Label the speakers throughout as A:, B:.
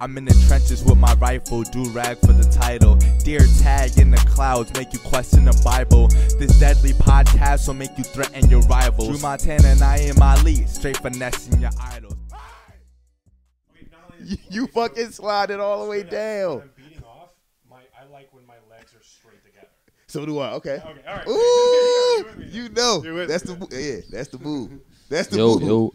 A: I'm in the trenches with my rifle, do rag for the title. Dear tag in the clouds, make you question the Bible. This deadly podcast will make you threaten your rivals. Drew Montana and I in my lead, straight finessing your idols.
B: You fucking slide it all the way
C: When
B: down.
C: I'm beating off, my I like when my legs are straight together.
B: So do I. Okay.
C: Okay, all right.
B: Ooh,
C: You're with me.
B: you know
C: You're with
B: that's
C: me.
B: the mo- yeah, that's the move. That's the
D: Yo,
B: move.
D: yo.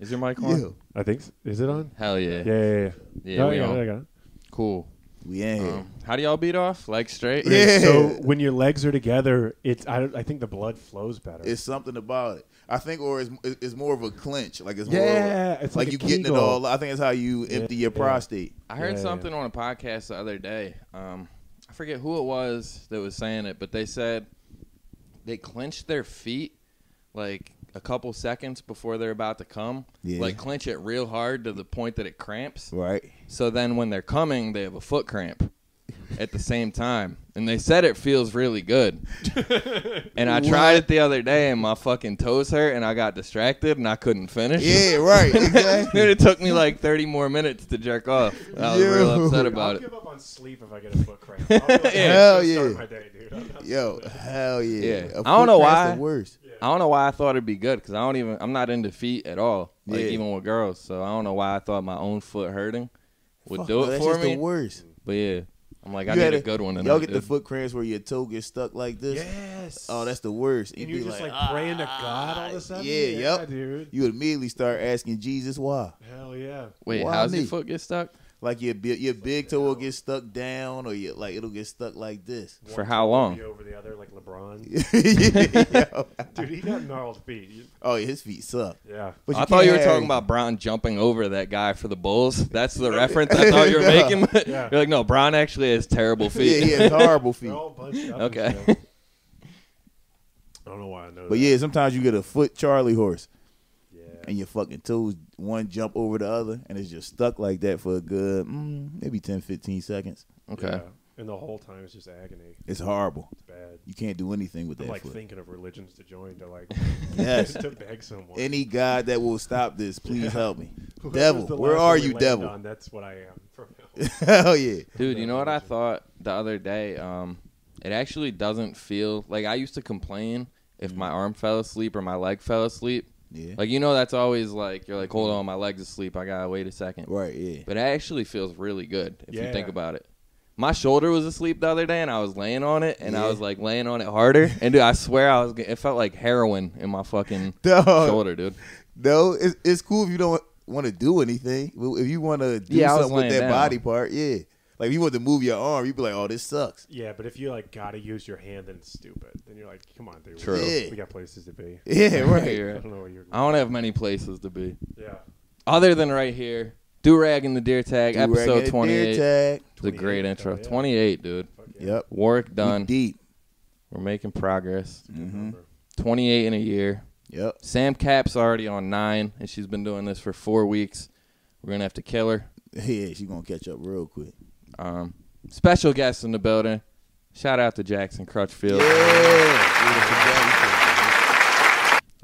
D: Is your mic on?
B: Yo.
C: I think s- is it on?
D: Hell yeah.
C: Yeah, yeah, yeah.
D: Yeah,
C: No, I
D: we
C: got
D: on.
C: it, I got it.
D: Cool.
B: We in here.
D: Um, how do y'all beat off? Legs straight?
B: Yeah.
C: So when your legs are together, it's I, I think the blood flows better.
B: It's something about it. I think, or it's, it's more of a clinch. Like it's more
C: Yeah,
B: of a,
C: it's
B: like,
C: like a
B: you getting it
C: Kegel.
B: all. I think it's how you empty your
C: yeah.
B: prostate.
D: I heard
C: Yeah,
D: something on a podcast the other day. Um, I forget who it was that was saying it, but they said they clench their feet like a couple seconds before they're about to come.
B: Yeah.
D: Like clench it real hard to the point that it cramps.
B: Right.
D: So then when they're coming, they have a foot cramp at the same time. And they said it feels really good. and I tried it the other day and my fucking toes hurt and I got distracted and I couldn't finish.
B: Yeah. Right.
D: Dude,
B: Exactly.
D: it took me like 30 more minutes to jerk off. I was
B: Yo.
D: real upset
C: I'll
D: about it.
C: give up on sleep if I get a foot cramp. I'll be like,
D: Yeah.
C: "I'm just
B: Hell
C: gonna
B: yeah.
C: start my day, dude. I'm not-
B: Yo. Hell yeah.
D: Yeah.
B: A
D: I don't know
B: foot cramp's
D: why.
B: The worst.
D: I don't know why I thought it'd be good because I don't even, I'm not into feet at all, like
B: Yeah.
D: even with girls. So I don't know why I thought my own foot hurting would
B: Fuck,
D: do
B: no,
D: it
B: that's
D: for
B: just
D: me.
B: The worst.
D: But yeah, I'm like, I
B: You
D: need
B: had
D: a good one.
B: Y'all
D: tonight,
B: get the
D: dude.
B: foot cramps where your toe gets stuck like this.
C: Yes.
B: Oh, that's the worst.
C: and
B: You'd
C: you're
B: be
C: just like,
B: "Ah."
C: praying to God all of a sudden.
B: Yeah, yep.
C: dude.
B: You would immediately start asking Jesus why.
C: Hell yeah.
D: Wait,
B: Why
D: how's
B: me?
D: your foot get stuck?
B: Like your bi- your big toe will get stuck down, or your, like it'll get stuck like this.
D: For how long?
C: Be over the other like LeBron.
B: Yo.
C: Dude, he got gnarled feet.
B: Oh, yeah, his feet suck.
C: Yeah.
B: But
D: I thought you were
B: can't-
D: talking about Brown jumping over that guy for the Bulls. That's the reference I thought you were making.
C: Yeah.
D: You're like, no, Brown actually has terrible
B: Yeah,
D: feet.
B: he has horrible feet.
C: They're all bunched up. and
D: Okay.
C: stuff. I don't know why I know
B: But
C: that.
B: yeah, sometimes you get a foot Charlie horse,
C: Yeah.
B: and your fucking toes one jump over the other, and it's just stuck like that for a good mm, maybe 10, 15 seconds.
D: Okay.
C: Yeah. And the whole time it's just agony.
B: It's horrible.
C: It's bad.
B: You can't do anything with
C: I'm
B: that
C: like
B: foot.
C: thinking of religions to join to like
B: Yes.
C: to beg someone.
B: Any God that will stop this, please help me.
C: Whoever's
B: devil,
C: the
B: where
C: last
B: are
C: one we
B: you,
C: land
B: devil?
C: on, that's what I am. From now on.
B: Hell yeah.
D: Dude, you know what I thought the other day? Um, it actually doesn't feel like I used to complain if my arm fell asleep or my leg fell asleep.
B: Yeah.
D: Like you know, that's always like you're like, hold on, my leg's asleep. I gotta wait a second.
B: Right, yeah.
D: But it actually feels really good if you think
C: Yeah.
D: about it. My shoulder was asleep the other day, and I was laying on it, and
B: Yeah.
D: I was like laying on it harder. And dude, I swear I was. get- It felt like heroin in my fucking
B: Dog.
D: shoulder, dude.
B: No, it's it's cool if you don't want to do anything. Well, If you want to do
D: Yeah, I was
B: something with
D: laying
B: that
D: down.
B: body part, yeah. Like if you want to move your arm, you'd be like, "Oh, this sucks."
C: Yeah, but if you like gotta use your hand, then it's stupid. Then you're like, come on, dude.
D: True.
B: Yeah.
C: We got places to be.
B: Yeah, right.
C: I
D: You're-
C: don't know where you're.
D: I don't have many places to be
C: Yeah.
D: other than right here. Do rag and the deer tag,
B: You reckon it
D: episode
B: did
D: twenty-eight.
B: tag?
D: It's a great
C: 28,
D: intro.
C: hell yeah.
D: 28, dude.
C: Fuck yeah.
B: Yep. We
D: Warwick done.
B: Deep.
D: We're making progress.
C: Good
B: Mm-hmm.
C: number.
D: 28 in a year.
B: Yep.
D: Sam Cap's already on nine, and she's been doing this for four weeks. We're going to have to kill her.
B: Yeah, she gonna catch up real quick.
D: Um, special guest in the building. Shout out to Jackson Crutchfield.
B: Yeah.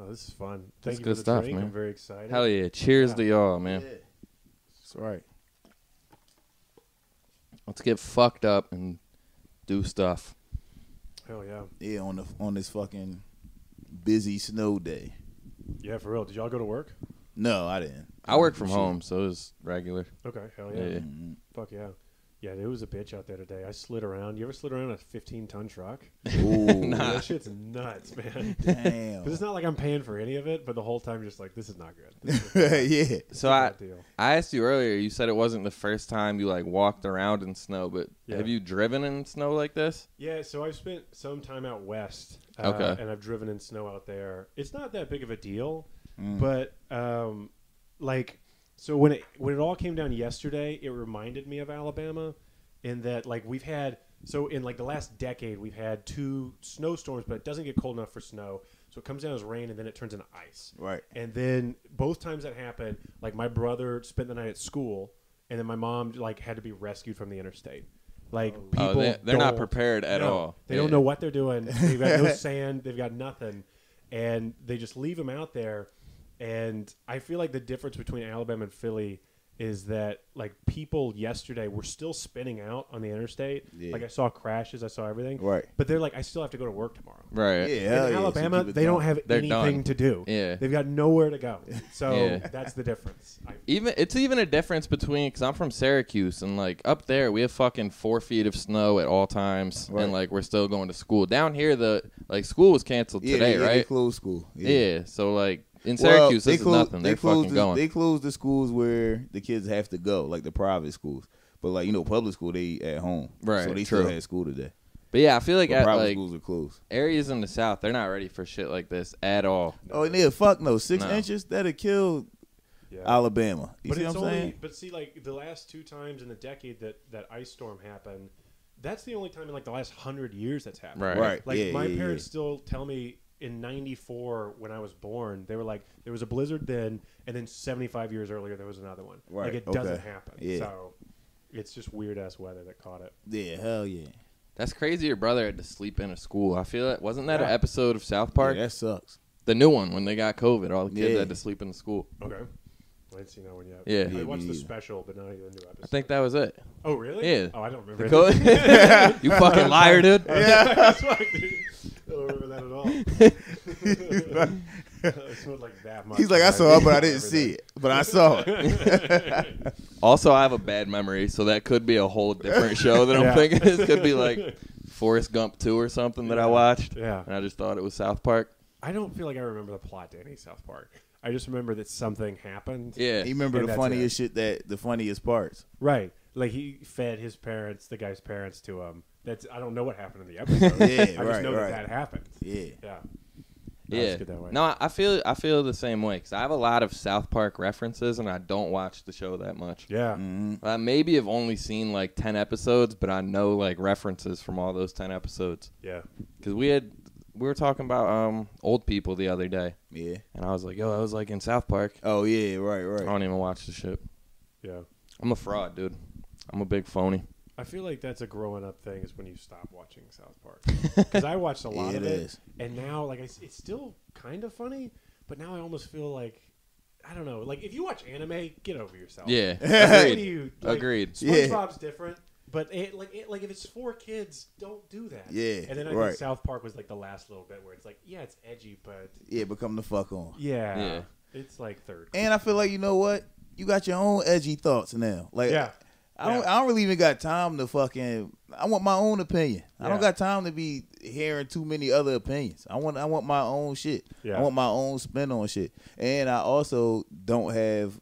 C: Oh, this is fun. Thank
D: is
C: you
D: good
C: for the
D: stuff,
C: drink.
D: man.
C: I'm very excited.
D: Hell yeah. Cheers to y'all, man.
B: That's right.
D: Let's get fucked up and do stuff.
C: Hell yeah.
B: Yeah, on the on this fucking busy snow day.
C: Yeah, for real. Did y'all go to work?
B: No, I didn't.
D: I work from home, so it's regular.
C: Okay. Hell
D: Yeah. yeah.
B: Mhm.
C: Fuck yeah. Yeah, it was a bitch out there today. I slid around. You ever slid around a 15 ton truck?
B: Mm-hmm. Ooh,
C: Dude, that shit's nuts, man.
B: damn.
C: 'Cause it's not like I'm paying for any of it, but the whole time you're just like, this is not good. This is a
B: yeah.
D: So I,
C: bad deal.
D: I asked you earlier. You said it wasn't the first time you like walked around in snow, but
C: Yeah.
D: have you driven in snow like this?
C: Yeah, so I've spent some time out west, uh,
D: Okay.
C: and I've driven in snow out there. It's not that big of a deal,
D: Mm.
C: but um, like, so when it when it all came down yesterday, it reminded me of Alabama, in that like we've had so in like the last decade we've had two snowstorms, but it doesn't get cold enough for snow, so it comes down as rain and then it turns into ice.
B: Right.
C: And then both times that happened, like my brother spent the night at school, and then my mom like had to be rescued from the interstate. Like people,
D: oh, they, they're not
C: don't-
D: prepared at
C: no,
D: all.
C: They don't
D: Yeah.
C: know what they're doing. They've got no sand. They've got nothing, and they just leave them out there. And I feel like the difference between Alabama and Philly is that like people yesterday were still spinning out on the interstate.
B: Yeah.
C: Like I saw crashes, I saw everything.
B: Right.
C: But they're like, I still have to go to work tomorrow.
D: Right.
B: Yeah,
C: In
B: hell yeah, so
C: Alabama,
B: keep it
C: they don't
B: going.
C: have
D: They're
C: anything
D: done.
C: to do.
D: Yeah.
C: They've got nowhere to go. So
D: Yeah.
C: that's the difference. I,
D: Even it's even a difference between because I'm from Syracuse and like up there we have fucking four feet of snow at all times
B: Right.
D: and like we're still going to school. Down here the like school was canceled
B: Yeah,
D: today,
B: yeah, They
D: right?
B: closed school. Yeah.
D: Yeah. So like in
B: Well,
D: Syracuse,
B: they
D: this
B: closed-
D: is nothing. They're
B: closed
D: fucking
B: the,
D: going.
B: They closed the schools where the kids have to go, like the private schools. But like you know, public school they at home,
D: Right,
B: So they
D: true.
B: still had school today.
D: but yeah, I feel like
B: But
D: at
B: private
D: like
B: schools are closed.
D: areas in the South, they're not ready for shit like this at all.
B: Oh yeah, fuck no, six
D: No.
B: inches that'd have killed
C: yeah.
B: Alabama. You
C: but
B: see
C: it's
B: what I'm
C: only,
B: saying?
C: But see, like the last two times in the decade that that ice storm happened, that's the only time in like the last hundred years that's happened.
D: Right.
B: Right,
C: Like
B: yeah,
C: my
B: yeah, yeah.
C: parents still tell me in '94 when I was born, they were like, there was a blizzard then, and then 75 years earlier there was another one.
B: Right,
C: Like it
B: okay.
C: doesn't happen.
B: Yeah.
C: So it's just weird ass weather that caught it.
B: Yeah, hell yeah.
D: That's crazy. Your brother had to sleep in a school. I feel that wasn't that an
C: Yeah.
D: episode of South Park,
B: Yeah, that sucks.
D: the new one when they got COVID, all the kids
B: Yeah.
D: had to sleep in the school.
C: Okay. I didn't see that one yet.
D: Yeah.
B: Yeah,
C: I
B: me
C: watched the
B: neither.
C: special, but not even the new episode.
D: I think that was it.
C: Oh really?
D: Yeah.
C: Oh, I don't remember.
D: The
C: it.
D: COVID. you fucking liar, dude.
C: That's why, dude. I don't remember that at all. I smelled like that much.
B: He's like, I saw it, but I didn't see it. But I saw it.
D: Also, I have a bad memory, so that could be a whole different show that I'm
C: Yeah.
D: thinking. This could be like Forrest Gump 2 or something that I
C: Yeah.
D: watched.
C: Yeah.
D: And I just thought it was South Park.
C: I don't feel like I remember the plot to any South Park. I just remember that something happened.
D: Yeah.
B: You remember
C: And
B: the
C: that's
B: funniest shit that the funniest parts.
C: Right. Like he fed his parents, the guy's parents, to him. That's I don't know what happened in the episode.
B: Yeah,
C: I just
B: right,
C: know
B: right.
C: that that happened.
B: Yeah.
C: Yeah. No,
D: yeah.
C: let's get that way.
D: No, I- I feel I feel the same way because I have a lot of South Park references, and I don't watch the show that much.
C: Yeah.
B: Mm-hmm.
D: I maybe have only seen like 10 episodes, but I know like references from all those 10 episodes.
C: Yeah.
D: Because we had, we were talking about um old people the other day,
B: Yeah.
D: and I was like, yo, I was like in South Park.
B: Oh yeah, right,
D: I
B: right.
D: don't even watch the shit.
C: Yeah.
D: I'm a fraud, dude. I'm a big phony.
C: I feel like that's a growing up thing is when you stop watching South Park because I watched a lot
B: Yeah,
C: of
B: it
C: it,
B: is.
C: and now like I s it's still kind of funny, but now I almost feel like I don't know. Like if you watch anime, get over yourself.
D: Yeah.
C: Like, what do
D: Agreed.
C: Oh. you, like,
D: Agreed.
B: Yeah.
C: SpongeBob's different, but it, like it, like if it's for kids, don't do that.
B: Yeah,
C: and then I
B: right.
C: think South Park was like the last little bit where it's like, yeah, it's edgy, but
B: Yeah, but come the fuck on.
C: yeah,
D: Yeah.
C: it's like third.
B: And I feel like you know what? You got your own edgy thoughts now. Like
C: Yeah.
B: I don't
C: Yeah.
B: I don't really even got time to fucking I want my own opinion. I don't
C: Yeah.
B: got time to be hearing too many other opinions. I want I want my own shit.
C: Yeah.
B: I want my own spin on shit. And I also don't have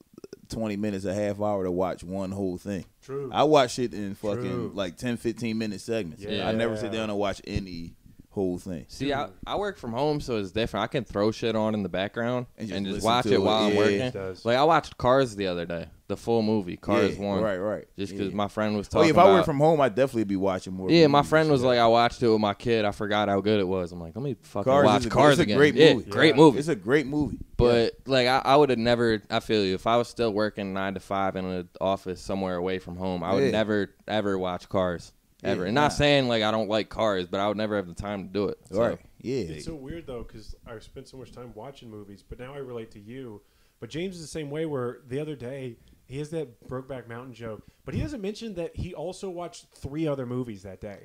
B: 20 minutes a half hour to watch one whole thing.
C: True.
B: I watch it in fucking
C: True.
B: like 10 15 minute segments.
C: Yeah.
B: I never sit
C: Yeah.
B: down and watch any whole thing.
D: See, I, I work from home, so it's different. I can throw shit on in the background
B: And
D: and
B: just listen
D: just, watch
B: to
D: it while
B: it.
D: I'm
B: Yeah.
D: working.
C: It does.
D: Like I watched Cars the other day, the full movie, Cars
B: Yeah,
D: One.
B: Right, right.
D: Just
B: Yeah.
D: because my friend was
B: Oh, yeah,
D: talking.
B: if I were
D: about-
B: from home, I'd definitely be watching more.
D: Yeah, my
B: movies.
D: friend was like, I watched it with my kid. I forgot how good it was. I'm like, let me fucking
B: Cars
D: watch
B: is a-
D: Cars
B: it's a
D: again.
B: great
D: Yeah,
B: movie.
D: great
C: Yeah.
D: movie.
B: It's a great movie.
D: but like, I, I would have never. I feel you. If I was still working nine to five in an office somewhere away from home, I would
B: Yeah.
D: never ever watch Cars ever.
B: Yeah,
D: and
B: nah.
D: not saying like I don't like Cars, but I would never have the time to do it. So.
B: Right. Yeah.
C: It's so weird though because I spent so much time watching movies, but now I relate to you. But James is the same way. Where the other day he has that Brokeback Mountain joke, but he doesn't mention that he also watched three other movies that day.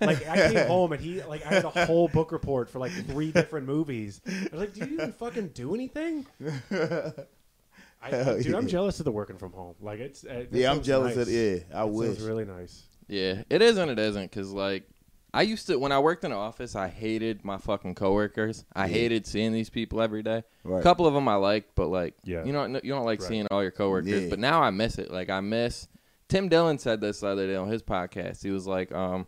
C: like I came home and he like I had a whole book report for like three different movies. I was like, do you even fucking do anything? I,
B: Hell
C: dude, I'm
B: yeah.
C: jealous of the working from home. Like it's uh, that
B: Yeah, I'm
C: sounds
B: jealous
C: nice.
B: of yeah, I
C: That sounds
B: wish.
C: really nice.
D: Yeah, it is and it isn't because like I used to when I worked in an office, I hated my fucking coworkers. I hated seeing these people every day.
B: Right.
D: A couple of them I liked, but like
C: Yeah.
D: you don't you don't like
C: Right.
D: seeing all your coworkers.
B: Yeah.
D: But now I miss it. Like I miss. Tim Dillon said this the other day on his podcast. He was like, um,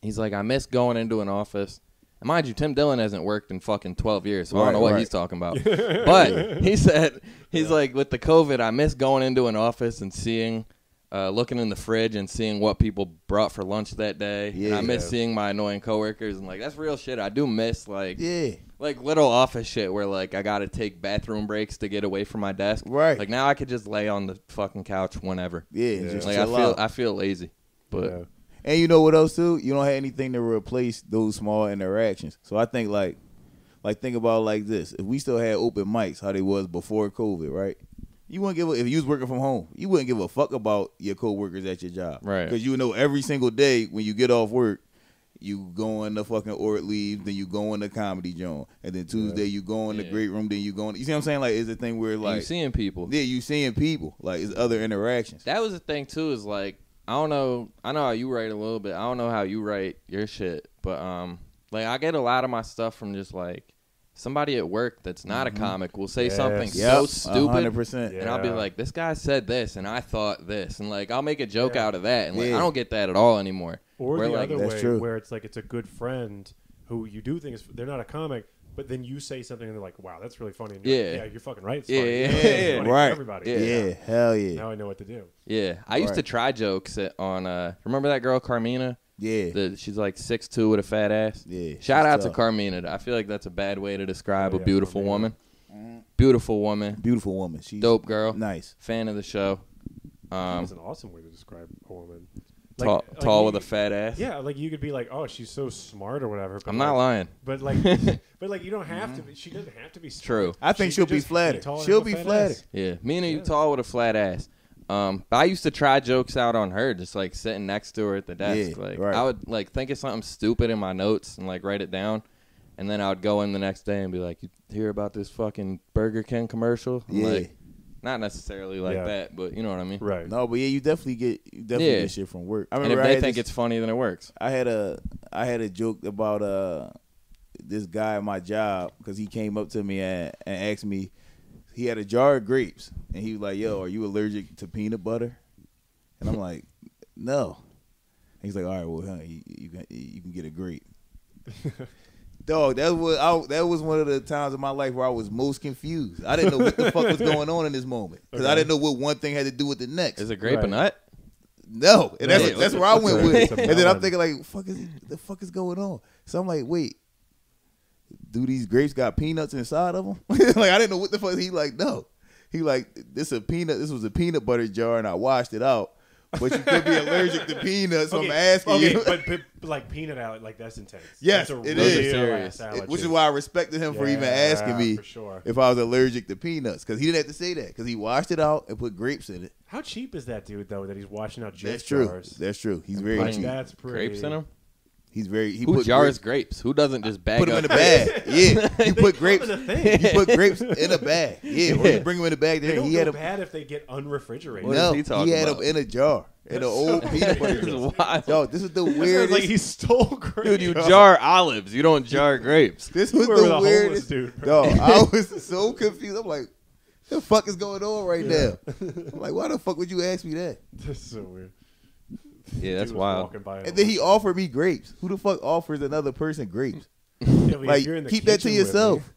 D: he's like, I miss going into an office. And mind you, Tim Dillon hasn't worked in fucking twelve years, so I
B: Right,
D: don't know what
B: right.
D: he's talking about. but he said he's like, with the COVID, I miss going into an office and seeing, uh, looking in the fridge and seeing what people brought for lunch that day. And
B: Yeah.
D: I miss seeing my annoying coworkers and like that's real shit. I do miss like
B: Yeah.
D: like little office shit where like I gotta take bathroom breaks to get away from my desk.
B: Right.
D: Like now I could just lay on the fucking couch whenever.
B: Yeah. Just
D: Like I
B: chill
D: feel
B: out.
D: I feel lazy, but.
C: Yeah.
B: and you know what else too? You don't have anything to replace those small interactions. So I think like like think about it like this. If we still had open mics, how they was before COVID, right? You wouldn't give a, if you was working from home. You wouldn't give a fuck about your coworkers at your job,
D: Right.
B: Because you know every single day when you get off work, you go in the fucking Ort leave, then you go in the comedy joint, and then Tuesday you go in the
D: Yeah.
B: great room, then you go in. You see what I'm saying? Like it's a thing where
D: you
B: like
D: seeing people.
B: yeah, you seeing people, like it's other interactions.
D: That was the thing too. Is like I don't know. I know how you write a little bit. I don't know how you write your shit, but um, like I get a lot of my stuff from just like somebody at work that's not a comic will say
C: Mm-hmm. Yes.
D: something so
B: Yep,
D: stupid.
B: hundred percent.
C: Yeah.
D: And I'll be like, this guy said this, and I thought this, and like I'll make a joke
C: Yeah.
D: out of that, and like
B: Yeah.
D: I don't get that at all anymore.
C: Or
D: Where,
C: the
D: like,
C: other
B: That's
C: way,
B: true.
C: where it's like it's a good friend who you do things. They're not a comic, but then you say something and they're like, "Wow, that's really funny." And you're like,
D: Yeah.
C: yeah, you're fucking right. It's
D: Yeah,
C: funny.
D: yeah,
C: It's
D: yeah,
C: funny for
B: right.
C: Everybody.
D: Yeah.
B: Yeah, hell yeah,
C: Now I know what to do.
D: Yeah, I used to
B: Right.
D: try jokes at, on. uh Remember that girl Carmina?
B: yeah.
D: The, she's like six two with a fat ass.
B: Yeah,
D: Shout
B: she's
D: out
B: tough.
D: to Carmina. I feel like that's a bad way to describe
C: Oh, yeah,
D: a
C: Mm-hmm.
D: beautiful
C: Carmina.
D: woman. Beautiful woman.
B: Beautiful woman. She's
D: Dope girl.
B: Nice.
D: Fan of the show. Um,
C: That's an awesome way to describe a woman.
D: tall, tall
C: you-
D: with a fat ass.
C: Yeah, like you could be like, "Oh, she's so smart" or whatever. But
D: I'm not
C: like,
D: lying.
C: But like, but like, you don't have to. be She doesn't have to be smart.
D: True.
B: Mm-hmm. I think
C: She
B: she'll
C: could
B: be
C: just
B: flattered.
C: tall and
B: She'll
C: have a
B: be
C: fat
B: flattered.
C: ass.
D: Yeah, me and you
C: Yeah.
D: tall with a flat ass. Um, but I used to try jokes out on her, just like sitting next to her at the desk.
B: Yeah,
D: like
B: right.
D: I would like think of something stupid in my notes and like write it down, and then I would go in the next day and be like, "You hear about this fucking Burger King commercial?" I'm
B: Yeah.
D: Like, not necessarily like
C: Yeah.
D: that, but you know what I mean.
C: Right.
B: No, but yeah, you definitely get you definitely
D: Yeah.
B: get shit from work. I
D: And if
B: remember I
D: they
B: had
D: think
B: this-
D: it's funny, then it works.
B: I had a I had a joke about uh this guy at my job because he came up to me and, and asked me he had a jar of grapes and he was like, "Yo, are you allergic to peanut butter?" And I'm like, "No." And he's like, "All right, well, huh, you, you can you can get a grape." Dog, that was I, that was one of the times in my life where I was most confused. I didn't know what the fuck was going on in this moment because I
C: Okay.
B: didn't know what one thing had to do with the next.
D: Is it grape
C: Right.
D: a nut?
B: No, and that's
D: Yeah,
B: that's where I
C: it's a-
B: went with it.
C: it's a
B: And then I'm
C: melon.
B: thinking like, fuck is the fuck is going on? So I'm like, wait, do these grapes got peanuts inside of them? like I didn't know what the fuck. He like, no, he like this a peanut. This was a peanut butter jar, and I washed it out. But you could be allergic to peanuts. So I'm asking
C: okay,
B: you.
C: but, but like peanut allergy, like that's intense.
B: Yes,
C: that's
B: it
C: real
B: is.
C: ass
D: Serious.
C: allergy.
B: which is why I respected him for even
C: Yeah,
B: asking me
C: for sure.
B: if I was allergic to peanuts, because he didn't have to say that, because he washed it out and put grapes in it.
C: How cheap is that dude though? That he's washing out
B: That's
C: juice
B: true.
C: jars.
B: That's true. He's
D: Putting
B: very cheap.
C: That's pretty-
D: Grapes in them?
B: He's very. He
D: Who
B: put
D: jars
B: grapes-
D: grapes? Who doesn't just bag
B: put them in
D: up
B: a bag.
D: grapes?
B: Yeah, you
C: They
B: put
C: come
B: grapes.
C: in a
B: You
C: thing.
B: put grapes in a bag. Yeah, or you bring them in a bag.
C: They
B: There,
C: don't
B: he
C: go
B: had a
C: bad if they get unrefrigerated.
D: What is
B: no.
D: he
B: He,
D: talking
B: had
D: about?
B: them in a jar in an old peanut butter.
D: This is
B: jar.
D: wild.
B: Yo, this is the
C: That sounds
B: weirdest.
C: like he stole grapes.
D: Dude, you jar olives. You don't jar grapes.
B: this was
C: were with a
B: the
C: homeless
B: weirdest.
C: dude, bro.
B: Yo, I was so confused. I'm like, the fuck is going on right now? I'm like, why the fuck would you ask me that?
C: That's so weird.
D: Yeah, that's
C: Dude was
D: wild.
C: walking by
B: And then he
C: alone.
B: offered me grapes. Who the fuck offers another person grapes?
C: Yeah, but if
B: Like,
C: you're in the
B: keep that to
C: kitchen with
B: yourself.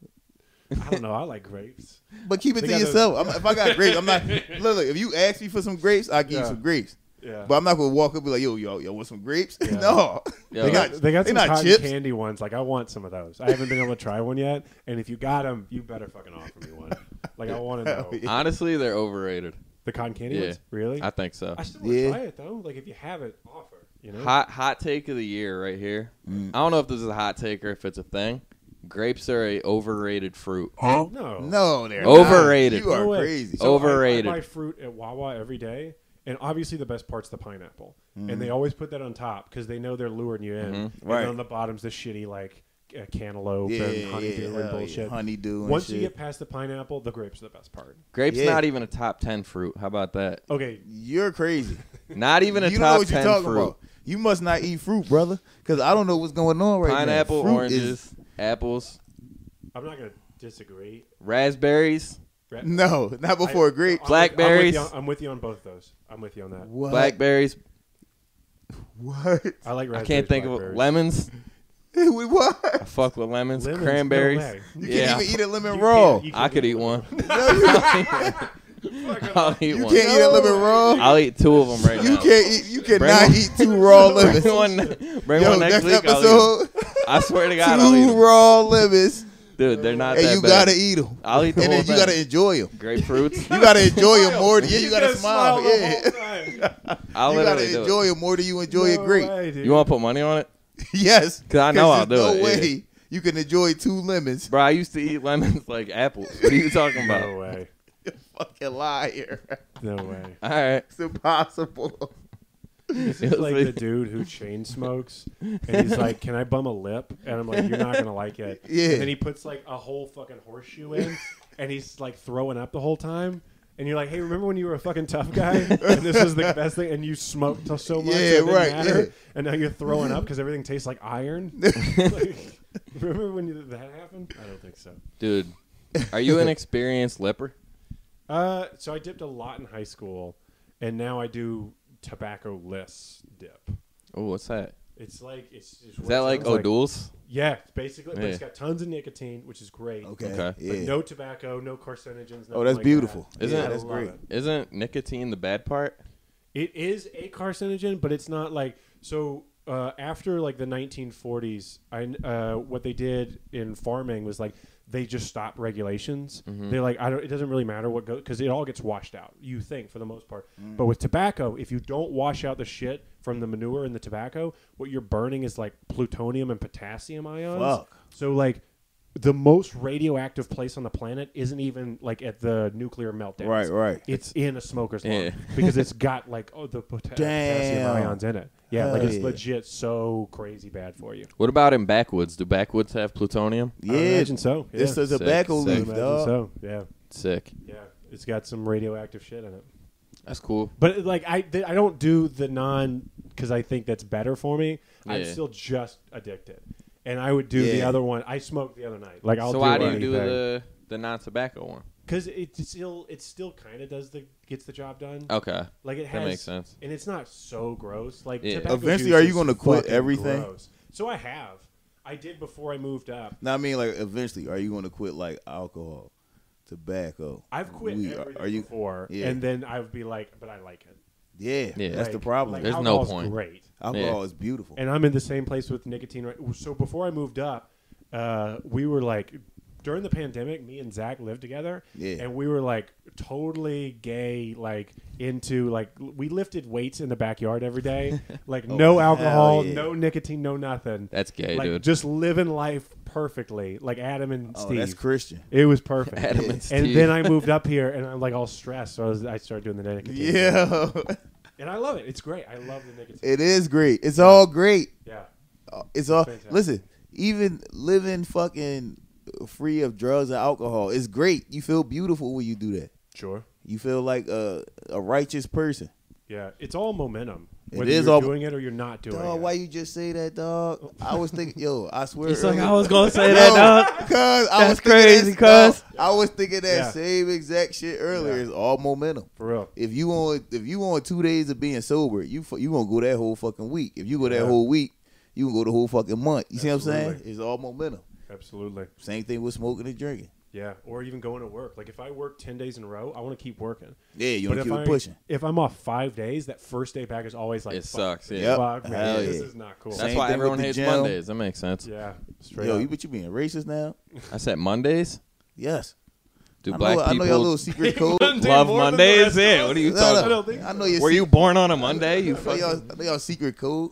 C: me- I don't know. I like grapes.
B: But keep it
C: They
B: to
C: got those-
B: yourself. I'm, if I got grapes, I'm not. Look, look, if you ask me for some grapes, I will give you
C: Yeah.
B: some grapes.
C: Yeah.
B: But I'm not gonna walk up and be like, yo, yo, yo, want some grapes?
C: Yeah.
B: no.
D: Yo.
B: They got
C: they got
B: they
C: some
B: not
C: cotton
B: chips.
C: candy ones. Like I want some of those. I haven't been able to try one yet. And if you got them, you better fucking offer me one. Like I want to know
B: yeah.
D: Honestly, they're overrated.
C: the cotton candy
D: Yeah.
C: ones. Really?
D: I think so.
C: I still want to
B: Yeah.
C: try it though. Like if you have it, offer. You know.
D: Hot hot take of the year right here.
B: Mm.
D: I don't know if this is a hot take or if it's a thing. Grapes are a overrated fruit.
C: No.
B: No, they're
D: Overrated.
B: Not. You are
C: No way.
B: crazy.
D: Oh.
C: So I-
D: Overrated.
C: I, buy fruit at Wawa every day, and obviously the best part's the pineapple, and
B: Mm-hmm.
C: they always put that on top because they know they're luring you
D: Mm-hmm.
C: in. And
B: Right.
C: then on the bottom's the shitty like uh, cantaloupe
B: Yeah,
C: and honeydew
B: yeah,
C: and
B: hell yeah.
C: bullshit.
B: Honeydew and
C: Once you
B: shit.
C: get past the pineapple, the grapes are the best part.
D: Grapes
B: Yeah.
D: not even a top ten fruit. How about that?
C: Okay,
B: You're crazy.
D: Not even a
B: you don't know
D: top
B: what you're
D: ten
B: talking
D: fruit.
B: about. You must not eat fruit, brother, because I don't know what's going on right
D: Pineapple,
B: now. Fruit
D: oranges,
B: Is,
D: apples,
C: I'm not gonna disagree.
D: raspberries,
C: Ra-
B: no, not
C: I-
B: before
C: I'm with-
B: grapes.
C: I'm
D: Blackberries.
C: with you on- I'm with you on both those. I'm with you on that.
B: What?
D: blackberries.
B: What?
C: I like.
D: I
C: Raspberries,
D: can't think of it.
C: blackberries.
D: lemons.
B: Wait, what?
D: I fuck with lemons,
C: Lemons, no
D: cranberries.
C: way.
B: You
D: yeah,
B: can't even eat a lemon
C: You
B: raw.
C: can't- you
D: I
C: can't
D: could
C: get
D: eat one.
B: No, you, you
D: I'll eat one.
B: can't eat a lemon raw.
D: I'll eat two of them right
B: You
D: now.
B: can't eat. You cannot
D: one.
B: eat two raw
D: Bring
B: lemons.
D: one, bring
B: Yo,
D: one next,
B: next
D: week. I'll eat 'em.
B: episode,
D: I swear to God, I'll eat
B: two
D: 'em.
B: raw lemons,
D: Dude, they're not
B: and
D: that
B: you
D: bad.
B: gotta eat them.
D: I'll eat the
B: and
D: whole
B: then you
D: thing.
B: gotta enjoy them.
D: Grapefruits.
B: You gotta enjoy them more. than- Yeah, you,
C: You
B: gotta,
C: gotta
B: smile.
C: smile the
B: yeah,
C: whole time.
D: I'll
B: you
D: literally
B: gotta
D: do it.
B: enjoy them more than you enjoy a grape.
C: way, dude.
D: You want to put money on it,
B: Yes,
D: 'Cause I know I'll
B: there's
D: do
B: no
D: it, yeah.
B: way you can enjoy two lemons.
D: bro? I used to eat lemons like apples. What are you talking about?
C: No way.
B: you fucking liar.
C: No way.
D: All right.
B: It's impossible.
C: This is like the dude who chain smokes, and he's like, "Can I bum a lip?" And I'm like, "You're not gonna like it."
B: Yeah.
C: And then he puts like a whole fucking horseshoe in, and he's like throwing up the whole time. And you're like, "Hey, remember when you were a fucking tough guy? And this is the best thing." And you smoked so much,
B: Yeah,
C: it didn't
B: right,
C: matter,
B: yeah.
C: And now you're throwing up because everything tastes like iron. Like, remember when you, that happened? I don't think so.
D: Dude, are you an experienced leper?
C: Uh, so I dipped a lot in high school, and now I do tobacco less dip.
D: Oh, what's that?
C: It's like it's just
D: Is that like O'Doul's?
C: Yeah, it's basically, but it's
D: Yeah.
C: got tons of nicotine, which is great.
B: Okay.
D: Okay.
B: Yeah.
C: But no tobacco, no carcinogens.
B: oh,
C: nothing
B: that's
C: like
B: beautiful.
C: that.
D: Isn't
B: yeah,
D: it-
B: that's
C: I love
B: great.
C: it.
D: Isn't nicotine the bad part?
C: It is a carcinogen, but it's not like so. Uh, after like the 1940s, I uh, what they did in farming was like they just stopped regulations. They're like, I don't. It doesn't really matter what goes because it all gets washed out. You think for the most part, but with tobacco, if you don't wash out the shit from the manure and the tobacco, what you're burning is like plutonium and potassium ions.
B: Fuck.
C: So like. The most radioactive place on the planet isn't even like at the nuclear meltdowns.
B: Right, right.
C: It's in a smoker's lung
D: Yeah.
C: because it's got like oh the pota- potassium
B: Damn.
C: ions in it. Yeah,
B: Hell
C: like it's
B: yeah.
C: legit so crazy bad for you.
D: What about in backwoods? Do backwoods have plutonium?
B: Yeah.
C: I imagine so. Yeah.
B: It's a
D: Sick,
B: tobacco
D: sick.
C: I
B: leaf,
C: imagine
B: dog.
C: so. Yeah,
D: Sick.
C: yeah. It's got some radioactive shit in it.
D: That's cool.
C: But like I, th- I don't do the non because I think that's better for me. I'm
D: Yeah.
C: still just addicted, and I would do the
B: Yeah.
C: other one. I smoked the other night. Like I'll
D: so
C: do
D: why do you
C: anything.
D: do the the non-tobacco one?
C: because it still it still kind of does the gets the job done.
D: Okay.
C: Like it
D: That
C: has,
D: makes sense.
C: and it's not so gross. Like
D: Yeah.
C: tobacco
B: Eventually,
C: juice
B: are you
C: is
B: gonna quit
C: fucking
B: everything?
C: gross. So I have. I did before I moved up.
B: No, I mean like eventually, are you going to quit like alcohol, tobacco?
C: I've quit
B: weed?
C: everything
B: Are you?
C: before,
B: Yeah.
C: and then I would be like, but I like it.
B: Yeah,
D: Yeah.
B: that's
C: Like-
B: the problem.
C: like,
D: There's no
C: alcohol's
D: point.
C: Great.
B: alcohol is beautiful.
C: And I'm in the same place with nicotine. Right. So before I moved up, uh, we were like. During the pandemic, me and Zach lived together,
B: Yeah.
C: and we were like totally gay, like into like we lifted weights in the backyard every day, like no alcohol,
B: yeah.
C: no nicotine, no nothing.
D: That's gay,
C: like
D: dude.
C: just living life perfectly, like Adam and
B: oh,
C: Steve.
B: that's Christian.
C: It was perfect.
D: Adam
B: Yeah.
D: and Steve.
C: and then I moved up here, and I'm like all stressed, so I, was, I started doing the nicotine.
B: Yeah,
C: and I love it. It's great. I love the nicotine.
B: it is great. It's all great.
C: yeah,
B: Uh, It's all.
C: Fantastic.
B: Listen, even living fucking free of drugs and alcohol is great. You feel beautiful when you do that.
C: sure.
B: You feel like a a righteous person.
C: Yeah, it's all momentum.
B: It
C: Whether
B: is
C: you're
B: all-
C: doing it or you're not doing
B: Dog,
C: it.
B: why you just say that, dog? I was thinking, yo, I swear.
D: It's like
B: earlier-
D: I was gonna say that, dog.
B: Cause I
D: That's
B: was thinking
D: crazy,
B: that stuff.
D: cuz.
B: I was thinking that
C: Yeah.
B: same exact shit earlier.
C: Yeah.
B: It's all momentum.
C: For real.
B: If you on if you on two days of being sober, you fu- you gonna go that whole fucking week. If you go that
C: Yeah.
B: whole week, you can go the whole fucking month. You see what I'm saying?
C: Absolutely.
B: It's all momentum.
C: Absolutely.
B: Same thing with smoking and drinking.
C: Yeah, or even going to work. Like if I work ten days in a row, I want to keep working.
B: Yeah, you
C: But
B: wanna
C: if
B: keep
C: I-
B: pushing.
C: If I'm off five days, that first day back is always like
D: It
C: fuck,
D: sucks, yeah.
B: Yep.
C: Fuck, man,
B: Hell
C: this
B: yeah.
C: is not cool.
D: That's
B: Same
D: why
B: thing with
D: everyone
B: the
D: hates
B: gym.
D: Mondays. That makes sense.
C: yeah, straight
B: Yo,
C: up.
B: you but you being racist now?
D: I said Mondays.
B: Yes.
D: Do
B: I know,
D: black
B: I know
D: people
B: your little secret code.
C: Monday
D: love
C: more than the
D: Mondays?
C: rest of
D: Yeah.
C: us.
D: What are you
B: No,
D: talking?
B: no,
C: I don't think
B: I
C: so.
B: know your
D: Were you born on a Monday? You
B: I know
D: fucking.
B: y'all, I know y'all secret code.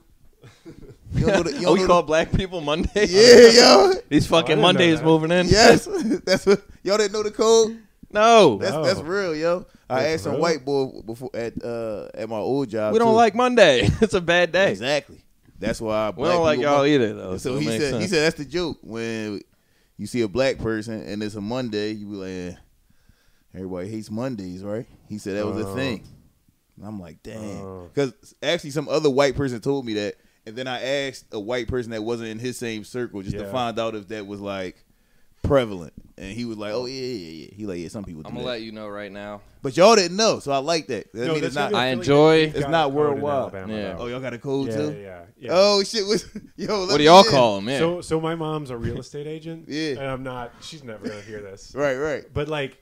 B: You don't know the, you
D: Oh,
B: don't
D: you
B: know
D: call black people Monday?
B: the, yeah, yo.
D: These
C: Oh, I
D: fucking
C: didn't know
D: Mondays
C: that.
D: moving in.
B: Yes, that's what y'all didn't know the code.
D: No.
B: That's
C: No.
B: that's real, yo. I
C: That's
B: asked some
C: real.
B: white boy before at uh at my old job.
D: we don't
B: too.
D: like Monday. it's a bad day.
B: exactly. That's why
D: We don't like y'all either though. So,
B: So he
D: it
B: said
D: makes sense.
B: he said that's the joke when you see a black person and it's a Monday, you be like, eh, everybody hates Mondays, right? He said that was a
C: Oh.
D: Uh.
B: thing. And I'm like, damn,
C: Oh.
B: because actually some other white person told me that, and then I asked a white person that wasn't in his same circle just to
C: Yeah.
B: find out if that was like prevalent, and he was like, oh yeah, yeah, yeah. He like, yeah, some people do
D: I'm gonna
B: that.
D: let you know right now.
B: But y'all didn't know, so I like that. That
C: No,
B: means
C: that's
B: it's not.
C: gonna
D: I
C: feel like
D: enjoy-
C: you've
B: It's
C: got
B: not
C: a code in
B: worldwide.
C: Alabama,
D: Yeah.
B: oh,
C: though.
B: y'all got a code
C: yeah,
B: too.
C: yeah, yeah.
B: Oh shit! What's, yo, let
D: What do
B: me
D: y'all
B: in.
D: call them? Yeah.
C: So, so my mom's a real estate agent.
B: Yeah.
C: and I'm not. She's never gonna hear this.
B: Right, right.
C: But like,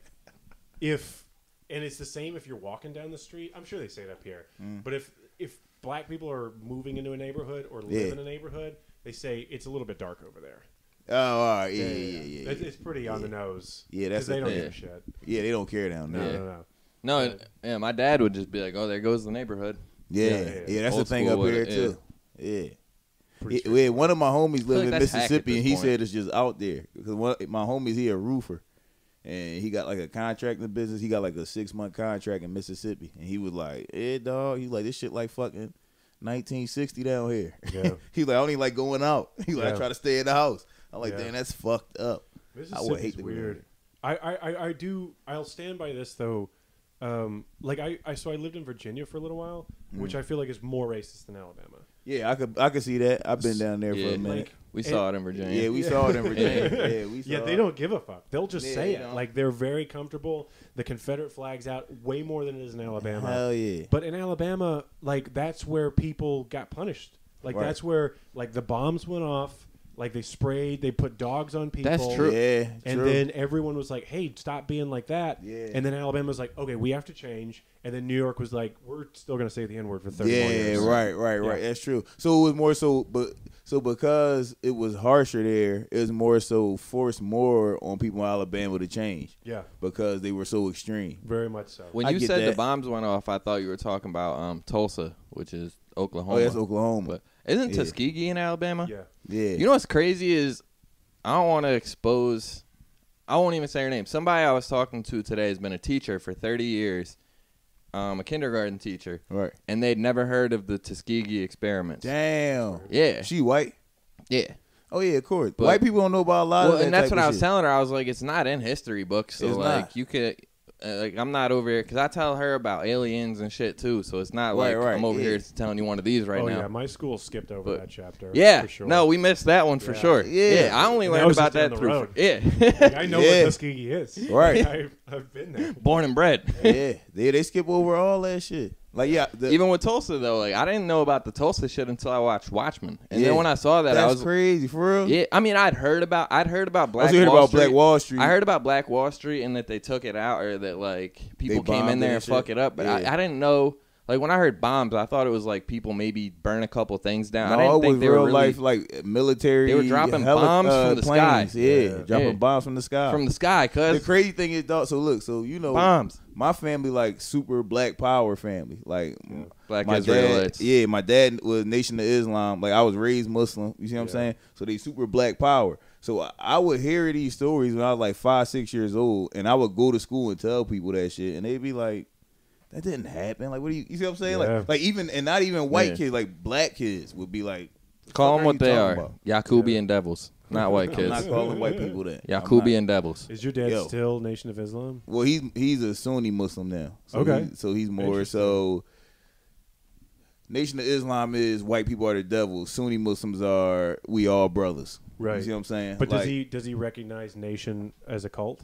C: if and it's the same if you're walking down the street. I'm sure they say it up here.
B: Mm.
C: But if if black people are moving into a neighborhood or live
B: Yeah.
C: in a neighborhood, they say it's a little bit dark over there.
B: Oh, all right. Yeah, yeah, yeah, yeah.
C: It's, it's pretty on the nose.
B: Yeah, that's
C: 'Cause they
B: the
C: don't
D: thing.
C: give a shit.
B: Yeah, they don't care down
C: No,
B: there.
D: Yeah.
C: no, no.
D: no, it- yeah, my dad would just be like, "Oh, there goes the neighborhood."
B: Yeah, yeah,
D: Yeah,
C: yeah.
B: that's the
D: Old
B: thing
D: school
B: up
D: with
B: here
D: it,
B: too. Yeah.
C: Pretty
B: Yeah, yeah, one of my homies
D: like
B: lived in
D: that's hack at
B: Mississippi, and
D: this
B: he
D: point.
B: said it's just out there because my homies he a roofer, and he got like a contract in the business. He got like a six month contract in Mississippi, and he was like, "Eh, dog." He like this shit like fucking 1960 down here.
C: Yeah.
B: he like I only like going out. He like I
C: Yeah.
B: try to stay in the house. I'm like,
C: Yeah.
B: damn, that's fucked up. I would hate
C: Mississippi's
B: to be
C: weird.
B: there.
C: I, I, I, I do. I'll stand by this though. Um, like I, I, so I lived in Virginia for a little while, which
B: Mm.
C: I feel like is more racist than Alabama.
B: Yeah, I could I could see that. I've been down there for
D: Yeah.
B: a minute.
C: Like,
D: We
C: It-
D: saw it in Virginia.
B: yeah, we saw it in Virginia. yeah, we saw
C: Yeah, they
B: it.
C: don't give a fuck. They'll just
B: Yeah,
C: say
B: you
C: it.
B: know.
C: Like they're very comfortable. The Confederate flag's out way more than it is in Alabama.
B: Hell yeah.
C: But in Alabama, like that's where people got punished. Like
B: Right.
C: that's where like the bombs went off. Like they sprayed. They put dogs on people.
D: That's true.
B: Yeah,
C: And
B: true.
C: then everyone was like, "Hey, stop being like that."
B: Yeah.
C: And then Alabama was like, "Okay, we have to change." And then New York was like, "We're still going to say the N word for thirty more
B: Yeah,
C: years."
B: right, right, right.
C: Yeah.
B: That's true. So it was more so, but so because it was harsher there, it was more so forced more on people in Alabama to change.
C: Yeah.
B: because they were so extreme.
C: Very much so.
D: When
B: I
D: you
B: get
D: said the
B: that.
D: bombs went off, I thought you were talking about um, Tulsa, which is Oklahoma.
B: Oh, that's Oklahoma.
D: But isn't
B: Yeah.
D: Tuskegee in Alabama?
C: yeah.
B: yeah,
D: You know what's crazy is I don't want to expose. I won't even say her name. Somebody I was talking to today has been a teacher for 30 years, um, a kindergarten teacher,
B: right?
D: and they'd never heard of the Tuskegee experiments.
B: Damn.
D: Yeah,
B: She white.
D: yeah.
B: Oh yeah, of course.
D: But-
B: white people don't know about a lot
D: Well,
B: of that.
D: and that's
B: type
D: what
B: of
D: I was
B: shit.
D: telling her. I was like, it's not in history books, so
B: It's
D: like
B: not.
D: you could. Uh, like I'm not over here because I tell her about aliens and shit too, so it's not
B: Right,
D: like
B: right,
D: I'm over
B: yeah.
D: here telling you one of these right
C: oh
D: now.
C: yeah, my school skipped over
D: But-
C: that chapter.
D: Yeah.
C: for sure.
D: No, we missed that one for
C: Yeah.
D: sure.
B: Yeah.
D: Yeah. I only
C: That
D: learned
C: was just
D: about
C: down
D: that
C: the
D: through.
C: road.
D: Yeah.
C: Like, I know
B: Yeah.
C: what Tuskegee is.
B: Right.
C: I've, I've been there.
D: Born and bred.
B: yeah, they they skip over all that shit. Like yeah, the,
D: Even with Tulsa though, like I didn't know about the Tulsa shit until I watched Watchmen, and
B: Yeah.
D: then when I saw that,
B: that's
D: I was
B: crazy for real.
D: yeah. I mean, I'd heard about I'd heard about Black
B: I also heard
D: Wall
B: about
D: Street.
B: Black Wall Street.
D: I heard about Black Wall Street and that they took it out or that like people came
B: bombed it
D: in there
B: and
D: and fuck
B: shit.
D: it up. But
B: Yeah.
D: I, I didn't know. Like when I heard bombs, I thought it was like people maybe burn a couple things down. I
B: No,
D: didn't
B: it was
D: think they were
B: real
D: really
B: life, like military.
D: They were dropping
B: heli-
D: bombs
B: uh,
D: from the
B: planes.
D: sky.
B: Yeah,
C: Yeah.
B: dropping
D: Yeah.
B: bombs from the sky.
D: from the sky.
B: the
D: Cause
B: crazy thing is, dog. So look, so you know,
D: Bombs.
B: My family like super black power family, like m-
D: Black
B: my
D: Israelites.
B: Dad, yeah, my dad was Nation of Islam. Like I was raised Muslim. You see what I'm
C: Yeah.
B: saying? So they super black power. So I, I would hear these stories when I was like five, six years old, and I would go to school and tell people that shit, and they'd be like. That didn't happen. Like, what do you? You see what I'm saying?
C: Yeah.
B: Like, like even and not even white
D: Yeah.
B: kids, like black kids would be like,
D: call
B: fuck are
D: them what
B: you
D: they are,
B: talking
D: Yakubian devils, not white
B: I'm
D: kids.
B: not calling white people that. I'm not-
D: Yakubian devils.
C: Is your dad
B: Yo.
C: still Nation of Islam?
B: Well, he's he's a Sunni Muslim now. So
C: Okay.
B: he- so he's more
C: Interesting.
B: so. Nation of Islam is white people are the devil. Sunni Muslims are we all brothers. You
C: Right.
B: see what I'm saying?
C: But
B: Like,
C: does he does he recognize nation as a cult?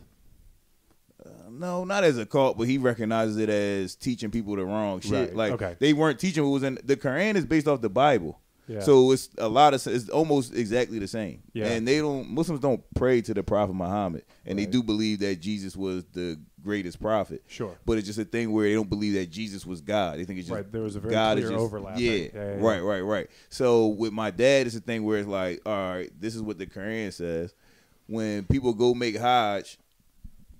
B: No, not as a cult, but he recognizes it as teaching people the wrong shit.
C: Right,
B: Like
C: okay.
B: they weren't teaching what was in the Quran is based off the Bible.
C: Yeah.
B: So it's a lot of it's almost exactly the same.
C: Yeah.
B: And they don't Muslims don't pray to the prophet Muhammad and they
C: Right.
B: do believe that Jesus was the greatest prophet.
C: Sure.
B: But it's just a thing where they don't believe that Jesus was God. They think it's just
C: Right, there was a very
B: God is
C: clear
B: just,
C: overlap.
B: Yeah,
C: Yeah, yeah, yeah.
B: Right, right, right. So with my dad it's a thing where it's like, all right, this is what the Quran says. When people go make Hajj,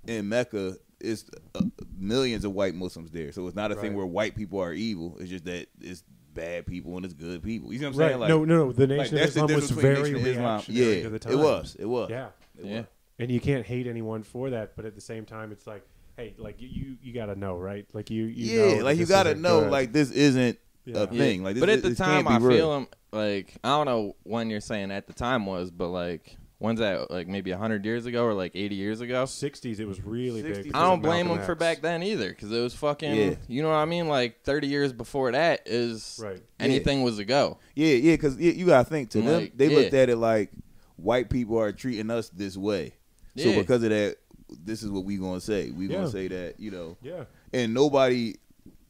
B: in Mecca, it's uh, millions of white Muslims there. So it's not a thing
C: Right.
B: where white people are evil. It's just that it's bad people and it's good people. You see what I'm
C: Right.
B: saying? Like,
C: no, no, no. The
B: like
C: Nation of
B: that's the
C: Islam was
B: difference between
C: very
B: Nation of Islam.
C: reactionary
B: Yeah,
C: to the time.
B: it was. It was.
C: Yeah.
D: Yeah.
C: And you can't hate anyone for that, but at the same time, it's like, hey, like you- you, you gotta know, right? Like you, you
B: yeah,
C: know
B: like you
C: this
B: gotta
C: isn't
B: know,
C: good.
B: like this isn't
C: Yeah.
B: a
C: Yeah.
B: thing. Like, this,
D: but
B: it-
D: at the
B: this can't
D: time,
B: be
D: I
B: real.
D: feel him like I don't know when you're saying at the time was, but like when's that? Like maybe hundred years ago or like eighty years ago.
C: '60s, it was really big.
B: 60s.
D: I don't blame
C: them
D: him for back then either, because it was fucking.
B: Yeah.
D: You know what I mean? Like thirty years before that is
C: Right.
D: anything was a go.
B: Yeah, yeah, because you gotta think to them.
D: Like,
B: They
D: yeah.
B: looked at it like white people are treating us this way. So
D: Yeah.
B: because of that, this is what we gonna say. We
C: Yeah.
B: gonna say that you know.
C: Yeah.
B: and nobody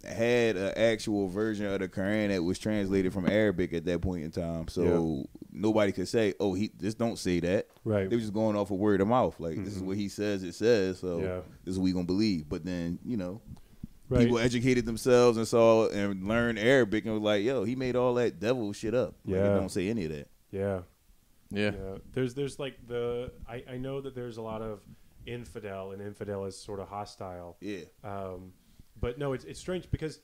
B: had an actual version of the Quran that was translated from Arabic at that point in time. So nobody could say, "Oh, he just don't say that."
C: Right.
B: They were just going off of word of mouth. Like this is what he says. It says so.
C: Mm-hmm. Yeah.
B: This is what we gonna believe. But then you know,
C: Right.
B: people educated themselves and saw and learned Arabic and was like, "Yo, he made all that devil shit up." Like,
C: Yeah.
B: they don't say any of that.
C: yeah.
D: Yeah.
C: Yeah. There's there's like the I, I know that there's a lot of infidel and infidel is sort of hostile.
B: Yeah.
D: Uh,
C: Um, but no, it's it's strange because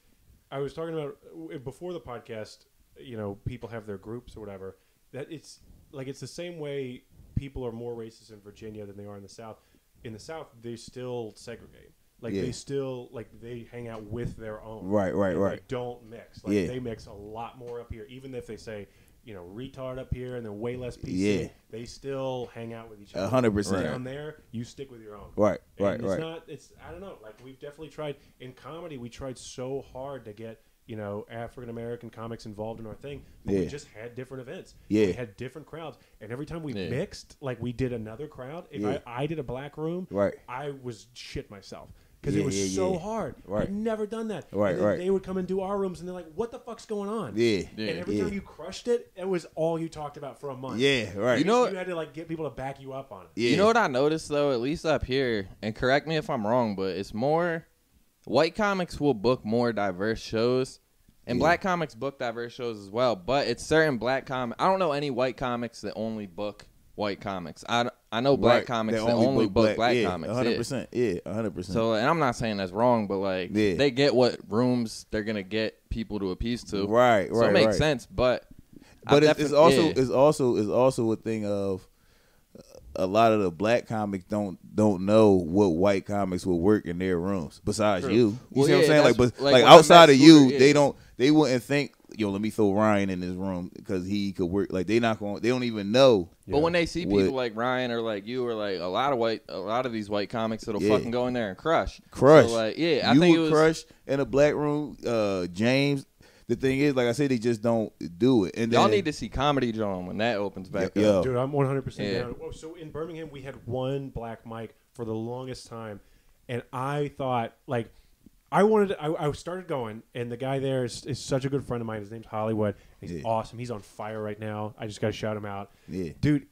C: I was talking about uh, before the podcast. You know, people have their groups or whatever. That it's like it's the same way people are more racist in Virginia than they are in the South. in the South, they still segregate. Like
B: Yeah.
C: they still like they hang out with their own.
B: Right, right,
C: And they
B: right.
C: don't mix. Like
B: Yeah.
C: they mix a lot more up here. Even if they say, you know, retard up here and they're way less PC,
B: Yeah.
C: they still hang out with each
B: A
C: other.
B: hundred percent.
C: Down there, you stick with your own.
B: Right,
C: And
B: right,
C: it's
B: right.
C: Not, it's I don't know. Like we've definitely tried in comedy. We tried so hard to get you know African American comics involved in our thing. But We
B: Yeah.
C: just had different events.
B: Yeah.
C: We had different crowds, and every time we
D: Yeah.
C: mixed, like we did another crowd. If
B: Yeah.
C: I, I did a black room,
B: Right.
C: I was shit myself. Because
B: Yeah,
C: it was
B: yeah,
C: so
B: yeah.
C: hard.
B: Right.
C: I'd never done that. And
B: Right,
C: then
B: right.
C: They would come and do our rooms, and they're like, "What the fuck's going on?"
B: Yeah.
D: Yeah.
C: And every
B: Yeah.
C: time you crushed it, it was all you talked about for a month.
B: Yeah, right.
D: You know-
C: you had to like get people to back you up on it.
B: yeah.
D: You know what I noticed though, at least up here, and correct me if I'm wrong, but it's more white comics will book more diverse shows, and black comics book diverse shows as well. But it's certain black comic. I don't know any white comics that only book white comics. I I know black
B: Right.
D: comics
B: They
D: that only, book black,
B: yeah,
D: comics. yeah.
B: 100%. Yeah, 100%.
D: So, and I'm not saying that's wrong, but like
B: Yeah.
D: they get what rooms they're gonna get people to appease to.
B: Right,
D: So
B: right,
D: it makes
B: right.
D: sense, but I
B: but it's,
D: defi-
B: it's also
D: yeah.
B: it's also it's also a thing of uh, a lot of the black comics don't don't know what white comics will work in their rooms besides you. You
D: Well,
B: see what
D: yeah,
B: I'm saying? Like,
D: that's-
B: but
D: like,
B: like
D: when I met
B: outside of you,
D: Scooter, yeah.
B: they don't they wouldn't think. Yo, let me throw Ryan in this room because he could work. Like they not going. They don't even know.
D: But when they see people
B: Would-
D: like Ryan or like you or like a lot of white, a lot of these white comics that'll
B: Yeah.
D: fucking go in there and crush,
B: Crush.
D: So, like, yeah, I
B: you
D: think it
B: would
D: was.
B: crush in a black room, uh, James. The thing is, like I said, they just don't do it. And
D: Y'all
B: then,
D: need to see Comedy Zone when that opens back
B: Yeah,
D: up.
B: yeah.
C: Dude, I'm 100%
D: Yeah.
C: down. Whoa, So in Birmingham, we had one black mic for the longest time. And I thought, like, I wanted, to, I, I started going, and the guy there is, is such a good friend of mine. His name's Hollywood. He's
B: Yeah.
C: awesome. He's on fire right now. I just got to shout him out.
B: Yeah.
C: Dude,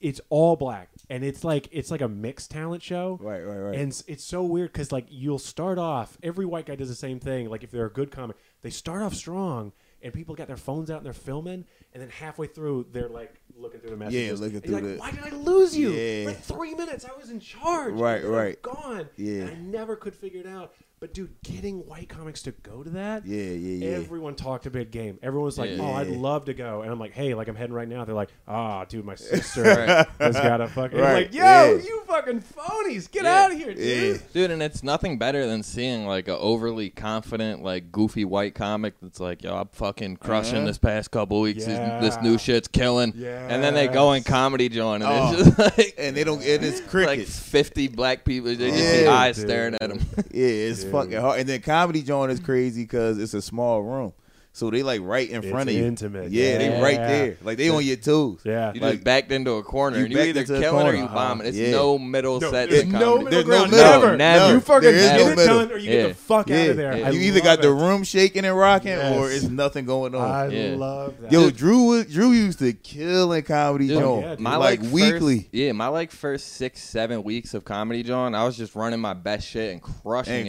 C: it's all black and it's like it's like a mixed talent show
B: Right, right, right.
C: and it's, it's so weird because like you'll start off every white guy does the same thing like if they're a good comic they start off strong and people got their phones out and they're filming and then halfway through they're like looking through the messages
B: looking
C: And you're
B: through
C: like, why did i lose you
B: Yeah.
C: for three minutes i was in charge
B: Right,
C: And then I'm
B: right.
C: gone
B: Yeah.
C: and i never could figure it out but dude getting white comics to go to that
B: Yeah, yeah, yeah.
C: everyone talked a big game everyone's like
D: Yeah.
C: oh i'd
B: Yeah.
C: love to go and i'm like hey like i'm heading right now they're like ah dude my sister
D: Right.
C: has got a fucking
B: Right.
C: like, yo,
B: Yeah.
C: you fucking phonies, get
D: Yeah.
C: out of here, dude.
D: Dude, and it's nothing better than seeing like a overly confident, like goofy white comic that's like, "Yo, I'm fucking crushing
B: Uh-huh.
D: this past couple weeks. This-
C: Yeah.
D: This, new shit's killing." And then they go in
C: Yes.
D: comedy joint, and
B: Oh.
D: it's just like,
B: and they don't. And it's
D: like
B: crickets.
D: 50 black people. They just see
B: Yeah,
D: eyes
C: dude.
D: staring at them.
B: Yeah, it's fucking hard. And then comedy joint is crazy because it's a small room, so they like right in
C: It's
B: front of you.
C: intimate.
B: Yeah, they right
C: Yeah.
B: there. Like they on your toes.
C: Yeah.
D: You
B: Like-
D: just backed into a corner.
B: You
D: and you
B: backed
D: either
B: into a
D: killing or
B: corner.
D: you
B: Uh-huh.
D: bombing. It's
B: Yeah.
D: no middle
C: No,
D: set
C: there's
D: to
C: no
D: comedy.
C: middle
B: There's no
C: ground.
B: middle.
D: Never. Never.
C: You fucking
B: There is
C: get
B: no
C: it
B: middle.
C: done or you get
D: Yeah.
C: the fuck out
B: Yeah.
C: of there.
D: Yeah.
C: I
B: You either
C: love
B: got the
C: it.
B: room shaking and rocking, or
C: Yes.
B: it's nothing going on.
C: I
D: Yeah.
C: love that.
B: Yo, Drew was Drew used to kill in comedy
D: Dude,
B: joint.
C: yeah, dude.
D: my
B: like,
D: like, first-
B: weekly.
D: yeah, my like first six, seven weeks of comedy, John. I was just running my best shit and crushing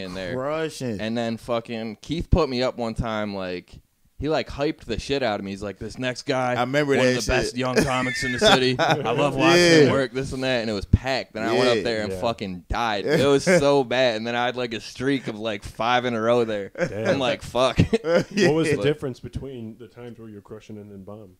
B: And
D: in there.
B: crushing.
D: and then fucking Keith put me up one time. Like he like hyped the shit out of me. He's like, "This next guy,
B: I remember
D: one
B: that
D: of the best
B: shit.
D: young comics in the city. I love watching
B: Yeah.
D: him work. This and that." And it was packed. And I went
B: Yeah.
D: up there and
C: Yeah.
D: fucking died. It was so bad. And then I had like a streak of like five in a row there. I'm like, "Fuck."
B: Yeah.
C: What was the
D: Look.
C: difference between the times where you're crushing and then bomb?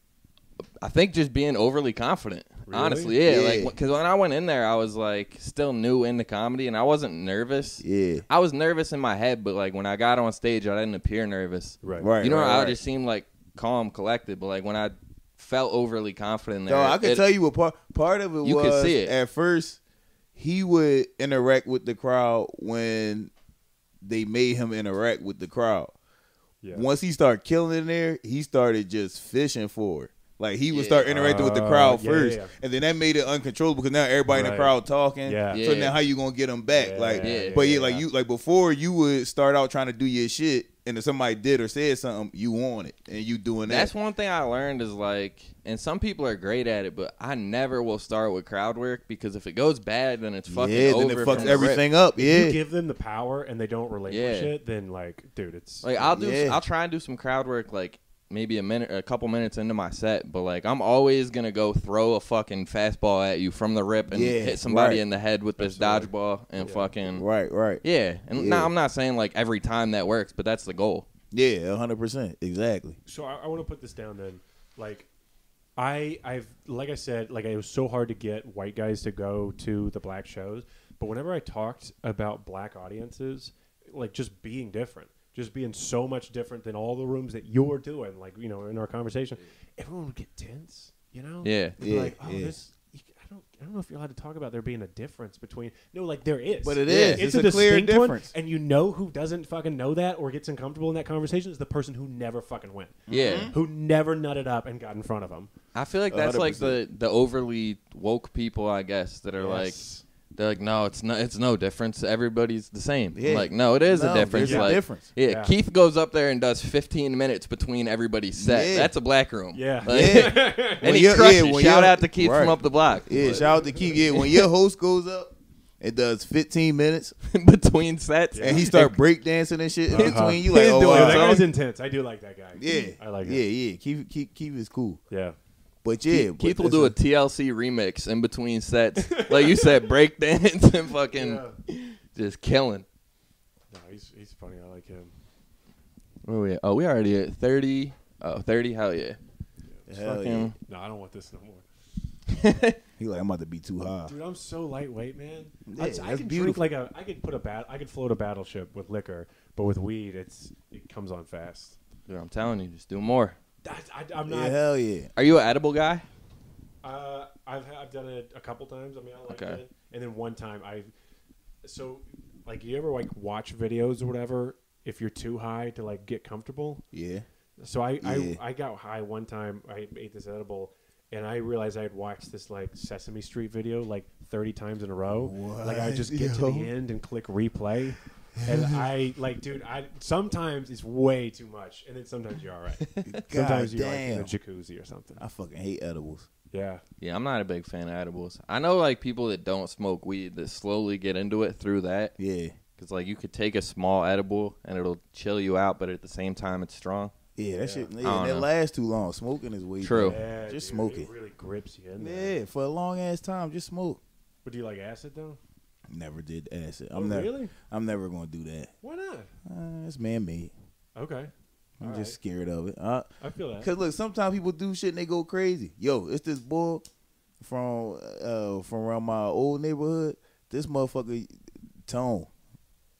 D: I think just being overly confident.
C: Really?
D: Honestly, yeah.
B: Yeah.
D: Like because when I went in there, I was like still new into comedy, and I wasn't nervous.
B: Yeah.
D: I was nervous in my head, but like when I got on stage, I didn't appear nervous.
C: Right.
B: Right.
D: you know, I
B: right.
D: just seemed like calm, collected, but like when I felt overly confident, there,
B: No, I can
D: it-
B: tell you what part part of it
D: You could
B: was.
D: see it.
B: At first, he would interact with the crowd when they made him interact with the crowd.
C: Yeah.
B: Once he started killing in there, he started just fishing for it. Like he would
D: Yeah.
B: start interacting with the
C: Uh,
B: crowd
C: yeah,
B: first,
C: yeah, yeah.
B: and then that made it uncontrollable because now everybody in the
C: Right.
B: crowd talking.
C: Yeah.
B: So
D: Yeah.
B: now how you gonna get them back?
C: Yeah,
B: like,
D: yeah,
B: but yeah,
D: yeah,
B: like
D: yeah.
B: you like before you would start out trying to do your shit, and if somebody did or said something, you want it, and you doing that.
D: That's one thing I learned is like, and some people are great at it, but I never will start with crowd work because if it goes bad, then it's fucking
B: yeah,
D: over.
B: then it
D: from
B: fucks
D: the rip.
B: everything up. Yeah,
C: You give them the power and they don't relinquish
D: Yeah.
C: it, then like, dude, it's
D: Like I'll do,
B: Yeah.
D: I'll try and do some crowd work, like maybe a minute, a couple minutes into my set. But like, I'm always gonna go throw a fucking fastball at you from the rip and
B: Yeah,
D: hit somebody
B: right.
D: in the head with this
C: Absolutely.
D: dodgeball and
C: Yeah.
D: fucking
B: Right, right.
D: yeah. And now
B: Yeah.
D: I'm not saying like every time that works, but that's the goal.
B: Yeah, hundred percent, exactly.
C: so I, I want to put this down then. Like, I I've like I said, like it was so hard to get white guys to go to the black shows. But whenever I talked about black audiences, like just being different, just being so much different than all the rooms that you're doing, like you know, in our conversation, everyone would get tense. You know,
D: Yeah.
C: They'd be
B: Yeah,
C: like, oh,
B: yeah.
C: this. I don't, I don't know if you're allowed to talk about there being a difference between no, like there is,
B: But it
D: Yeah.
B: is. It's, a, clear
C: distinct one,
B: difference.
C: and you know who doesn't fucking know that or gets uncomfortable in that conversation is the person who never fucking went.
D: Yeah.
C: Who never nutted up and got in front of them.
D: I feel like that's like the
B: 100%.
D: the overly woke people, I guess, that are
C: Yes.
D: like they're like, no, it's no, it's no difference. Everybody's the same.
B: Yeah.
D: Like, no, it is
B: No,
D: a difference.
B: there's a
D: like,
B: difference.
D: Yeah,
C: Yeah.
D: Keith goes up there and does 15 minutes between everybody's set.
B: Yeah.
D: That's a black room.
C: Yeah.
D: Like,
B: Yeah.
D: and
B: When
D: he
B: you're- yeah,
D: crushes.
B: when
D: Shout
B: you're-
D: out to Keith
B: right.
D: from up the block.
B: Yeah, shout out to Keith. Yeah, when your host goes up and does 15 minutes
D: between sets.
B: and he start breakdancing and shit in
C: Uh-huh.
B: between, you like,
D: He's
B: oh,
D: doing
C: Yo,
B: wow.
C: that
D: so-
C: guy's intense. I do like that guy.
B: yeah,
C: I like
B: yeah,
C: it.
B: yeah. Keith, Keith, Keith is cool,
C: Yeah.
B: but yeah, but
D: Keith will
B: this
D: do a
B: is-
D: TLC remix in between sets. like you said, breakdance and fucking
C: Yeah.
D: just killing.
C: No, he's, he's funny. I like him.
D: Where we at? Oh, we already at 30. Oh, 30? Hell yeah.
B: Hell yeah.
D: Fucking-
C: No, I don't want this no more.
B: He like, I'm about to be too high.
C: Dude, I'm so lightweight, man.
B: Yeah,
C: I, I
B: that's
C: can drink
B: beautiful.
C: like a. I could put a bat. I could float a battleship with liquor, but with weed, it's it comes on fast.
D: Dude, I'm telling you, just do more.
C: That's, I, I'm
B: Yeah,
C: not.
B: hell yeah.
D: Are you an edible guy?
C: Uh, I've I've done it a couple times. I mean, I like
D: Okay.
C: it. And then one time I, so like you ever like watch videos or whatever. If you're too high to like get comfortable,
B: Yeah.
C: so I
B: Yeah.
C: I, I got high one time. I ate this edible, and I realized I had watched this like Sesame Street video like 30 times in a row. Like I would just get to
B: Yo.
C: the end and click replay. And I like, dude. I sometimes it's way too much, and then sometimes you're all right. sometimes you're
B: damn.
C: like in a jacuzzi or something.
B: I fucking hate edibles.
C: Yeah,
D: Yeah, I'm not a big fan of edibles. I know like people that don't smoke weed that slowly get into it through that.
B: Yeah.
D: Cause like you could take a small edible and it'll chill you out, but at the same time it's strong.
B: Yeah, that
C: Yeah.
B: shit.
D: I
B: Yeah,
D: don't
B: that
D: know.
B: lasts too long. Smoking is way.
D: True.
B: better.
C: yeah
B: Just
C: dude,
B: smoke it.
C: Really grips you in there.
B: Yeah, for a long ass time, just smoke.
C: But do you like acid though?
B: Never did acid.
C: Oh,
B: I'm never.
C: really?
B: I'm never gonna do that.
C: Why not?
B: Uh, it's man made.
C: Okay,
B: I'm
C: All
B: just
C: right.
B: scared of it. Uh,
C: I feel that.
B: Cause look, sometimes people do shit and they go crazy. Yo, it's this boy from uh from around my old neighborhood. This motherfucker tone.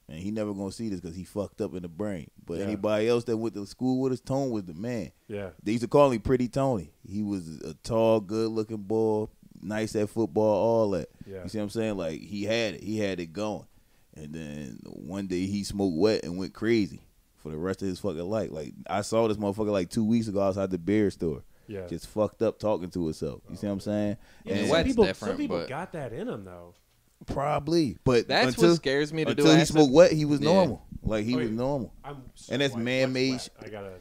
B: And he never gonna see this because he fucked up in the brain. But
C: Yeah.
B: anybody else that went to school with us, Tone was the man.
C: Yeah,
B: They used to call him Pretty Tony. He was a tall, good looking boy, nice at football, all that.
C: Yeah.
B: You see what I'm saying? Like he had it. He had it going. And then one day he smoked wet and went crazy for the rest of his fucking life. Like I saw this motherfucker like two weeks ago outside the beer store.
C: Yeah. Oh,
B: Just fucked up talking to himself. You see what I'm saying?
D: Yeah,
B: and
D: wet's
C: some people,
D: different,
C: some people
D: but-
C: got that in them though.
B: probably. But
D: That's
B: until,
D: what scares me to
B: until
D: do
B: he
D: acid.
B: smoked wet, he was
D: Yeah.
B: normal. Like he
C: Oh,
B: was
C: yeah.
B: normal.
C: I'm so
B: And that's
C: white. What's
B: man-made
C: wet?
B: sh-
C: I gotta.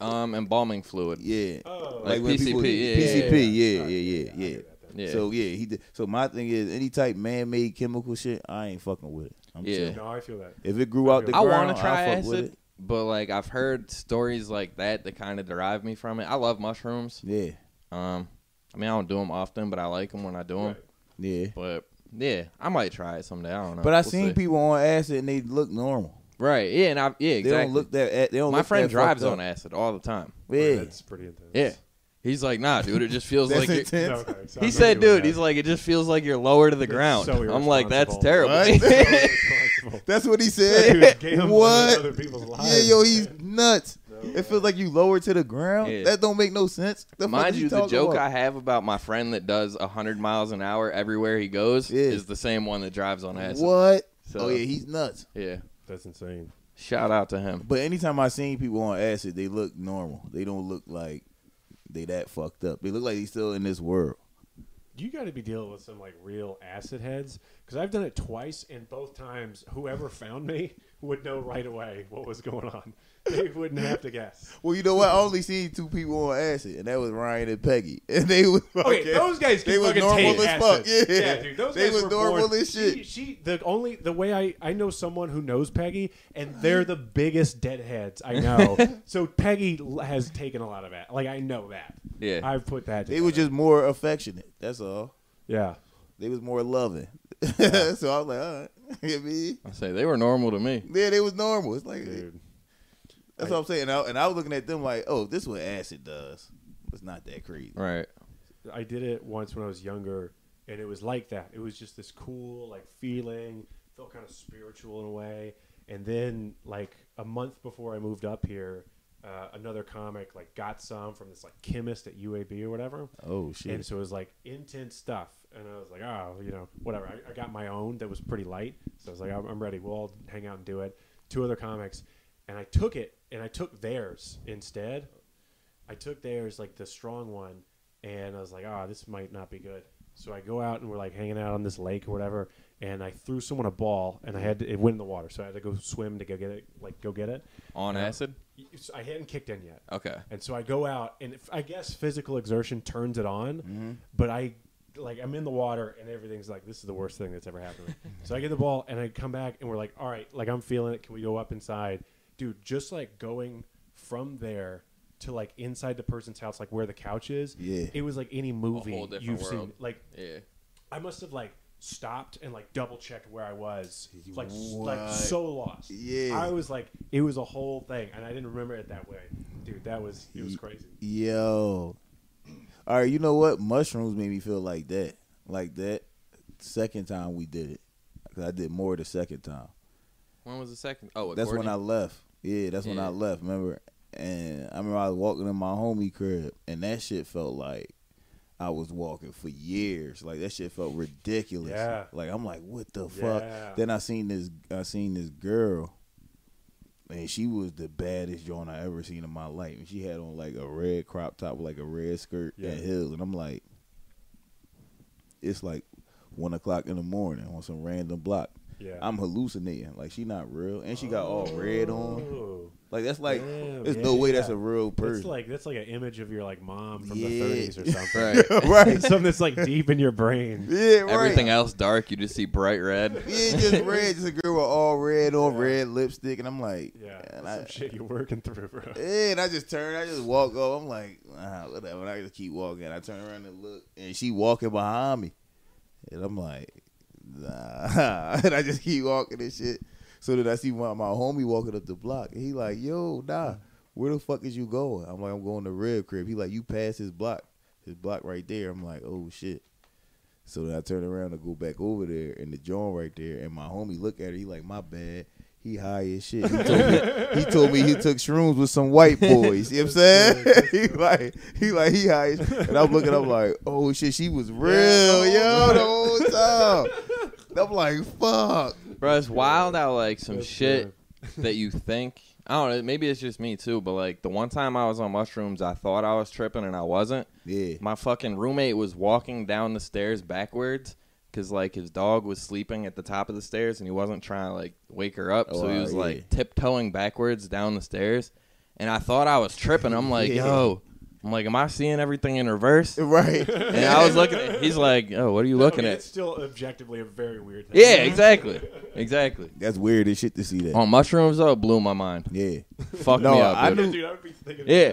D: Um, embalming fluid.
B: Yeah.
C: Oh,
D: Like
B: when
D: PCP,
B: people-
D: yeah, yeah,
B: PCP, yeah,
C: Alright,
B: yeah, yeah,
C: I
B: yeah.
C: get that then.
D: Yeah.
B: So yeah, he did. So my thing is, any type man-made chemical shit, I ain't fucking with it. I'm
D: Yeah.
B: chill.
C: No, I feel that.
B: If it grew out the
D: I
B: ground,
D: want to try
B: I fuck with
D: acid,
B: it.
D: but like I've heard stories like that that kind of derive me from it. I love mushrooms.
B: Yeah,
D: Um, I mean I don't do them often, but I like them when I do them.
C: Right.
B: yeah.
D: But yeah, I might try it someday. I don't know.
B: But I
D: We'll
B: seen
D: see.
B: people on acid and they look normal.
D: Right? Yeah, and I yeah
B: They
D: exactly.
B: don't look that. They don't.
D: My
B: look
D: friend
B: that
D: drives
B: fucked
D: on
B: up.
D: acid all the time.
B: Yeah,
C: That's pretty intense.
D: Yeah. He's like, nah, dude, it just feels
B: that's
D: like you're-
B: intense.
C: No, okay, so I'm
D: He
C: not
D: said,
C: doing
D: dude,
C: that.
D: he's like, it just feels like you're lower to the
C: That's
D: ground.
C: so
D: I'm like, that's terrible.
C: irresponsible.
D: yeah,
C: Irresponsible.
B: That's what he
C: Dude,
B: said.
C: gambling with Other
B: what?
C: people's lives.
B: Yeah, yo, he's nuts.
C: No
B: it feels like you lower to the ground.
D: Yeah.
B: That don't make no sense. The fuck
D: Mind
B: is he
D: you, the
B: talking
D: joke I
B: about?
D: have about my friend that does 100 miles an hour everywhere he goes
B: Yeah.
D: is the same one that drives on acid.
B: What?
D: So-
B: oh yeah, he's nuts.
D: Yeah.
C: That's insane.
D: Shout out to him.
B: But anytime I seen people on acid, they look normal. They don't look like they that fucked up. They look like they still in this world.
C: You got to be dealing with some like real acid heads because I've done it twice, and both times, whoever found me would know right away what was going on. They wouldn't have to guess.
B: Well, you know what? I only seen two people on acid, and that was Ryan and Peggy, and they was
C: Okay,
B: fucking-
C: those guys can
B: they was
C: fucking
B: normal
C: take
B: as fuck. Yeah,
C: acid. dude, those
B: they
C: guys
B: was
C: were
B: normal
C: born-
B: as
C: She,
B: shit.
C: she, the only the way I I know someone who knows Peggy, and they're the biggest deadheads I know. so Peggy l- has taken a lot of that. Like I know that.
D: Yeah.
C: I've put that.
B: They was
C: together.
B: just more affectionate. That's all.
C: yeah.
B: They was more loving. so I was like, all right, you know what I mean?
D: I say, they were normal to me.
B: Yeah, they was normal. It's like
C: Dude.
B: that's what I'm saying. And I, and I was looking at them like, oh, this is what acid does. It's not that crazy.
D: Right.
C: I did it once when I was younger, and it was like that. It was just this cool like feeling, felt kind of spiritual in a way. And then like a month before I moved up here, uh, another comic like got some from this like chemist at UAB or whatever.
B: Oh
C: And so it was like intense stuff. And I was like, oh, you know, whatever. I, I got my own that was pretty light. So I was like, I'm, I'm ready. We'll all hang out and do it. Two other comics. And I took it and I took theirs instead. I took theirs, like the strong one. And I was like, ah, this might not be good. So I go out and we're like hanging out on this lake or whatever. And I threw someone a ball and I had to, it went in the water. So I had to go swim to go get it, like go get it.
D: On
C: Yeah.
D: acid.
C: So I hadn't kicked in yet.
D: Okay.
C: And so I go out, and if, I guess physical exertion turns it on,
D: Mm-hmm.
C: but I like I'm in the water, and everything's like this is the worst thing that's ever happened. to me. so I get the ball, and I come back, and we're like, all right, like I'm feeling it. Can we go up inside, dude? Just like going from there to like inside the person's house, like where the couch is.
B: Yeah.
C: it was like any movie
D: whole different
C: you've seen.
D: world.
C: Like
D: Yeah.
C: I must have like stopped and like double checked where I was, like s- like
B: What?
C: so lost.
B: Yeah.
C: I was like, it was a whole thing, and I didn't remember it that way, dude. That was it was
B: Ye-
C: crazy.
B: Yo. All right, you know what? Mushrooms made me feel like that. Like that second time we did it. 'Cause I did more the second time.
D: When was the second? Oh, with
B: That's when I
D: Courtney?
B: left. Yeah, that's when
D: Yeah.
B: I left, remember? And I remember I was walking in my homie crib and that shit felt like I was walking for years. Like that shit felt ridiculous.
C: Yeah.
B: Like I'm like, what the
C: Yeah.
B: fuck? Then I seen this I seen this girl and she was the baddest joint I ever seen in my life. And she had on like a red crop top with like a red skirt
C: Yeah.
B: and heels. And I'm like, it's like one o'clock in the morning on some random block.
C: Yeah.
B: I'm hallucinating. Like she not real, and she got all red on.
C: Ooh.
B: Like that's like,
C: Damn,
B: there's
C: yeah,
B: no way
C: yeah.
B: that's a real person.
C: That's like that's like an image of your like mom from
B: Yeah.
C: the 30s or something.
D: Right.
B: right.
C: It's something that's like deep in your brain.
B: Yeah, right.
D: Everything else dark, you just see bright red.
B: Yeah, just red. Just a girl with all red on,
C: Yeah.
B: red lipstick, and I'm like,
C: Yeah,
B: and
C: that's
B: I,
C: some shit you're working through, bro.
B: Yeah, and I just turn, I just walk off. I'm like, ah, whatever. And I just keep walking. I turn around and look, and she walking behind me, and I'm like, nah. and I just keep walking and shit. So then I see my, my homie walking up the block, and he like, yo, nah, where the fuck is you going? I'm like, I'm going to Red Crib. He like, you pass his block, his block right there. I'm like, oh shit. So then I turn around and go back over there, and the joint right there, and my homie look at her. He like, my bad. He high as shit. He told me he, told me he took shrooms with some white boys. You know what I'm saying? he like he like he high, as, and I'm looking. I'm like, oh shit, she was real, yo, the whole time. I'm like, fuck.
D: Bro, it's wild how like some
C: That's
D: shit that you think. I don't know. Maybe it's just me too, but like the one time I was on mushrooms, I thought I was tripping and I wasn't.
B: Yeah.
D: My fucking roommate was walking down the stairs backwards because like his dog was sleeping at the top of the stairs and he wasn't trying to like wake her up,
B: Oh,
D: so he
B: wow,
D: was
B: yeah.
D: like tiptoeing backwards down the stairs, and I thought I was tripping. I'm like,
B: Yeah.
D: yo, I'm like, am I seeing everything in reverse?
B: Right.
D: And I was looking. at He's like, oh, what are you looking
C: I mean,
D: at?
C: It's still objectively a very weird thing.
D: Yeah, exactly, exactly.
B: That's weird as shit to see that.
D: On mushrooms though, it blew my mind.
B: yeah.
D: Fucked
B: No,
D: me up.
B: I
D: dude.
B: knew-
C: Dude, I would be thinking
D: Yeah.
C: yeah.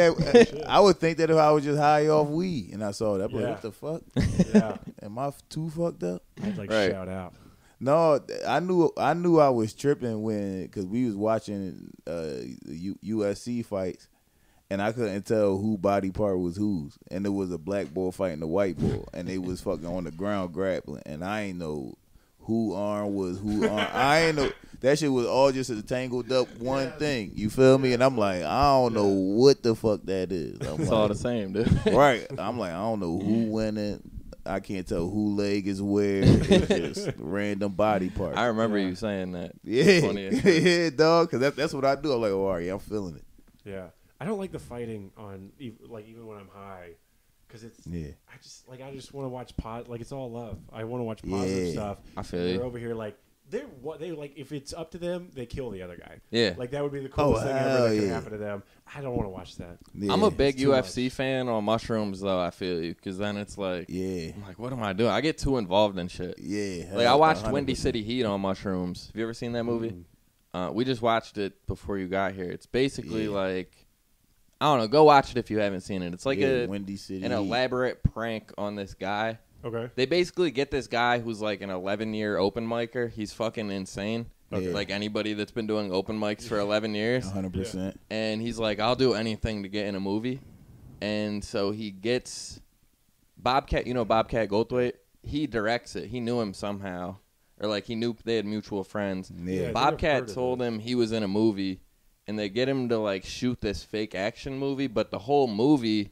C: that.
B: That- I would think that if I was just high off weed and I saw that, I'd be like,
C: Yeah.
B: what the fuck?
C: yeah.
B: Am I too fucked up?
C: I'd like
D: Right.
C: shout out.
B: No, th- I knew I knew I was tripping when because we was watching uh, U- USC fights, and I couldn't tell who body part was whose, and it was a black boy fighting a white boy, and they was fucking on the ground grappling, and I ain't know who arm was who arm. I ain't know that shit was all just a tangled up one thing. You feel me? And I'm like, I don't know what the fuck that is. I'm
D: It's
B: like,
D: all the same, dude.
B: right. I'm like, I don't know who went it. I can't tell who leg is where. It's just random body part.
D: I remember you saying that.
B: yeah,
D: Funny as shit.
B: yeah, dog. Because that, that's what I do. I'm like, oh, all right, I'm feeling it.
C: Yeah, I don't like the fighting on ev- like even when I'm high, because it's
B: Yeah.
C: I just like I just want to watch pot like it's all love. I want to watch positive
B: Yeah.
C: stuff.
D: I feel
C: And
D: you.
C: They're over here like they're what they like if it's up to them they kill the other guy.
D: Yeah. Oh,
C: like that would be the coolest thing ever
B: hell
C: that could
B: yeah.
C: happen to them. I don't want to watch that.
B: Yeah.
D: I'm a big
C: It's too
D: UFC fan on mushrooms, though. I feel you, because then it's like,
B: Yeah,
D: I'm like, what am I doing? I get too involved in shit.
B: yeah.
D: Like I watched Windy
B: 100%.
D: City Heat on mushrooms. Have you ever seen that movie?
B: Mm.
D: Uh, we just watched it before you got here. It's basically
B: Yeah.
D: like, I don't know. Go watch it if you haven't seen it. It's like
B: Yeah,
D: a
B: Windy City.
D: an elaborate prank on this guy.
C: Okay,
D: They basically get this guy who's like an 11 year open micer. He's fucking insane.
B: Okay.
D: Like anybody that's been
B: Uh-huh.
D: doing open mics for 11 years.
B: 100. percent
D: and he's like, "I'll do anything to get in a movie." and so he gets Bobcat. You know Bobcat Goldthwait. He directs it. He knew him somehow, or like he knew they had mutual friends.
B: Yeah.
C: I think I've heard
D: Bobcat
C: of
D: told
C: this.
D: him he was in a movie, and they get him to like shoot this fake action movie. But the whole movie,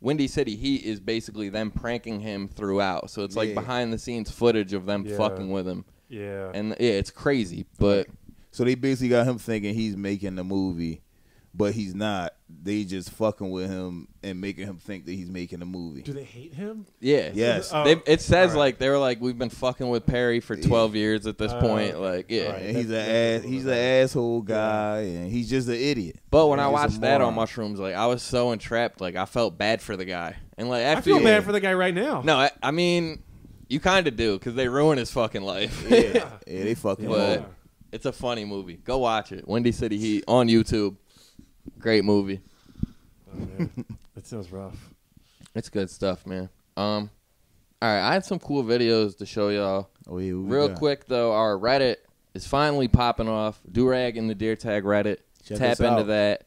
D: Windy City Heat, is basically them pranking him throughout. So it's like
B: Yeah.
D: behind the scenes footage of them
C: Yeah.
D: fucking with him,
C: Yeah.
D: and yeah, it's crazy. But
B: So they basically got him thinking he's making the movie, but he's not. They just fucking with him and making him think that he's making a movie.
C: Do they hate him?
D: yeah,
B: Yes.
C: Oh,
D: They, it says
C: alright.
D: like they were like we've been fucking with Perry for twelve years at this
C: Oh, okay.
D: point. Like yeah,
C: Alright.
B: And he's an
C: That's-
B: ass,
C: that's
B: he's
C: a
B: an
C: little
B: asshole guy, and he's just an idiot.
D: But when
B: Yeah,
D: I
B: he's a
D: watched that on
B: moron.
D: mushrooms, like I was so entrapped, like I felt bad for the guy, and like
C: I
D: after
C: feel
D: you-
C: bad for the guy right now.
D: No, I, I mean, you kind of do because they ruin his fucking life.
B: Yeah, yeah, they fucking.
D: but
B: are.
D: it's a funny movie. Go watch it. Windy City Heat on YouTube. Great movie.
C: Oh, man. that sounds rough.
D: It's good stuff, man. Um, all right, I had some cool videos to show y'all.
B: Oh yeah, what we
D: Real
B: got?
D: quick though, our Reddit is finally popping off. Durag and the Deer Tag Reddit.
B: Check
D: Tap
B: us
D: into
B: out.
D: that.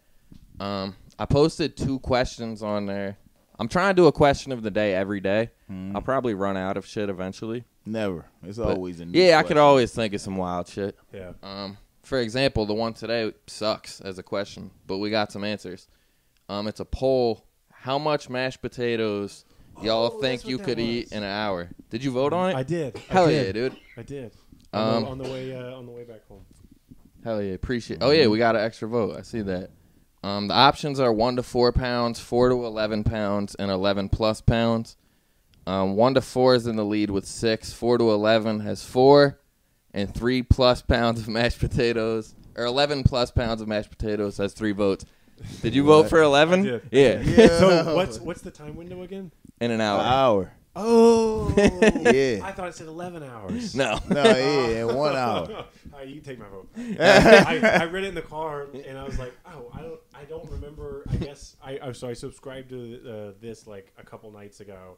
D: Um, I posted two questions on there. I'm trying to do a question of the day every day. I'll probably run out of shit eventually.
B: Never. Hmm. It's
D: but-
B: always a new
D: yeah, I could
B: question.
D: always think of some wild shit.
C: Yeah.
D: Um, for example, the one today sucks as a question, but we got some answers. Um, it's a poll: How much mashed potatoes y'all
C: Oh,
D: think
C: that's
D: you
C: what
D: could
C: that
D: eat
C: was.
D: in an hour? Did you vote on it?
C: I did.
D: Hell
C: I
D: yeah,
C: did.
D: dude!
C: I did.
D: Um,
C: on the way uh, on the way back home.
D: Hell yeah, appreciate. Oh yeah, we got an extra vote. I see that. Um, the options are one to four pounds, four to eleven pounds, and eleven plus pounds. Um, one to four is in the lead with six. Four to eleven has four, and three plus pounds of mashed potatoes, or eleven plus pounds of mashed potatoes has three votes. Did you vote for
C: I
D: eleven?
C: did.
D: Yeah,
C: So what's what's the time window again?
D: in an
B: An
D: hour.
B: hour.
C: Oh,
B: Yeah.
C: I thought it said eleven hours.
D: No.
B: No, yeah, in one hour.
C: All right, you can take my vote. I, I read it in the car, and I was like, "Oh, I don't, I don't remember." I guess I, I so I subscribed to uh, this like a couple nights ago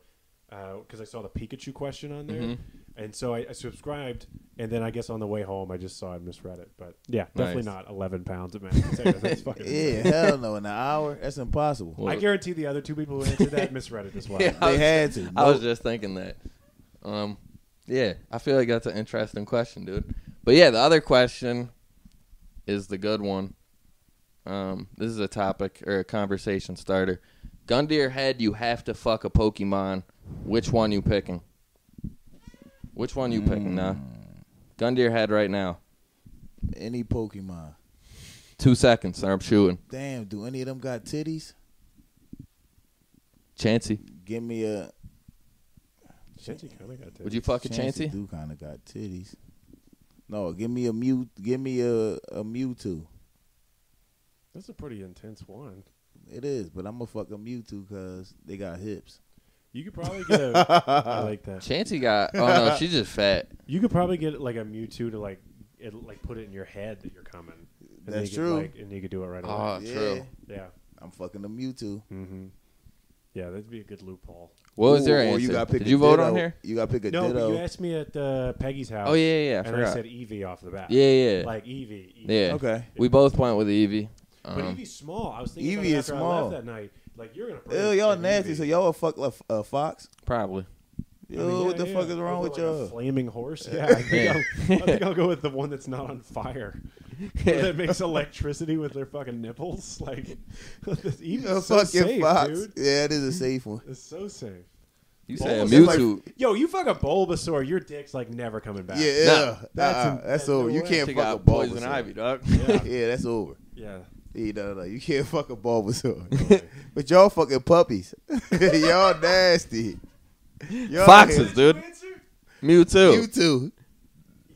C: because I saw the Pikachu question on there, and so I, I subscribed, and then I guess on the way home I just saw it, misread it, but yeah, definitely
D: Nice.
C: not eleven pounds of mashed potatoes. That's fucking
B: Yeah, hell no, an hour. That's impossible.
D: Well,
C: I guarantee the other two people who answered that misread it as well.
D: Yeah. I
B: they
D: was-
B: had to.
D: I was just thinking that. Um, yeah, I feel like that's an interesting question, dude. But yeah, the other question is the good one. Um, this is a topic or a conversation starter. Gun to your head, you have to fuck a Pokemon. Which one you picking? Which one you picking now?
B: Hmm.
D: Gun to your head right now.
B: any Pokemon.
D: Two seconds, and I'm shooting.
B: Damn, do any of them got titties?
D: Chansey,
B: Give me a.
C: Shinji kinda got that.
D: would you fuck a
B: Chansey
D: Chansey?
B: do kind of got titties. No, give me a Mew. Give me a a Mewtwo.
C: That's a pretty intense one.
B: It is, but I'm gonna fuck a Mewtwo because they got hips.
C: You could probably get a. I like that.
D: Chansey got. Oh no, she's just fat.
C: You could probably get like a Mewtwo to like, it, like put it in your head that you're coming. And
B: That's
C: you could,
B: true.
C: Like, and you could do it right away.
D: Oh, true.
C: yeah.
B: I'm fucking a Mewtwo.
C: Mm-hmm. Yeah, that'd be a good loophole.
D: What was
B: Ooh,
D: your
B: or
D: answer?
B: You gotta pick
D: Did
B: a
D: you vote on
B: ditto.
D: here?
B: You gotta pick a
C: no, but
B: ditto.
C: you asked me at uh, Peggy's house.
D: Oh yeah, yeah. yeah, I
C: and
D: forgot.
C: I said Eevee off the bat.
D: yeah, yeah. yeah.
C: Like Eevee. Eevee.
D: yeah.
B: Okay.
D: We both went with Evie.
C: But
D: Um,
C: Eevee's small. I was thinking about
B: Eevee
C: it
B: is
C: after I
B: small.
C: left that night. Like you're gonna.
B: Ew,
C: bring
B: y'all
C: an
B: nasty.
C: Eevee.
B: So y'all a fuck a, a fox?
D: probably.
B: Yo,
C: I mean,
B: what
C: yeah,
B: the
C: yeah.
B: fuck is wrong
C: Over
B: with
C: like a
B: y'all?
C: flaming horse? Yeah, I think,
D: Yeah.
C: I'll, I think I'll go with the one that's not on fire. that makes electricity with their fucking nipples. Like, even
B: A
C: so
B: fucking
C: safe,
B: fox.
C: dude.
B: Yeah, it is a safe one.
C: It's so safe.
D: You say a
C: Bulbasaur-
D: Mewtwo.
C: Yo, you fuck a Bulbasaur, your dick's like never coming back.
B: Yeah,
D: Nah.
B: yeah.
C: That's
B: That's,
C: a-
B: that's
C: no
B: over. You
C: way.
B: can't
D: She
B: fuck a
D: got poison
B: Bulbasaur.
D: ivy, dog.
C: Yeah.
B: Yeah, that's over.
C: yeah.
B: Yeah, no, no, no. You can't fuck a Bulbasaur. but y'all fucking puppies. y'all nasty. Y'all
D: Foxes, dude. Mewtwo.
B: You too.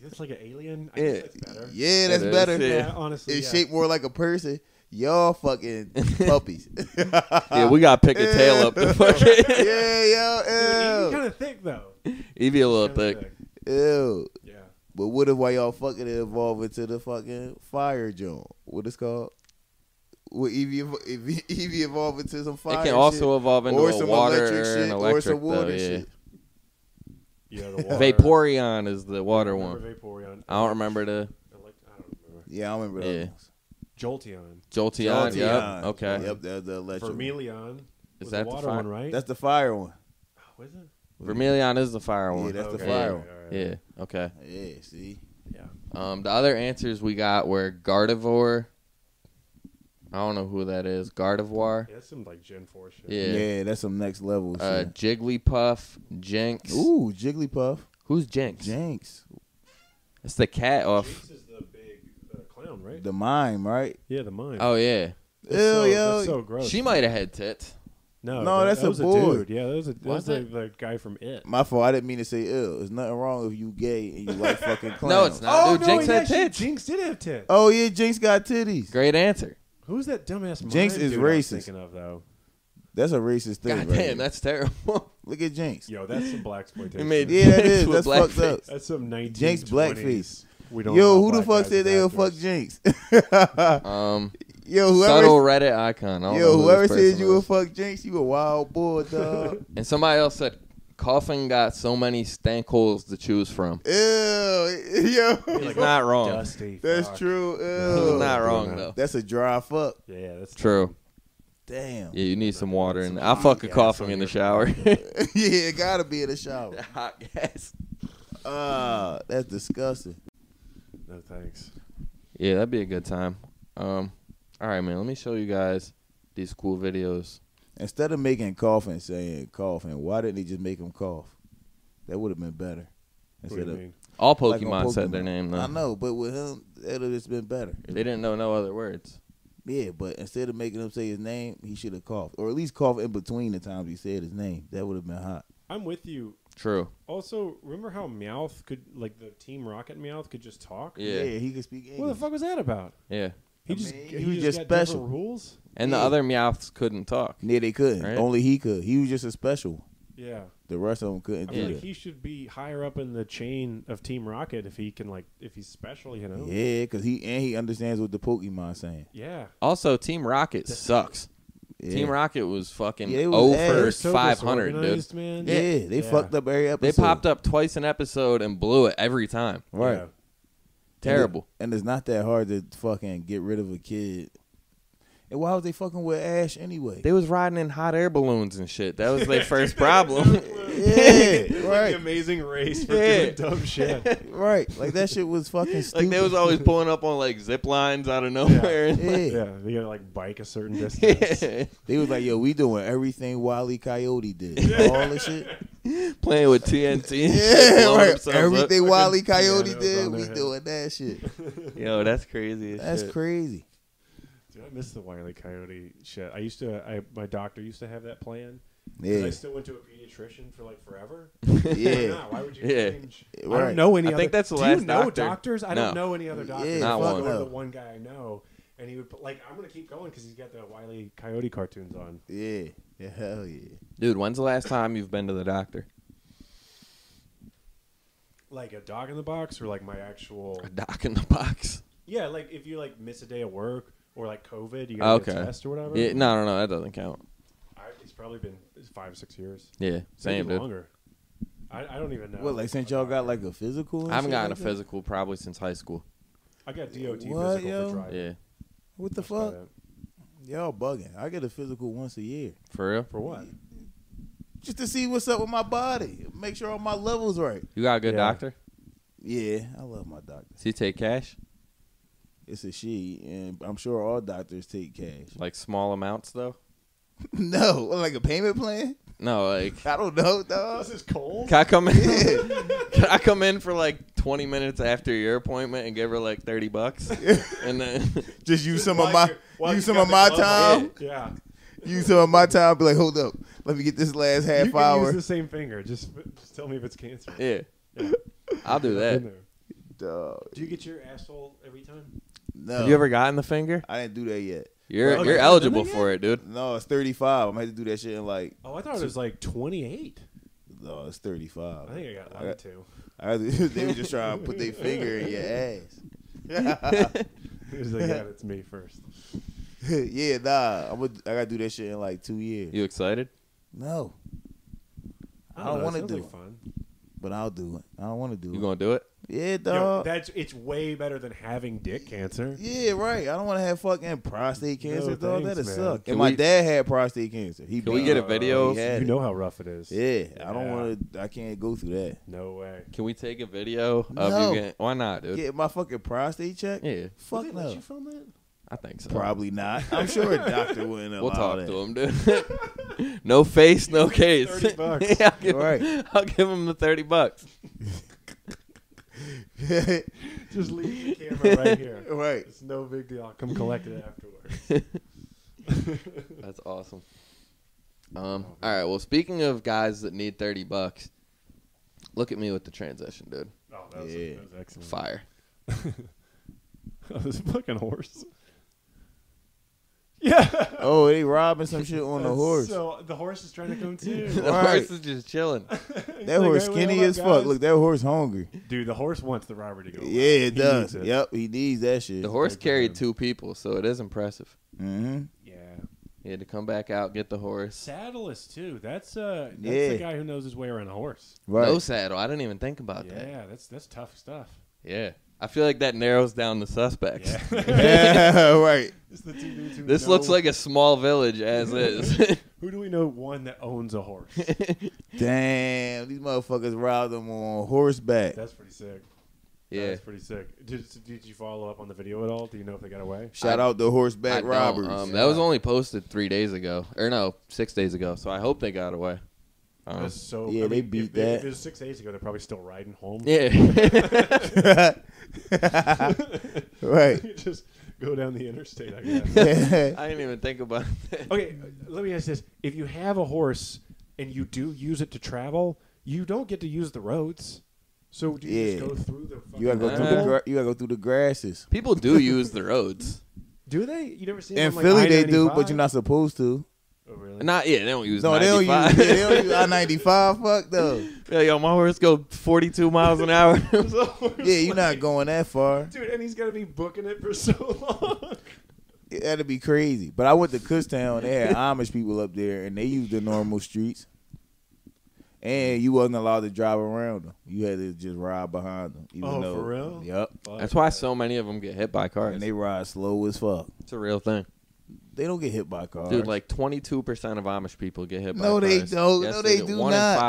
C: It's like an alien. I
D: Yeah.
C: guess that's better.
B: Yeah, that's
D: It is,
B: better.
D: yeah.
C: Yeah, honestly.
B: It's
C: yeah.
B: shaped more like a person. Y'all fucking puppies. yeah,
D: Yeah, we gotta pick a tail up. The fuck it.
B: yeah, yo,
C: Dude, kind of thick though.
D: Evie a little
C: Kinda
D: thick.
B: ew. Ew.
C: Yeah.
B: But what if why y'all fucking evolve into the fucking fire joint? What it's called? Would Evie, evo- Evie, Evie evolve into some fire?
D: It can
B: shit?
D: also evolve into
B: or
D: a
B: some
D: water
B: electric
D: or an
B: shit,
D: electric
B: or some water
D: though, yeah.
B: shit.
C: Yeah. The water.
D: Vaporeon is the water
C: Remember
D: one.
C: Vaporeon.
D: I don't remember the
C: Elec- I don't remember.
B: Yeah, I remember those.
D: Yeah.
B: ones.
C: Jolteon.
D: Jolteon. Yep.
B: Jolteon.
D: Okay.
B: Yep, the, the electric. one.
C: Vermilion.
D: Is
C: was
D: that
C: the
D: the
C: water
D: fire-
C: one, right?
B: That's the fire one.
C: Was it?
D: Vermilion is the fire one.
B: Yeah, that's the
C: Okay,
B: fire
C: all
B: one.
C: right, all right.
D: Yeah. Okay.
B: Yeah, see.
C: Yeah.
D: Um, the other answers we got were Gardevoir. I don't know who that is. Gardevoir.
C: Yeah, that's some like Gen 4 shit.
D: Yeah.
B: Yeah, that's some next level shit.
D: Uh, Jigglypuff. Jinx.
B: Ooh, Jigglypuff,
D: Who's Jinx?
B: Jinx,
D: It's the cat off.
C: Jinx is the big uh, clown, right?
B: the mime, right?
C: yeah, the mime.
D: Oh yeah.
B: Ew,
C: That's so,
B: yo,
C: that's so gross.
D: She might have had tits.
C: no,
B: No,
C: that-
B: that's
C: that
B: a
C: was
B: boy.
C: dude. Yeah, that was a that
D: Was
C: was, the,
D: it?
C: the guy from It.
B: my fault. I didn't mean to say ill. There's nothing wrong if you gay and you like fucking clowns.
D: No, it's not. dude, Jinx
C: yeah,
D: had
C: she-
D: tits.
C: Jinx did have tits.
B: Oh yeah, Jinx got titties.
D: Great answer.
C: Who's that dumbass?
B: Jinx
C: mime
B: is
C: dude I was
B: racist.
C: Thinking of though.
B: That's a racist thing.
D: God
B: right
D: damn,
B: there.
D: that's terrible.
B: look at Jinx.
C: Yo, that's some black exploitation.
D: It made-
B: Yeah, that
D: Jinx
B: is.
D: with
B: That's fucked
D: blackface.
B: up.
C: that's some 1920s.
B: Jinx blackface.
C: We don't.
B: Yo,
C: allow
B: who the
C: black
B: fuck
C: guys
B: said
C: as
B: they would
C: actors.
B: fuck Jinx?
D: Um,
B: yo, whoever,
D: subtle Reddit icon. I don't know
B: yo,
D: who
B: whoever
D: this person
B: said you would
D: is.
B: fuck Jinx, you a wild boy, dog.
D: And somebody else said, "Coffin got so many stank holes to choose from."
B: Ew, yo,
D: He's
C: Like,
D: not wrong.
C: Dusty.
B: that's
C: fuck.
B: true.
D: He's
B: Ew,
D: not wrong
C: man.
D: though.
B: that's a dry fuck.
C: Yeah, that's
D: True.
B: Damn.
D: Yeah, you need some water in. there. I fuck a
C: gas
D: coffin
C: on
D: in the
C: your-
D: shower.
B: yeah, it gotta be in the shower.
D: Hot gas.
B: Ah, that's disgusting.
C: No thanks.
D: Yeah, that'd be a good time. Um, all right, man. Let me show you guys these cool videos.
B: Instead of making coughing, saying coughing, why didn't they just make him cough? That would have been better.
C: What do you mean?
D: All
B: like
D: Pokemon,
B: on
D: said their
B: Pokemon.
D: name though.
B: I know, but with him, it would have just been better.
D: They didn't know no other words.
B: Yeah, but instead of making him say his name, he should have coughed, or at least cough in between the times he said his name. That would have been hot.
C: I'm with you.
D: True.
C: Also, remember how Meowth could, like the Team Rocket Meowth, could just talk?
D: Yeah.
B: he could speak English.
C: What the fuck was that about?
D: Yeah.
C: He
B: I
C: just
B: mean,
C: he,
B: he was
C: just,
B: just
C: got different
B: special.
C: rules.
D: And the
B: Yeah.
D: other Meowths couldn't talk.
B: Yeah, they couldn't.
D: Right.
B: Only he could. He was just a special.
C: Yeah,
B: The rest of them couldn't
C: I
B: do
C: mean,
D: Yeah.
C: like, he should be higher up in the chain of Team Rocket if he can, like, if he's special, you know?
B: that. Yeah, because he and he understands what the Pokemon saying.
C: Yeah.
D: Also, Team Rocket sucks.
B: Yeah.
D: Team Rocket was fucking
B: Yeah, it was ass.
D: over
B: They're
C: They're
B: First
C: so
D: 500, dude.
C: disorganized, Man.
B: Yeah, they
C: Yeah.
B: fucked up every
D: They
B: episode.
D: popped up twice an episode and blew it every time.
B: right.
C: Yeah.
D: Terrible.
B: And it's not that hard to fucking get rid of a kid. And why was they fucking with Ash anyway?
D: They was riding in hot air balloons and shit. That was their first problem.
B: yeah,
C: Like the
B: right,
C: amazing race for
D: Yeah.
C: doing dumb shit.
B: right. Like that shit was fucking stupid.
D: like they was always pulling up on like zip lines out of nowhere. and, like-
B: yeah.
C: yeah, they gotta like bike a certain distance.
D: Yeah.
B: They was like, yo, we doing everything Wiley Coyote did. All this shit.
D: Playing with TNT. and shit,
B: Yeah,
D: blowing
B: right.
D: themselves up.
B: Everything Wiley
C: Fucking
B: Coyote
C: pianos
B: did,
C: on
B: we
C: their head.
B: doing that shit.
D: Yo, that's crazy. as
B: That's
D: shit.
B: crazy.
C: Dude, I miss the Wiley Coyote shit. I used to, I my doctor used to have that plan. 'Cause
B: Yeah.
C: I still went to a pediatrician for like forever. Why
B: Yeah.
C: not? Why would you
D: Yeah.
C: change? I
B: Right.
C: don't know any.
D: I
C: other,
D: think that's the
C: do
D: last
C: you know
D: doctor.
C: doctors? I don't
D: No.
C: know any other doctors.
B: Yeah,
C: I
D: Not
C: just
D: one.
C: go to
B: no.
C: the one guy I know, and he would put, like, I'm gonna keep going because he's got the Wiley Coyote cartoons on.
B: Yeah. Yeah, Hell yeah.
D: Dude, when's the last time you've been to the doctor?
C: Like a dog in the box or like my actual.
D: A doc in the box.
C: Yeah, like if you like miss a day of work or like COVID, you got to
D: Okay.
C: a test or whatever.
D: Yeah, no, no, no, that doesn't count.
C: I, it's probably been five, six years.
D: Yeah, same
C: Maybe
D: dude.
C: longer. I, I don't even know.
B: What, like since y'all got like a physical? and
D: I
B: shit
D: haven't gotten a
B: like that?
D: physical probably since high school.
C: I got DOT
B: What,
C: physical
B: yo?
C: for driving.
D: Yeah,
B: What the
C: That's about
B: fuck?
C: it.
B: Y'all bugging. I get a physical once a year.
D: for real.
C: For what?
B: Just to see what's up with my body. Make sure all my levels right.
D: You got a good
C: Yeah.
D: doctor?
B: Yeah, I love my doctor.
D: Does he take cash?
B: It's a she, and I'm sure all doctors take cash.
D: Like small amounts though?
B: no, what, like a payment plan?
D: No, like
B: I don't know,
C: This
B: dog.
C: is cold.
D: can I come in? can I come in for like twenty minutes after your appointment and give her like thirty bucks? and then
B: Just use some
C: While
B: of my
C: you're- while
B: use
C: you
B: some
C: got
B: of
C: the
B: my
C: glove
B: time.
C: on. Yeah.
B: Use some of my time. Be like, hold up, let me get this last half
C: you can
B: hour.
C: use the same finger. Just, just tell me if it's cancer.
D: yeah,
C: Yeah.
D: I'll do that.
C: In there.
B: Dog.
C: Do you get your asshole every time?
B: No,
D: Have you ever gotten the finger?
B: I didn't do that yet.
D: You're
C: Okay.
D: you're eligible for it, dude.
B: No, it's 35. I'm gonna have to do that shit in like.
C: Oh, I thought it was like 28.
B: No, it's 35.
C: I think I got
B: I-
C: lied to.
B: I- they were just trying to put their finger in your ass.
C: It was like, yeah, it's me first.
B: yeah, nah. I'm gonna, I gotta do that shit in like two years.
D: You excited?
B: No, I don't
C: know,
B: wanna
C: it sounds
B: do
C: like
B: it.
C: fun.
B: but I'll do it. I don't want to do
D: You
B: it.
D: gonna do it?
B: Yeah,
C: You know,
B: dog.
C: that's it's way better than having dick cancer.
B: yeah, right. I don't want to have fucking prostate cancer, dog.
C: thanks,
B: That'd
C: man.
B: suck.
D: Can
B: and my
D: we-
B: dad had prostate cancer. He
D: Can we get a
B: uh,
D: video?
B: he had it.
C: You know how rough it is.
B: Yeah, I don't
C: Yeah.
B: want to. I can't go through that.
C: No way.
D: Can we take a video of
B: No.
D: you? Getting, why not, dude?
B: Get my fucking prostate check.
D: Yeah.
B: Fuck
C: Will they
B: no.
C: Let you film that?
D: I think so.
B: Probably not. I'm sure a doctor wouldn't allow
D: We'll talk
B: that.
D: to him, dude. no face, no case.
C: 30 bucks.
D: yeah, I'll give,
B: Right.
D: him, I'll give him the thirty bucks.
C: Just leave the camera right here.
B: right.
C: It's no big deal. I'll come collect it afterwards.
D: That's awesome. Um. All right. Well, speaking of guys that need thirty bucks, look at me with the transition, dude.
C: Oh, that was,
B: Yeah.
C: that was excellent.
D: Fire.
C: Oh, this fucking horse. Yeah.
B: Oh, they robbing some shit on the horse.
C: So the horse is trying to come
D: The
C: too. Oh,
B: All right.
D: horse is just chilling.
B: that horse skinny as fuck. Look, that horse hungry.
C: dude, the horse wants the robber to go. away.
B: Yeah, it
C: He
B: does.
C: needs it.
B: Yep, he needs that shit.
D: The horse
C: Big
D: carried
C: time.
D: two people, so it is impressive.
B: hmm
C: Yeah.
D: He had to come back out, get the horse.
C: Saddle is too. That's uh, that's
B: Yeah.
C: the guy who knows his way around a horse.
B: Right.
D: No saddle. I didn't even think about
C: yeah,
D: that.
C: that's that's tough stuff.
D: Yeah. I feel like that narrows down the suspects.
C: Yeah.
B: yeah, right.
C: it's the two dudes who
D: This
C: know-
D: looks like a small village as is.
C: Who do we know? One that owns a horse.
B: Damn, these motherfuckers robbed them on horseback.
C: That's pretty sick.
D: yeah.
C: that's pretty sick. Did, did you follow up on the video at all? Do you know if they got away?
B: Shout out the
D: I
B: horseback
D: don't,
B: robbers.
D: Um, that was only posted three days ago, or no, six days ago. So I hope they got away. Um,
C: That's so.
B: Yeah,
C: I
B: they
C: mean, if
B: beat
C: If
B: that.
C: it was six days ago, they're probably still riding home.
D: yeah.
B: Ah. right.
C: just go down the interstate. I guess.
B: yeah,
D: I didn't even think about that.
C: Okay, uh, let me ask this: If you have a horse and you do use it to travel, you don't get to use the roads. So do you
B: Yeah.
C: just go through the? Fucking
B: you gotta go through the
D: Uh,
B: gra- you gotta go through the grasses.
D: People do use the roads.
C: Do they? You never see.
B: In
C: them on, like,
B: Philly, they do, but
C: I-95?
B: you're not supposed to.
C: Oh, really?
D: Not yeah, they don't use.
B: No, they don't use
D: 95.
B: they don't use I ninety five. Fuck though.
D: Yeah, yo, my horse go 42 miles an hour.
C: So it's
B: Yeah, you're
C: like-
B: not going that far.
C: Dude, and he's got to be booking it for so long.
B: That'd be crazy. But I went to Kutztown. They had Amish people up there, and they used the normal streets. And you wasn't allowed to drive around them. You had to just ride behind them. Even
C: Oh,
B: though,
C: for real?
B: Yep.
D: That's why so many of them get hit by cars.
B: And they ride slow as fuck.
D: it's a real thing,
B: They don't get hit by cars.
D: dude. Like 22 percent of Amish people get hit by
B: No,
D: cars.
B: they don't.
D: Yes,
B: No,
D: they
B: they do
D: One
B: not.
D: in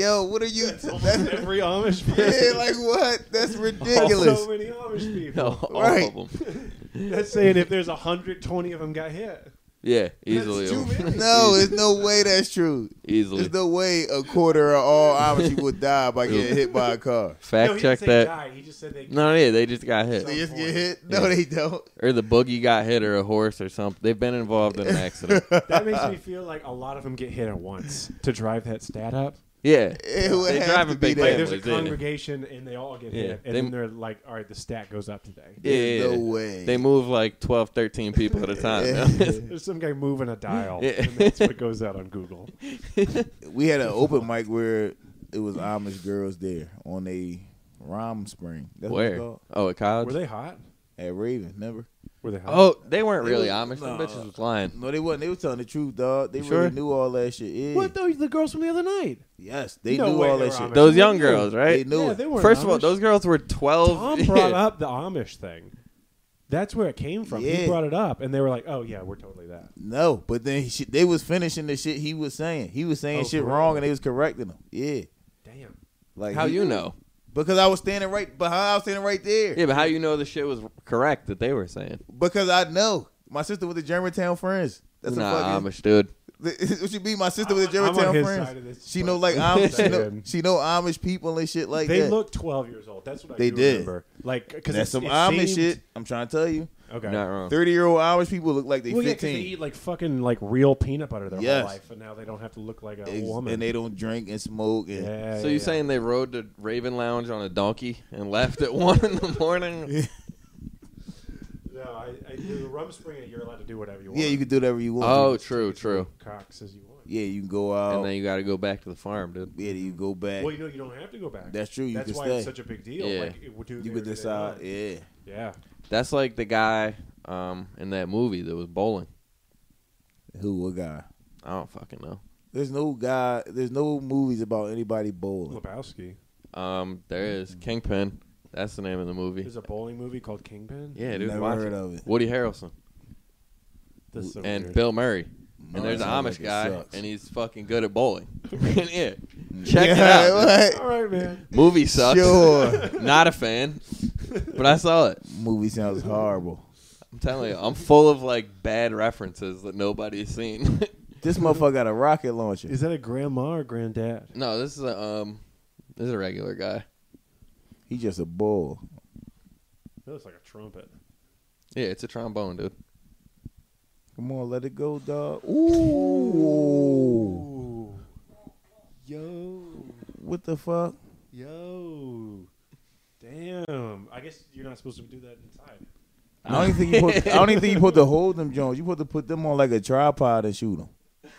B: yo, what are you?
C: Almost every Amish person.
B: yeah, like what? That's
C: So
B: ridiculous.
C: many Amish people.
D: No, all
B: Right.
D: of them.
C: That's saying if there's 120 of them got hit.
D: Yeah, easily.
C: too many.
B: No, there's no way that's true.
D: easily.
B: There's no way a quarter of all Amish people would die by getting hit by a car.
D: Fact
C: no, he
D: check
C: didn't say
D: that.
C: Die. He just said they.
D: No, yeah, they just got
B: They
D: hit,
B: just get hit? No, they don't.
D: or the boogie got hit, or a horse, or something. They've been involved in an accident.
C: That makes me feel like a lot of them get hit at once to drive that stat up.
D: Yeah,
B: It would
D: They
B: have
D: drive
B: to
D: a
B: be
D: big
B: that.
C: Like there's a
D: Families, yeah.
C: congregation and they all get
D: Yeah,
C: hit, and
D: they-
C: then they're like, "All right, the stat goes up today."
D: yeah,
B: There's
D: yeah.
B: no way.
D: They move like 12, 13 people at a time.
B: Yeah.
D: now.
C: There's some guy moving a dial,
D: Yeah.
C: and that's what goes out on Google.
B: we had an open mic where it was Amish girls there on a rhyme spring. That's what it's
D: Where?
B: called.
D: Oh, at college.
C: Were they hot?
B: At Raven, never.
C: Were they hot?
D: Oh, they weren't really
B: They
D: Amish.
B: was-
D: Them
B: no.
D: bitches was lying.
B: No, they wasn't. They was telling the truth, dog. They
D: You
B: really
D: sure?
B: knew all that shit. Yeah.
D: mm.
C: what those the girls from the other night?
B: Yes, they
C: No
B: knew
C: way
B: all
C: they
B: that
C: were
B: shit.
C: Amish.
D: Those
C: They
D: young
C: knew.
D: girls,
B: They
D: right?
B: knew
C: yeah,
B: it.
C: they were.
D: First of all, those girls were twelve.
C: Tom brought up the Amish thing. That's where it came from. He
B: Yeah.
C: brought it up, and they were like, "Oh yeah, we're totally that."
B: No, but then he, they was finishing the shit he was saying. He was saying
C: Oh,
B: shit
C: correct.
B: wrong, and they was correcting him. Yeah,
C: Damn.
B: like
D: How
B: he-
D: you know?
B: Because I was standing right behind. I was standing right there.
D: Yeah, but how you know the shit was correct that they were saying?
B: Because I know my sister with the Germantown friends. That's
D: nah,
B: a fucking.
D: Amish dude.
B: What you mean? My sister with the
C: I'm- I'm on
B: Germantown
C: his side of
B: friends.
C: this,
B: she
C: but-
B: know like Amish. she, know,
C: Dude.
B: she know Amish people and shit like
C: they
B: that.
C: look 12 years old. That's what I
B: They
C: do
B: did.
C: remember. Like because
B: That's some Amish shit. I'm trying to tell you.
C: Okay.
D: Not wrong.
B: Thirty year old Amish people look like they
C: Well, yeah, 'cause they
B: fifteen.
C: eat like fucking like real peanut butter their
B: Yes.
C: whole life, and now they don't have to look like a
B: Ex-
C: woman.
B: and they don't drink and smoke. And,
C: yeah,
D: So
C: yeah,
D: you
C: yeah.
D: saying they rode to Raven Lounge on a donkey and left at one in the morning?
C: No, I, I, the rum spring, you're allowed to do whatever you want.
B: Yeah, you can do whatever you want.
D: Oh,
B: to.
D: true, true.
C: Cox as you want.
B: yeah, you can go out.
D: And then you got to go back to the farm, dude.
B: yeah, you go back.
C: Well, you know, you don't have to go back.
B: That's true, you
C: That's
B: can
C: why
B: stay.
C: it's such a big deal.
D: Yeah.
C: Like, it would do
B: you
C: there,
B: could
C: do there,
B: decide.
C: there.
B: Yeah,
C: Yeah.
D: That's like the guy um, in that movie that was bowling.
B: who what guy?
D: I don't fucking know.
B: There's no guy. There's no movies about anybody bowling.
C: Lebowski.
D: Um, there is Kingpin. That's the name of the movie.
C: There's a bowling movie called Kingpin.
D: Yeah, dude.
B: Never
D: watch
B: heard
D: it.
B: of it.
D: Woody Harrelson
C: This is so
D: and
C: weird.
D: Bill Murray. And there's an
B: sounds
D: Amish
B: like it
D: guy,
B: sucks.
D: and he's fucking good at bowling. yeah, check it
B: Yeah,
D: out.
B: what?
C: All right, man.
D: Movie sucks.
B: Sure.
D: Not a fan, but I saw it.
B: Movie sounds horrible.
D: I'm telling you, I'm full of like bad references that nobody's seen.
B: This motherfucker got a rocket launcher.
C: Is that a grandma or granddad?
D: no, this is a um, this is a regular guy.
B: He just a bull.
C: That looks like a trumpet.
D: Yeah, it's a trombone, dude.
B: Come on, let it go, dog. Ooh.
C: Ooh. Yo.
B: What the fuck?
C: Yo. Damn. I guess you're not supposed to do that inside.
B: I don't even think you put. I don't even think you put to hold them Jones. You put to put them on like a tripod and shoot them.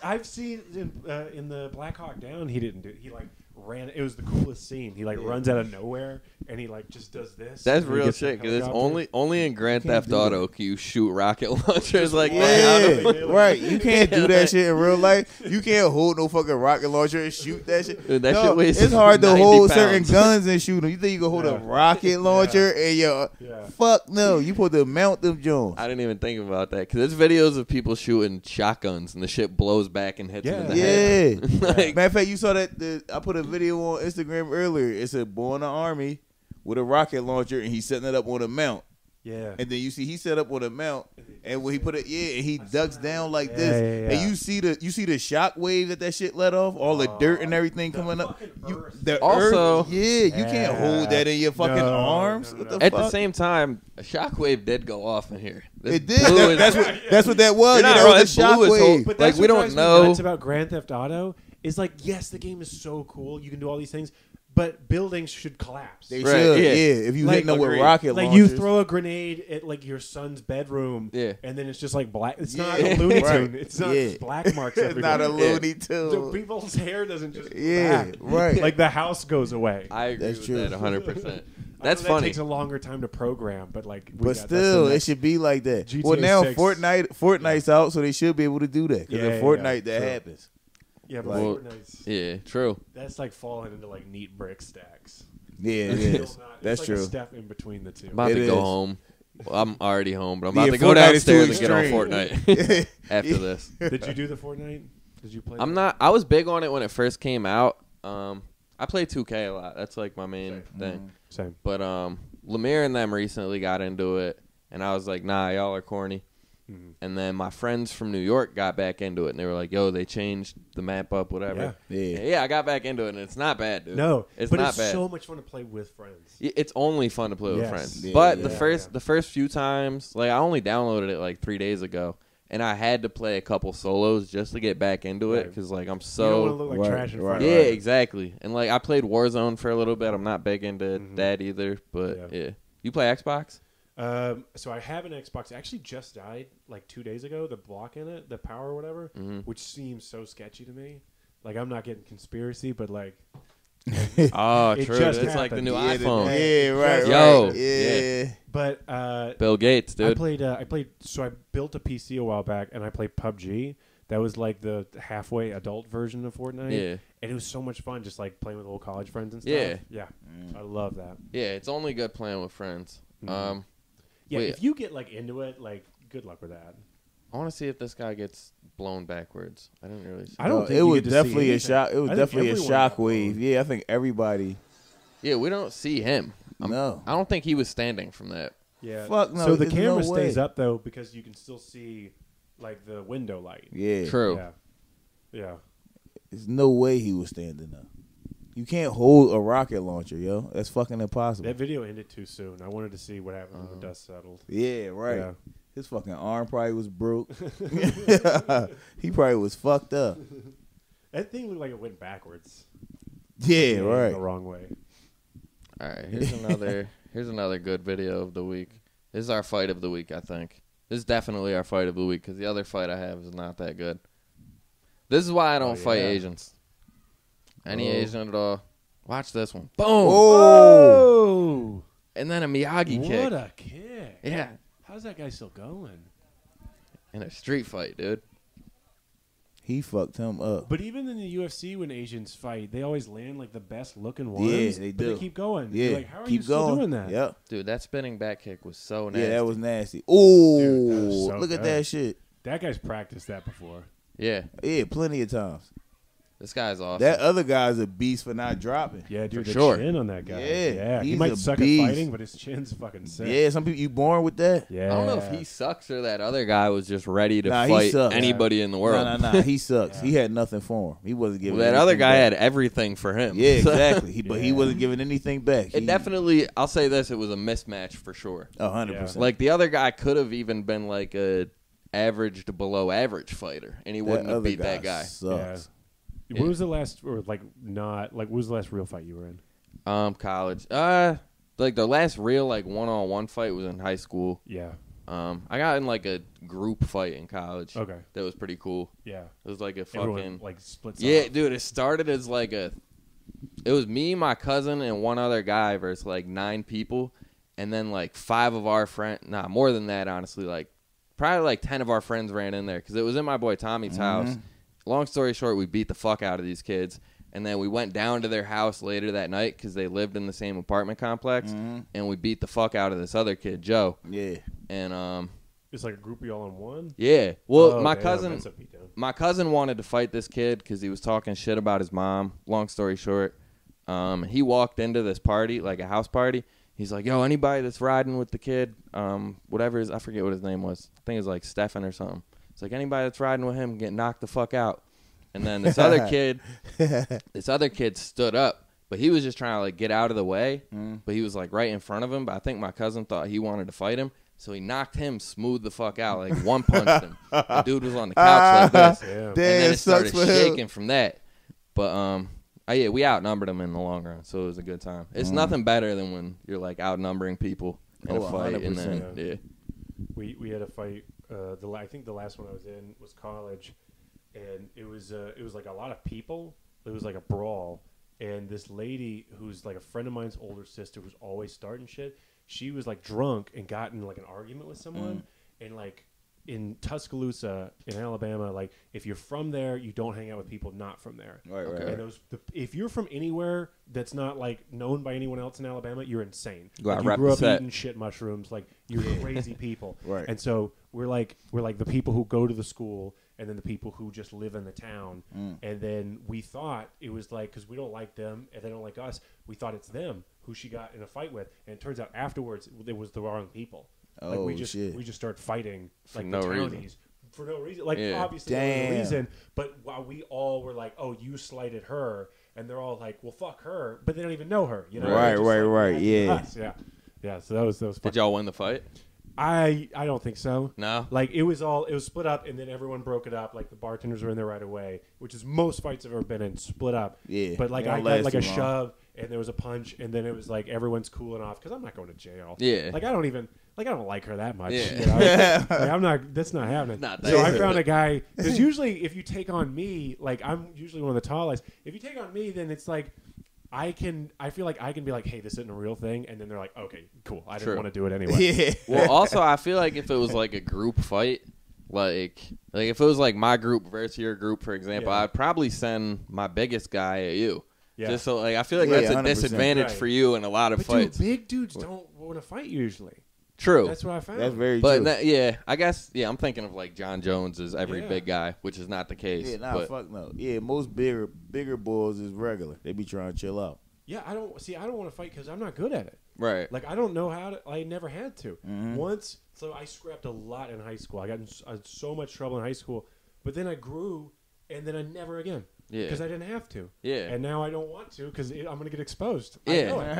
C: I've seen in, uh, in the Black Hawk Down, he didn't do it. He like ran. It was the coolest scene. He like runs out of nowhere and he like just does this.
D: That's
C: and he
D: real
C: gets the
D: shit. Cause it's
C: helicopter.
D: only only in Grand
B: can't
D: Theft
B: do that.
D: Auto can you shoot rocket launchers like that. I don't-
B: Yeah, right. You can't do that shit in real life. You can't hold no fucking rocket launcher and shoot that shit.
D: Dude, that
B: No,
D: shit weighs
B: it's hard to
D: 90
B: hold certain
D: pounds.
B: guns and shoot them. You think you can hold a
C: Yeah.
B: rocket launcher and your
C: Yeah.
B: fuck no? You supposed to mount them Jones.
D: I didn't even think about that because there's videos of people shooting shotguns and the shit blows back and hits them in the head.
B: Yeah.
D: like,
B: Matter of fact, you saw that the, I put a video on Instagram earlier. It's a boy in the army with a rocket launcher and he's setting it up on a mount.
C: Yeah.
B: And then you see he set up on a mount, and when he put it, yeah, and he ducks down like
C: Yeah,
B: this,
C: yeah, yeah.
B: and you see the you see the shock wave that that shit let off, all the
D: Oh,
B: dirt and everything coming up.
C: fucking
B: You,
C: earth.
B: the
D: Also-
B: earth, yeah, you can't hold that in your fucking
C: No, no,
B: arms.
C: no,
B: What
C: no.
B: the
D: at
B: fuck?
D: the same time, a shockwave did go off in here. This
B: it did.
D: blew
B: That- that's
D: is-
B: what that's what that was.
D: You're not
B: That
D: wrong.
B: was a
D: That
B: shock
D: blew his whole-
B: wave.
D: But
C: But
D: Like,
C: that's
D: we
C: what
D: don't
C: drives me
D: know-
C: nuts about Grand Theft Auto is like, yes, the game is so cool. You can do all these things, but buildings should collapse.
B: They
D: Right,
B: should,
D: yeah.
B: yeah. If you
C: Like,
B: hitting them with
D: agreed.
B: rocket
C: like you
B: launchers.
C: throw a grenade at like your son's bedroom,
D: Yeah.
C: and then it's just like black. It's not a
D: Yeah.
C: Looney Tune.
B: Right.
C: It's not
B: Yeah.
C: just black marks.
B: it's
C: everywhere.
B: not a Looney
C: The
B: Tune.
C: people's hair doesn't just
B: Yeah,
C: back.
B: right.
C: Like the house goes away.
D: I agree
B: That's
D: with
B: true.
D: that 100. percent
C: I know
D: That's
C: that
D: funny.
C: Takes a longer time to program, but like,
B: But
C: we got- that's the
B: still, it
C: next-
B: should be like that.
C: GTA
B: well, now
C: 6.
B: Fortnite, Fortnite's out, so they should be able to do that. Because
C: Yeah,
B: in
C: yeah, yeah.
B: Fortnite, that
C: True.
B: happens.
C: yeah, but
B: like-
C: Fortnite's-
D: Yeah, true.
C: that's like falling into like neat brick stacks.
B: Yeah, it
C: It's still
B: is.
C: not- it's
B: That's
C: like A
B: true.
C: step in between the two.
D: I'm about
B: It
D: to go
B: is.
D: home. Well, I'm already home, but I'm
B: Yeah,
D: about to go
B: Fortnite is too
D: downstairs and get on
B: extreme.
D: Fortnite after this.
C: Did you do the Fortnite? Did you play?
D: I'm
C: that?
D: not. I was big on it when it first came out. Um, I play 2K a lot. That's like my main
B: Mm-hmm.
D: thing.
C: Same.
D: But um, Lemire and them recently got into it, and I was like, nah, y'all are corny.
C: Mhm.
D: And then my friends from New York got back into it, and they were like, yo, they changed the map up, whatever.
B: Yeah.
D: yeah, I got back into it, and it's not bad, dude.
C: No,
D: it's
C: but
D: not
C: it's
D: bad.
C: so much fun to play with friends.
D: Y- It's only fun to play with
C: Yes.
D: friends.
B: Yeah,
D: but
B: yeah,
D: the
C: yeah.
D: first the first few times, like I only downloaded it like three days ago, and I had to play a couple solos just to get back into it
C: Right.
D: because
C: you
D: like I'm
C: don't want
D: so
C: to look like
B: Right,
C: trash in front
B: right,
C: of
D: yeah
C: them.
D: exactly. And like I played Warzone for a little bit. I'm not big into that either, but yeah.
C: Yeah.
D: you play Xbox?
C: Um, so I have an Xbox. It actually just died like two days ago. The block in it, the power, or whatever,
B: Mm-hmm.
C: which seems so sketchy to me. Like I'm not getting conspiracy, but like
D: Oh,
C: It
D: true. It's
C: just
D: like the
C: happened.
D: new
B: yeah, the-
D: iPhone.
B: yeah, right,
D: Yo,
B: right.
D: yeah.
B: Yeah.
C: But uh,
D: Bill Gates,
C: I
D: dude.
C: played. Uh, I played. So I built a PC a while back, and I played PUBG. That was like the halfway adult version of Fortnite.
D: Yeah.
C: and it was so much fun, just like playing with old college friends and stuff.
D: Yeah.
C: yeah. I love that.
D: yeah, it's only good playing with friends. Um,
C: Yeah,
D: Wait.
C: if you get like into it, like good luck with that.
D: I want to see if this guy gets blown backwards. I didn't really. See.
C: I don't
B: No,
C: think
B: it
C: you
B: was
C: get to see
B: definitely a
C: anything.
B: shock. It was
C: I think
B: definitely a
C: everyone
B: shock
C: got
B: wave.
C: blown.
B: Yeah, I think everybody.
D: Yeah, we don't see him.
B: no,
D: I don't think he was standing from that.
C: Yeah.
B: Fuck no,
C: So the
B: there's
C: camera
B: no
C: stays
B: way.
C: up though because you can still see like the window light.
B: yeah,
D: True.
C: Yeah. Yeah.
B: there's no way he was standing up. You can't hold a rocket launcher, yo. That's fucking impossible.
C: That video ended too soon. I wanted to see what happened when
B: Uh-huh.
C: the dust settled.
B: yeah, right.
C: Yeah.
B: His fucking arm probably was broke. he probably was fucked up.
C: That thing looked like it went backwards.
B: Yeah,
C: Yeah,
B: right.
C: The wrong way.
D: All right, here's another here's another good video of the week. This is our fight of the week, I think. This is definitely our fight of the week because the other fight I have is not that good. This is why I don't
C: Oh,
D: fight
C: yeah.
D: Asians. Any
B: Oh.
D: Asian at all. Watch this one. Boom!
B: Oh,
C: Oh,
D: And then a Miyagi
C: what
D: kick.
C: a kick!
D: yeah,
C: How's that guy still going?
D: in a street fight, dude.
B: He fucked him up.
C: But even in the UFC, when Asians fight, they always land like the best looking ones.
B: Yeah, they
C: But
B: do.
C: they keep going.
B: yeah,
C: You're like, how are
B: keep
C: you still
B: going.
C: doing that?
B: Yep.
E: Dude, that spinning back kick was so nasty.
B: Yeah, that was nasty.
C: Dude, that
B: Oh,
C: was so
B: look at
C: good.
B: that shit.
C: That guy's practiced that before.
E: Yeah,
B: Yeah, plenty of times.
E: this guy's awesome.
B: That other guy's a beast for not dropping.
C: Yeah, dude,
E: For
C: the
E: sure.
C: chin on that guy.
B: Yeah,
C: he
B: he's
C: might
B: a
C: suck
B: beast.
C: at fighting, but his chin's fucking sick.
B: Yeah, some people you born with that.
C: yeah.
D: I don't know if he sucks or that other guy was just ready to
B: Nah, he
D: fight
B: sucks.
D: anybody in the world.
B: No, no, no. He sucks. He had nothing for him. He wasn't
D: Well,
B: giving
D: that other
B: anything
D: guy
B: back.
D: had everything for him.
B: Yeah, exactly. He, but he
C: Yeah.
B: wasn't giving anything back.
D: it
B: He-
D: definitely. I'll say this: it was a mismatch for sure.
B: a hundred
C: Yeah.
B: percent.
D: Like the other guy could have even been like a average to below average fighter, and he wouldn't have
B: other
D: beat that guy.
B: Sucks.
C: Yeah. What was the last, or like not, like what was the last real fight you were in?
D: Um, college. Uh, like the last real like one on one fight was in high school.
C: Yeah.
D: Um, I got in like a group fight in college.
C: Okay.
D: that was pretty cool.
C: Yeah.
D: It was like a fucking
C: Everyone like splits.
D: yeah,
C: off.
D: dude. It started as like a. It was me, my cousin, and one other guy versus like nine people, and then like five of our friend, nah, more than that, honestly. Like probably like ten of our friends ran in there because it was in my boy Tommy's
C: Mm-hmm.
D: house. Long story short, we beat the fuck out of these kids, and then we went down to their house later that night because they lived in the same apartment complex,
C: Mm-hmm.
D: and we beat the fuck out of this other kid, Joe,
B: Yeah.
D: and um,
C: It's like a group you all in one.
D: yeah. Well,
C: Oh,
D: my
C: damn,
D: cousin,
C: that's a beatdown.
D: my cousin wanted to fight this kid because he was talking shit about his mom. Long story short, um, he walked into this party, like a house party. He's like, "Yo, anybody that's riding with the kid, um, whatever his, I forget what his name was. I think it was like Stefan or something. It's like anybody that's riding with him get knocked the fuck out." And then this other kid, this other kid stood up, but he was just trying to like get out of the way.
B: Mm.
D: But he was like right in front of him. But I think my cousin thought he wanted to fight him, so he knocked him smooth the fuck out, like one punched him. The dude was on the couch like this,
C: Damn.
D: and
B: Ah, Damn,
D: then it
B: sucks
D: started
B: for him.
D: shaking from that. But um, oh yeah, we outnumbered him in the long run, so it was a good time. It's nothing better than when you're like outnumbering people in
B: Mm. Oh,
D: a fight, and then
B: 100%.
D: yeah,
C: we we had a fight. Uh, the la- I think the last one I was in was college, and it was uh, it was like a lot of people. It was like a brawl, and this lady who's like a friend of mine's older sister who's always starting shit. She was like drunk and got in like an argument with someone,
B: Mm.
C: and like in Tuscaloosa in Alabama, like if you're from there, you don't hang out with people not from there.
B: Right, right,
D: Okay.
B: right.
C: And those, the, if you're from anywhere that's not like known by anyone else in Alabama, you're insane.
D: You gotta
C: Like,
D: rep
C: grew
D: the
C: up
D: set.
C: eating shit mushrooms. Like you're crazy people.
B: Right.
C: And so we're like we're like the people who go to the school, and then the people who just live in the town.
B: Mm.
C: And then we thought it was like because we don't like them and they don't like us. We thought it's them who she got in a fight with, and it turns out afterwards it was the wrong people. like we
B: Oh,
C: just
B: shit.
C: we just started fighting like
D: no
C: the
D: reason.
C: townies for no reason. Like
D: Yeah.
C: obviously there was
B: Damn.
C: a reason, but while we all were like, "Oh, you slighted her," and they're all like, "Well, fuck her," but they don't even know her. You know,
B: Right,
C: They're just
B: right, right,
C: like, "That's
B: yeah."
C: us. yeah, yeah. So that was that was. Fun.
D: did y'all win the fight?
C: I I don't think so.
D: No?
C: like it was all it was split up, and then everyone broke it up. Like the bartenders were in there right away, which is most fights I've ever been in split up.
B: Yeah,
C: but like
B: they don't
C: I got
B: last
C: like a
B: too long.
C: shove, and there was a punch, and then it was like everyone's cooling off because I'm not going to jail.
D: Yeah.
C: like I don't even. Like I don't like her that much.
D: Yeah.
C: you know? Like, I'm not. That's not happening.
D: Not
C: so I
D: that.
C: found a guy because usually if you take on me, like I'm usually one of the tallest. If you take on me, then it's like I can. I feel like I can be like, hey, this isn't a real thing, and then they're like, okay, cool. I
D: True.
C: didn't want to do it anyway.
B: Yeah.
D: Well, also, I feel like if it was like a group fight, like like if it was like my group versus your group, for example,
C: Yeah.
D: I'd probably send my biggest guy at you.
C: Yeah.
D: Just so like I feel like
B: Yeah,
D: that's a
B: 100%.
D: disadvantage for
C: Right.
D: you in a lot of
C: But
D: fights.
C: dude, big dudes don't want to fight usually.
D: True.
C: That's what I found.
B: That's very
D: but
B: true.
D: that, yeah, I guess yeah, I'm thinking of like John Jones as every
C: Yeah.
D: big guy, which is not the case.
B: yeah, nah,
D: but
B: fuck no. Yeah, most bigger bigger boys is regular. They be trying to chill out.
C: yeah, I don't see. I don't want to fight because I'm not good at it.
D: right.
C: Like I don't know how to. I never had to.
D: Mm-hmm.
C: Once, so I scrapped a lot in high school. I got in s- I had so much trouble in high school, but then I grew, and then I never again.
D: Yeah.
C: Because I didn't have to.
D: Yeah.
C: And now I don't want to because I'm going to get exposed. I know it.
D: Yeah,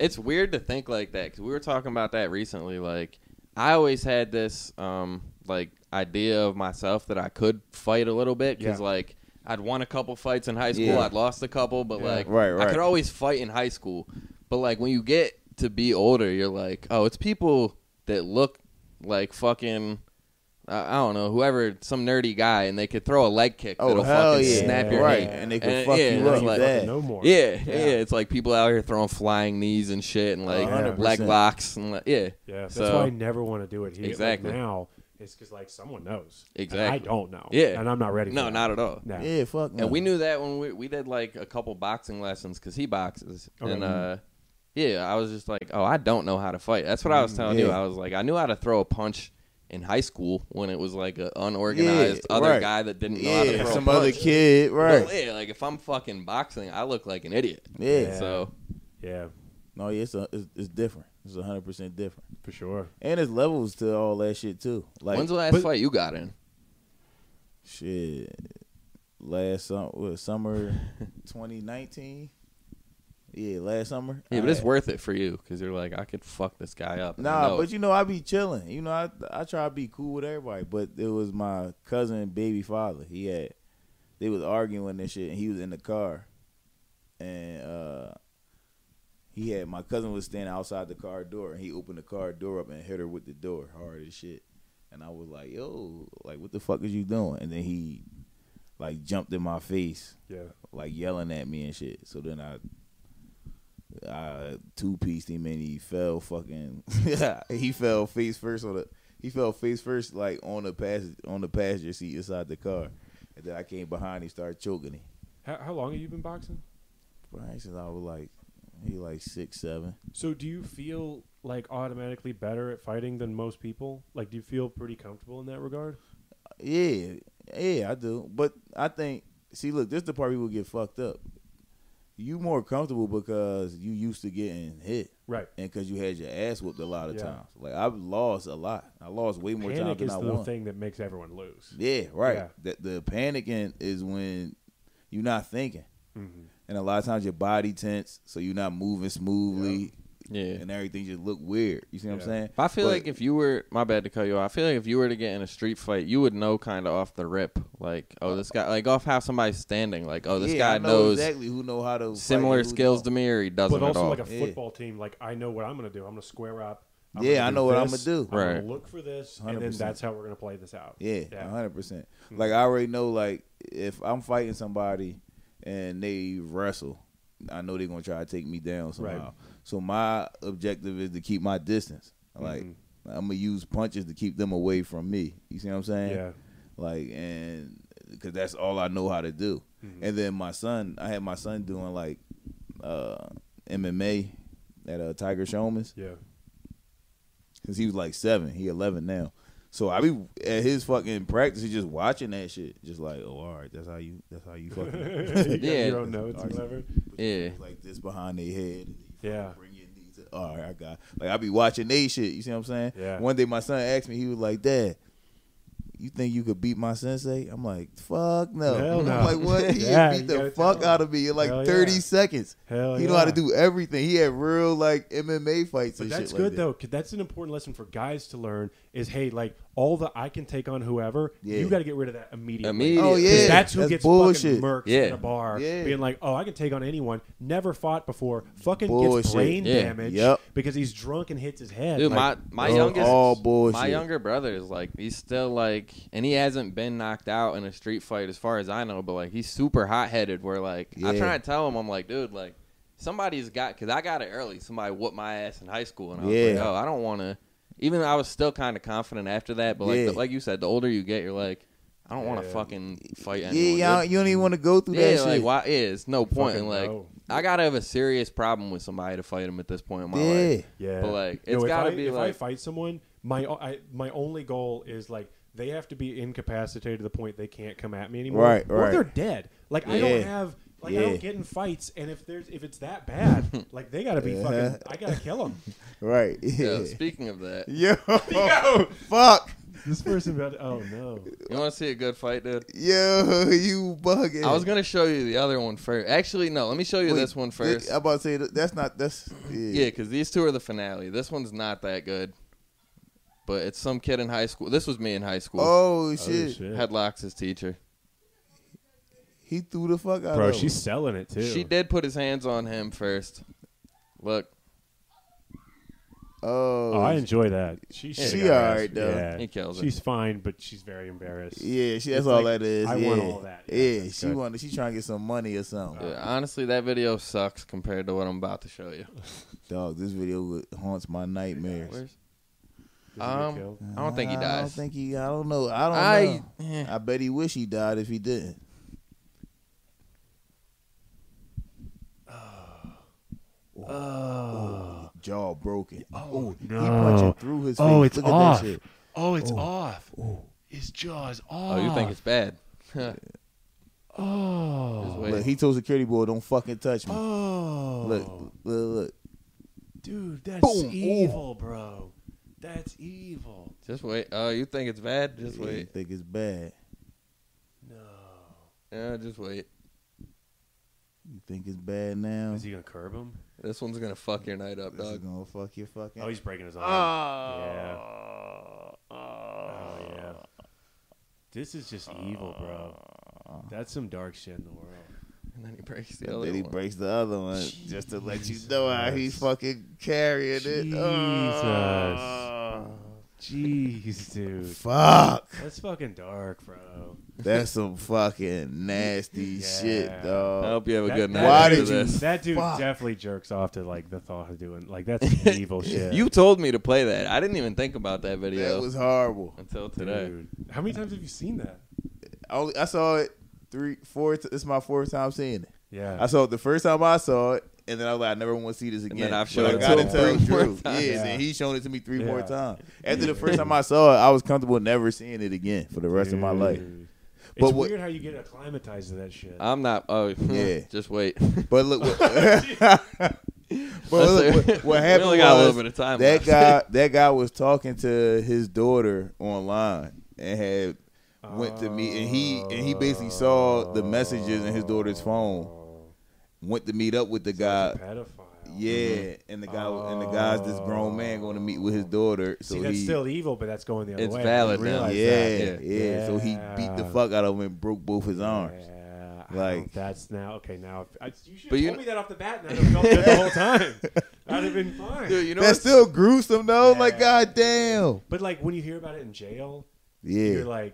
D: it's, it's weird to think like that because we were talking about that recently. Like, I always had this um like idea of myself that I could fight a little bit because
C: Yeah.
D: like I'd won a couple fights in high school,
B: Yeah.
D: I'd lost a couple, but
C: Yeah.
D: like
B: Right,
D: I
B: right.
D: could always fight in high school. But like when you get to be older, you're like, oh, it's people that look like fucking. I I don't know, whoever, some nerdy guy, and they could throw a leg kick
B: Oh,
D: that'll
B: hell
D: fucking
B: yeah.
D: snap your
B: Right,
D: hand.
B: and they could fuck
D: yeah,
B: you
D: and it's
B: up
D: like-
B: bad.
C: No more.
D: yeah,
C: Yeah.
D: yeah, It's like people out here throwing flying knees and shit, and like
B: Oh, 100%.
D: leg locks and like, yeah,
C: Yeah, that's
D: So-
C: why I never want to do it here. Like,
D: Exactly.
C: now It's because like someone knows. And I
D: Exactly.
C: don't know.
D: Yeah.
C: and I'm not ready.
D: No,
C: for
D: not at all.
C: No.
B: Yeah, fuck. no.
D: And we knew that when we we did like a couple boxing lessons because he boxes.
C: Okay.
D: And uh,
B: Mm-hmm.
D: yeah, I was just like, oh, I don't know how to fight. That's what I was telling you.
B: Mm-hmm. yeah.
D: I was like, I knew how to throw a punch in high school when it was like an unorganized
B: Yeah,
D: other
B: right.
D: guy that didn't know how to
B: yeah,
D: throw
B: some
D: a punch.
B: other kid, right?
D: But, yeah, like if I'm fucking boxing, I look like an idiot.
B: yeah.
C: Yeah.
D: So
C: Yeah,
B: No, yeah, it's, a, it's it's different. It's hundred percent different.
C: for sure.
B: And there's levels to all that shit too. Like
D: when's the last
C: but-
D: fight you got in?
B: shit, last summer, what, summer, twenty nineteen. Yeah, last summer.
D: Yeah, but it's
B: I-
D: worth it for you because you're like, I could fuck this guy up. and I
B: Nah,
D: know
B: but
D: it.
B: you know I be chilling. You know I I try to be cool with everybody, but it was my cousin baby father. He had they was arguing and shit, and he was in the car, and uh he had my cousin was standing outside the car door, and he opened the car door up and hit her with the door hard as shit, and I was like, yo, like what the fuck is you doing? And then he like jumped in my face,
C: Yeah.
B: like yelling at me and shit. So then I I two pieced him and he fell fucking he fell face first on the he fell face first like on the pass on the passenger seat inside the car. And then I came behind him, started choking him.
C: How, how long have you been boxing?
B: Right, since I was like he like six, seven.
C: So do you feel like automatically better at fighting than most people? Like, do you feel pretty comfortable in that regard?
B: Yeah, yeah, I do. But I think, see, look, this is the part people get fucked up. You more comfortable because you used to getting hit,
C: Right.
B: And because you had your ass whooped a lot of
C: Yeah.
B: times. Like I've lost a lot. I lost way more times
C: Panic
B: than
C: is
B: I
C: the
B: won.
C: thing that makes everyone lose.
B: Yeah, right.
C: Yeah.
B: That the panicking is when you're not thinking,
C: Mm-hmm.
B: and a lot of times your body tense, so you're not moving smoothly,
D: yeah.
B: and everything just look weird. You see what
C: Yeah.
B: I'm saying?
D: I feel
B: But-
D: like if you were my bad to cut you off, I feel like if you were to get in a street fight, you would know kind of off the rip, like oh this guy, like off how somebody's standing, like oh this
B: Yeah,
D: guy
B: I know
D: knows
B: exactly who know how to fight
D: similar
B: and who
D: skills
B: don't.
D: to me or he doesn't
C: But
D: at
C: also,
D: all.
C: like a
B: Yeah.
C: football team, like I know what I'm going to do. I'm going to square up. I'm
B: Yeah,
C: gonna
B: I know what
C: this,
B: I'ma do.
C: I'm
D: Right.
C: gonna look for this, and then
B: 100%.
C: that's how we're going to play this out.
B: Yeah,
C: yeah. Hmm.
B: hundred percent. Like I already know, like if I'm fighting somebody and they wrestle, I know they're gonna try to take me down somehow.
C: Right.
B: So my objective is to keep my distance. Like
C: Mm-hmm.
B: I'm gonna use punches to keep them away from me. You see what I'm saying?
C: Yeah.
B: Like and because that's all I know how to do.
C: Mm-hmm.
B: And then my son, I had my son doing like uh, MMA at uh, Tiger Showman's
C: yeah.
B: since he was like seven. He eleven now. So I be at his fucking practice, he just watching that shit, just like, oh, all right, that's how you, that's how you fucking
C: You got
D: Yeah.
C: Your own notes, and
B: Alright.
C: whatever.
D: yeah,
B: like this behind their head. And you
C: Yeah.
B: fucking bring your knees. Up. All right, I got. Like I be watching they shit. You see what I'm saying?
C: Yeah.
B: One day my son asked me, he was like, Dad. You think you could beat my sensei? I'm like, fuck no.
C: Hell
B: I'm
C: no.
B: like, what? He
C: Yeah,
B: beat
C: you
B: the
C: gotta
B: fuck
C: tell
B: out of me in like
C: Hell
B: 30
C: yeah.
B: seconds.
C: Hell
B: he know how to
C: yeah.
B: do everything. He had real like MMA fights
C: But
B: and
C: that's
B: shit
C: good
B: like that.
C: though, 'cause that's an important lesson for guys to learn. Is hey, like all the I can take on whoever.
B: Yeah.
C: You got to get rid of that immediately.
D: Immediate.
B: Oh
C: 'Cause
B: yeah,
C: that's who
B: that's
C: gets
B: bullshit.
C: fucking murked
D: Yeah.
C: in a bar,
B: Yeah.
C: being like, "Oh, I can take on anyone. Never fought before. Fucking
B: Bullshit.
C: gets brain
D: Yeah.
C: damage
B: Yep.
C: because he's drunk and hits his head."
D: dude,
C: Like,
D: my my
B: bro,
D: youngest,
B: all bullshit.
D: my younger brother is like he's still like, and he hasn't been knocked out in a street fight as far as I know, but like he's super hot headed. Where like I
B: Yeah.
D: try to tell him, I'm like, dude, like somebody's got because I got it early. Somebody whooped my ass in high school, and I was like,
B: Yeah.
D: oh, I don't want to. Even though I was still kind of confident after that, but like
B: Yeah.
D: the, like you said, the older you get, you're like, I don't want to
C: Yeah.
D: fucking fight anyone.
B: Yeah, y'all,
D: dude.
B: you don't even want to go through
D: yeah,
B: that
D: like
B: shit.
D: why? Yeah, it's no point.
C: Fucking
D: in like
C: no.
D: I gotta have a serious problem with somebody to fight him at this point in my
B: Yeah.
D: life.
C: Yeah,
D: but like
C: No,
D: it's
C: if
D: gotta
C: I-
D: be
C: if I
D: like
C: fight someone, my o- I, my only goal is like they have to be incapacitated to the point they can't come at me anymore.
B: Right,
C: Or
B: right.
C: they're dead. Like I
B: Yeah.
C: don't have. Like I
B: Yeah.
C: don't get in fights, and if there's if it's that bad, like they gotta be fucking. I gotta kill them.
B: Right.
D: Yeah,
B: Yeah.
D: speaking of that, you
B: Yo. Fuck.
C: This person about. To, oh no.
D: want to see a good fight, dude?
B: Yo, you bugging.
D: I was gonna show you the other one first. Actually, no, let me show you
B: Wait,
D: this one
B: th-
D: first.
B: I'm about to say that, that's not that's
D: yeah,
B: yeah.
D: because these two are the finale. This one's not that good, but it's some kid in high school. This was me in high school.
B: Oh shit.
C: shit.
D: Headlocks his teacher.
B: He threw the fuck out
C: Bro,
B: of
C: she's selling it too.
D: She did put his hands on him first. Look,
B: him.
C: Oh,
B: Oh,
C: I enjoy that. She,
B: She
C: should have
B: alright,
C: asked.
B: though.
C: Yeah.
D: He kills her.
C: She's fine, but she's very embarrassed.
B: yeah, she,
C: It's
B: that's all
C: like,
B: that is.
C: I
B: yeah.
C: want all that. Yeah,
B: Yeah,
C: that's
B: she
C: good.
B: wanted. She trying to get some money or something.
D: Yeah,
C: Ah.
D: honestly, that video sucks compared to what I'm about to show you.
B: Dog, this video would- haunts my nightmares.
D: Where's-
C: Did he get
E: Um,
C: killed?
E: I don't think he
B: I don't
E: dies.
B: think he. I don't know. I don't
E: I,
B: know.
E: eh,
B: I bet he wish he died if he didn't.
D: uh,
C: Oh,
B: Jaw broken.
C: oh
B: He punching through his face.
C: Oh, it's
B: Look at
C: off.
B: that shit.
C: Oh, it's off. His jaw's off.
D: Oh, you think it's bad? Just
C: Oh.
D: wait.
B: Look, he told security boy, "Don't fucking touch me."
C: Oh.
B: Look, look, look.
C: Dude, that's
B: Boom.
C: evil, bro. That's evil.
D: Just wait. Oh, you think it's bad? Just
B: Yeah, you
D: wait.
B: think it's bad?
C: No.
D: Yeah, just wait.
B: You think it's bad now?
C: Is he going to curb him?
D: This one's gonna fuck your night up,
B: This is
D: dog.
B: gonna fuck your fucking.
C: Oh, he's breaking his arm. Oh. Yeah. Oh, yeah. This is just evil, bro. That's some dark shit in the world.
D: And then he breaks the
B: and
D: other
B: then he
D: one.
B: breaks the other one just to let you know how he's fucking carrying it. Oh.
C: Jeez, dude.
B: Fuck.
C: That's fucking dark, bro.
B: That's some fucking nasty shit,
C: Yeah.
D: I
B: dog.
D: hope you have a
C: That-
D: good
C: that-
D: night.
B: Why
D: after
B: did you-
D: This.
C: That dude
B: Fuck.
C: definitely jerks off to like the thought of doing like that's evil shit.
D: You told me to play that. I didn't even think about that video
B: That was horrible.
D: until today.
C: dude. How many times have you seen that?
B: I, only, I saw it three, four. T- it's my fourth time seeing it.
C: Yeah.
B: I saw it the first time I saw it, and then I was like, I never want to see this again.
D: then I've
B: But
D: shown
B: I
D: it to
B: gotta
D: him
B: tell
D: three more
B: Drew.
D: times.
B: Yeah,
C: Yeah.
B: and he's shown it to me three more
C: Yeah.
B: times. After the first time I saw it, I was comfortable never seeing it again for the rest of my life.
C: Dude. It's
B: But what-
C: weird how you get acclimatized to that shit.
D: I'm not. Oh,
B: Yeah.
D: Just wait.
B: But look, what, but look, what, what happened
D: we only got a
B: was
D: little bit of time.
B: that
D: left.
B: guy that guy was talking to his daughter online and had went to meet and he and he basically saw the messages in his daughter's phone.
C: Oh,
B: Went to meet up with the
C: sounds
B: guy.
C: like a pedophile. Mm-hmm.
B: Yeah, and the guy and the guy's this grown man going to meet with his daughter. So
C: See, that's
B: he,
C: still evil, but that's going the other
D: It's
C: way.
D: valid
C: You
D: now.
C: realize
B: yeah,
C: that.
B: yeah,
D: Yeah.
B: So he beat the
C: Yeah.
B: fuck out of him and broke both his arms.
C: Yeah,
B: Like-
C: like that's now okay. Now if- I, you should
D: But
C: have
D: you
C: told
D: kn-
C: me that off the bat. And I'd have felt good the whole time. I'd have been fine.
D: Dude, you know
B: That's
D: what's-
B: still gruesome though. Like
C: Yeah.
B: goddamn.
C: But like when you hear about it in jail,
B: Yeah.
C: you're like,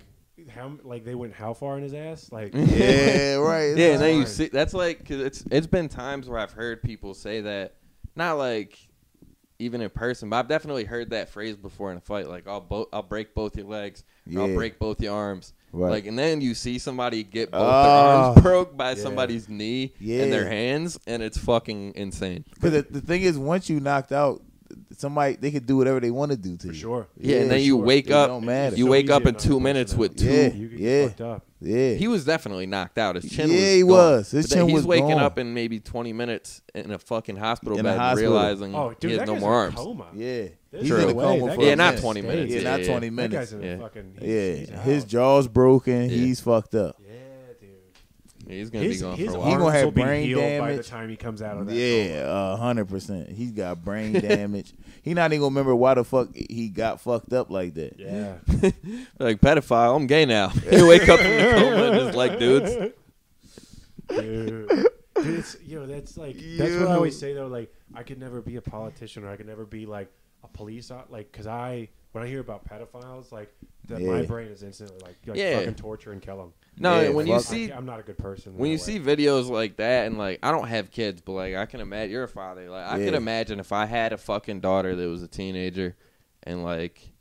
C: how like they went how far in his ass? Like
B: yeah, right. It's
D: Yeah,
B: like-
D: and then you
C: hard.
D: see that's like cause it's it's been times where I've heard people say that, not like even in person, but I've definitely heard that phrase before in a fight. Like I'll bo- I'll break both your legs, or
B: Yeah.
D: I'll break both your arms.
B: Right.
D: Like and then you see somebody get both
B: Ah.
D: their arms broke by
C: Yeah.
D: somebody's knee
B: Yeah.
D: and their hands, and it's fucking insane.
B: Because the, the thing is, once you knocked out, somebody they could do whatever they want to do to
C: for
B: you.
C: sure.
D: Yeah, and then you
B: sure.
D: wake
B: It
D: up-
B: Don't matter.
D: You
C: So
D: wake
C: easy
D: up in
C: to
D: two
C: knock a
D: minutes
C: person
D: with
C: out.
D: two-
B: Yeah,
C: You get
B: yeah.
C: fucked up.
B: yeah,
D: He was definitely knocked out. His chin
B: Yeah,
D: was
B: he
D: gone.
B: was. His
D: But
B: chin
D: he's
B: was
D: waking
B: gone.
D: up in maybe twenty minutes in a fucking hospital
B: In a
D: bed,
B: hospital.
D: realizing
C: Oh, dude,
D: he
C: that
D: has no
C: guy's
D: more
C: in a
D: arms.
C: coma.
B: yeah.
C: There's
B: He's
D: no
B: in a
D: way.
B: coma
C: That
B: for
C: guy's
B: a
D: Yeah, not
B: minute.
D: 20 minutes.
B: Yeah,
D: Yeah,
B: not
D: yeah.
B: twenty
C: That
B: minutes.
C: guy's in
D: Yeah.
C: a fucking. He's, he's
B: Yeah,
C: out.
B: his jaw's broken.
D: Yeah.
B: He's fucked up.
C: Yeah, dude.
D: He's gonna
C: His,
D: be gone
C: his
D: for a
B: He
D: while.
C: arms
B: gonna have
C: will be
B: brain
C: healed by the
B: damage.
C: time he comes out of that.
B: Yeah, a hundred percent. He's got brain damage. he not even gonna remember why the fuck he got fucked up like that.
C: coma. Yeah.
D: like pedophile. I'm gay now. you wake up from the coma and just like dudes.
C: Dude, Dude, it's, you know, that's like that's what I always say though. Like, I could never be a politician, or I could never be like a police, o- like, because I when I hear about pedophiles, like, that my
B: Yeah.
C: brain is instantly like, like
D: Yeah.
C: fucking torture and kill them.
D: No,
B: Yeah,
D: when
B: fuck
D: you
B: it.
D: see
C: I'm not a good person. in
D: when
C: that
D: you
C: way.
D: see videos like that and like I don't have kids, but like I can imagine you're a father. Like I
B: Yeah.
D: could imagine if I had a fucking daughter that was a teenager, and like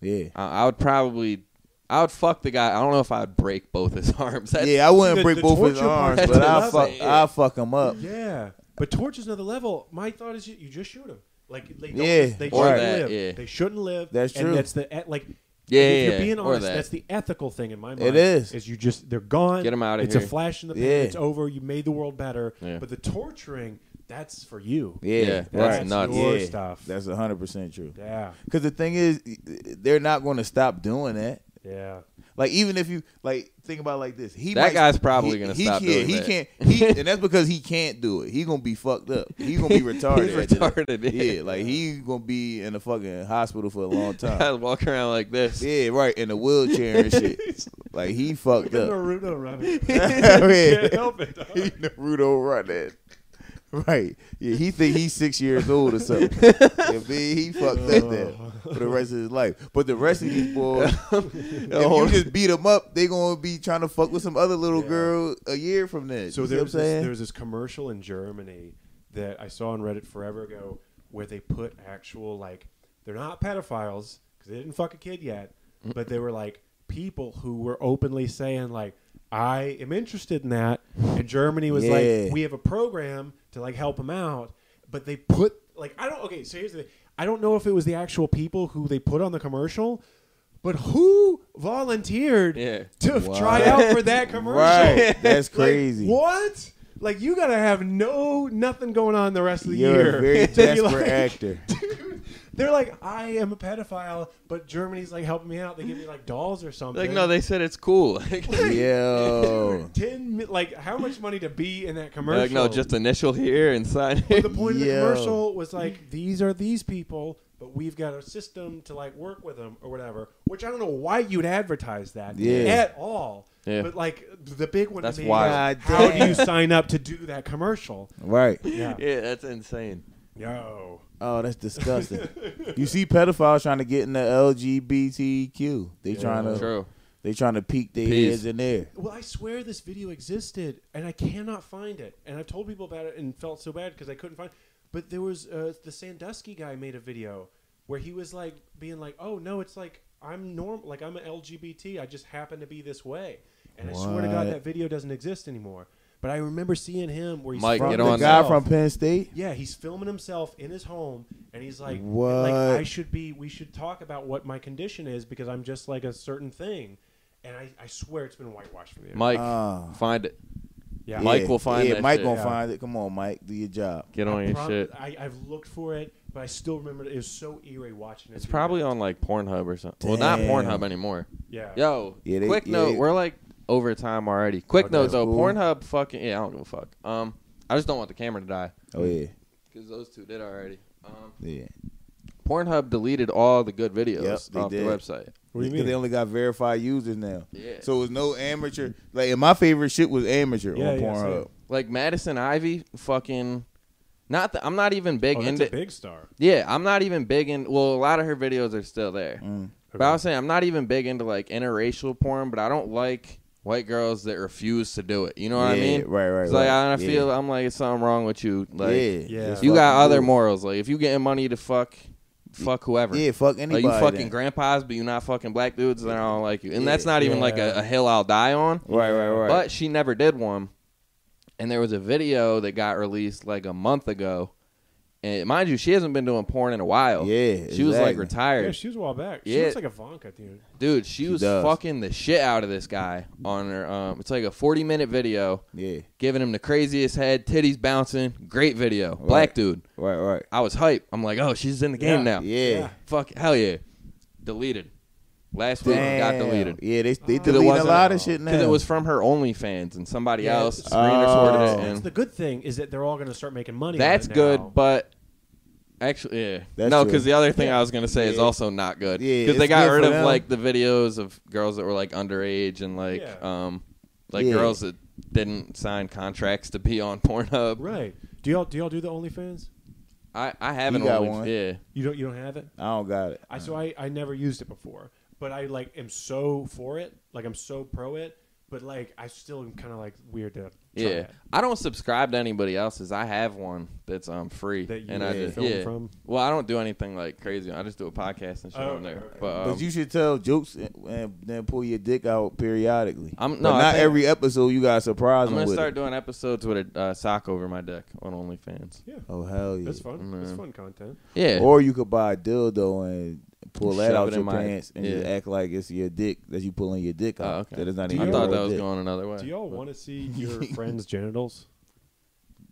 B: Yeah,
D: I, I would probably I would fuck the guy. I don't know if I'd break both his arms. That's,
B: yeah. I wouldn't
C: the-
B: break
C: the
B: both his
C: torture part
B: arms,
D: is
B: but
D: the
B: I
D: love
B: fuck,
D: it.
B: I fuck him up.
C: yeah, but torture's another level. My thought is, you, you just shoot them. Like, they don't,
B: Yeah,
C: they shouldn't
B: or
D: that,
C: live.
D: yeah.
C: They shouldn't live.
B: That's
C: and
B: true.
C: That's the e- like.
D: Yeah,
C: if
D: yeah,
C: you're being
D: or
C: honest,
D: that.
C: that's the ethical thing in my mind.
B: It is.
C: Is you just they're gone.
D: Get 'em outta
C: it's It's
D: here.
C: a flash in the pan.
B: Yeah.
C: It's over. You made the world better.
D: Yeah.
C: But the torturing, that's for you.
B: Yeah,
D: Yeah,
B: right.
D: that's nuts.
C: your
B: yeah,
C: stuff.
B: That's hundred percent true.
C: Yeah.
B: Because the thing is, they're not going to stop doing that.
C: Yeah.
B: Like even if you like think about it like this, he
D: That
B: might-
D: guy's probably
B: he-
D: gonna
B: he
D: stop
B: can't,
D: doing
B: he
D: that.
B: can't he and that's because he can't do it. He gonna be fucked up. He gonna be retarded. after that.
D: retarded, yeah.
B: Yeah, like he gonna be in the fucking hospital for a long
D: I
B: time.
D: would walk around like this.
B: yeah, right in a wheelchair and shit. Like he fucked up.
C: Naruto running.
B: Yeah.
C: Can't help it. dog.
B: He Naruto running. Right. Yeah, he think he's six years old or something. yeah, man, he fucked up there for the rest of his life. But the rest of these boys, if you just beat them up, they gonna be trying to fuck with some other little
C: Yeah.
B: girl a year from then.
C: So
B: you see
C: there's
B: what I'm
C: this,
B: saying?
C: there's this commercial in Germany that I saw on Reddit forever ago where they put actual like they're not pedophiles 'cause because they didn't fuck a kid yet, but they were like people who were openly saying like, "I am interested in that," and Germany was
B: Yeah.
C: like, "We have a program to like help them out," but they put like I don't okay. So here's the thing: I don't know if it was the actual people who they put on the commercial. But who volunteered
A: Yeah.
C: to try out for that commercial?
B: Right. That's
C: Like,
B: crazy.
C: what? Like you gotta have no nothing going on the rest of the
B: You're
C: year.
B: a very
C: to be
B: desperate
C: like-
B: actor.
C: They're like, I am a pedophile, but Germany's like helping me out. They give me like dolls or something.
A: Like, no, they said it's cool. Like,
B: Yo.
C: ten mi- like how much money to be in that commercial?
A: like, no, just initial here and sign.
C: the point of the
B: Yo.
C: commercial was like these are these people, but we've got a system to like work with them or whatever. Which I don't know why you'd advertise that
B: Yeah.
C: at all.
A: Yeah.
C: But like the big one
A: That's
C: to me
A: wild.
C: is, how do you sign up to do that commercial?
B: Right.
C: Yeah.
A: yeah, that's insane.
C: Yo.
B: Oh, that's disgusting. you see pedophiles trying to get in the LGBTQ. They trying to
A: True.
B: they trying to peek their
A: Peace.
B: heads in there.
C: Well, I swear this video existed, and I cannot find it. And I've told people about it and felt so bad because I couldn't find. But there was uh, the Sandusky guy made a video where he was like being like, "Oh no, it's like I'm norm, like I'm an LGBT. I just happen to be this way." And I swear to God,
B: What?
C: that video doesn't exist anymore. But I remember seeing him where he's
A: Mike,
B: From
A: get
B: the
A: on
B: guy
A: that.
B: from Penn State.
C: yeah, he's filming himself in his home, and he's like,
B: What?
C: like I should be. We should talk about what my condition is because I'm just like a certain thing, and I, I swear it's been whitewashed from the
A: Mike,
B: Ah.
A: find it.
C: yeah.
A: Mike will find
B: Yeah,
A: that
B: Mike
A: shit.
B: gonna
C: Yeah.
B: find it. Come on, Mike, do your job.
D: Get on
C: I
D: your
C: prom-
D: shit.
C: I, I've looked for it, but I still remember it. It was so eerie watching it.
D: It's
C: do
D: probably
C: that.
D: on like Pornhub or something. Well, not
B: Damn.
D: Pornhub anymore.
C: Yeah.
D: Yo,
B: Yeah, they-
D: quick
B: yeah,
D: note.
B: they-
D: We're like over time already. Quick
B: Okay,
D: note though.
B: cool.
D: Pornhub fucking yeah. I don't give a fuck. Um, I just don't want the camera to die
B: Oh yeah,
D: because those two did already. Um,
B: yeah.
D: Pornhub deleted all the good videos
B: Yep, they
D: off
B: did.
D: the website.
C: What do you
B: Because
C: mean?
B: They only got verified users now.
D: Yeah.
B: So it was no amateur. Like, and my favorite shit was amateur
C: Yeah,
B: on
C: yeah,
B: Pornhub.
C: same.
D: Like Madison Ivy, fucking. Not that I'm not even big
C: oh, that's
D: into.
C: a big star.
D: Yeah, I'm not even big in. Well, a lot of her videos are still there.
B: Mm.
D: But I was saying I'm not even big into like interracial porn, but I don't like white girls that refuse to do it. You know what
B: Yeah,
D: I mean?
B: right, right,
D: It's like
B: right.
D: I
B: Yeah.
D: feel I'm like it's something wrong with you. Like
B: yeah,
C: Yeah.
B: Just
D: you got
B: fucking
D: other
B: do it.
D: morals. Like if you getting money to fuck, fuck whoever.
B: Yeah, fuck anybody.
D: Like you fucking
B: then.
D: grandpas, but you not fucking black dudes, then I don't like you. And
B: Yeah.
D: that's not even like a,
C: Yeah.
D: a hill I'll die on.
B: Right, right, right.
D: But she never did one. And there was a video that got released like a month ago. And mind you, she hasn't been doing porn in a while.
B: Yeah,
D: She was like
B: exactly.
D: retired.
C: Yeah, she was a while back. She
D: Yeah.
C: looks like Ivanka, dude.
D: Dude, she was
B: does.
D: fucking the shit out of this guy on her um it's like a 40 minute video
B: yeah,
D: giving him the craziest head, titties bouncing, great video. Black dude.
B: right, right.
D: I was hype. I'm like, "Oh, she's in the game
C: Yeah.
D: now."
B: Yeah.
C: Yeah.
D: Fuck, hell yeah. Deleted. Last week
B: Damn.
D: got deleted.
B: Yeah, they they
D: Because
B: deleting a lot of shit now.
D: Because it was from her OnlyFans and somebody
C: Yeah,
D: else
C: it's-
D: screen recorded
B: Oh.
D: it.
C: That's
D: And
C: the good thing is that they're all going to start making money. on
D: that's
C: it now.
D: good, but actually, yeah,
B: That's
D: no,
B: true.
D: because the other thing I was gonna say is
B: Yeah.
D: also not good.
B: Yeah,
D: because
B: it's
D: they got
B: good
D: rid
B: for
D: of
B: them.
D: like the videos of girls that were like underage and like
C: Yeah.
D: um like
B: Yeah.
D: girls that didn't sign contracts to be on Pornhub.
C: right? Do y'all do y'all do the OnlyFans?
D: I I have
B: You
D: an
B: got
D: only
B: one?
D: yeah.
C: You don't you don't have it?
B: I don't got it.
C: I so I I never used it before, but I like am so for it. Like I'm so pro it, but like I still am kind of like weird to. Try
D: Yeah,
C: it.
D: I don't subscribe to anybody else's. I have one that's um free,
C: That you
D: and I
B: Yeah.
D: just
C: film
D: yeah.
C: from?
D: Well, I don't do anything like crazy. I just do a podcast and shit
C: Oh,
D: on there.
C: okay, okay.
D: But, um,
B: But you should tell jokes and, and then pull your dick out periodically.
D: I'm-
B: But
D: no, I
B: not
D: think-
B: every episode you got surprise
D: I'm
B: them
D: gonna
B: with. it.
D: start doing episodes with a uh, sock over my dick on OnlyFans.
C: Yeah,
B: Oh hell yeah!
C: that's fun. That's fun content.
D: Yeah,
B: Or you could buy a dildo and pull
D: Shove
B: that out
D: it
B: your
D: in my-
B: pants and just
D: yeah.
B: act like it's your dick that you pulling your dick
D: Oh,
B: out.
D: okay.
B: That is not
C: Do
B: even
C: you
D: I
B: your
D: thought
B: real
D: that was
B: dick.
D: going another way.
C: Do y'all want to see your friend's genitals?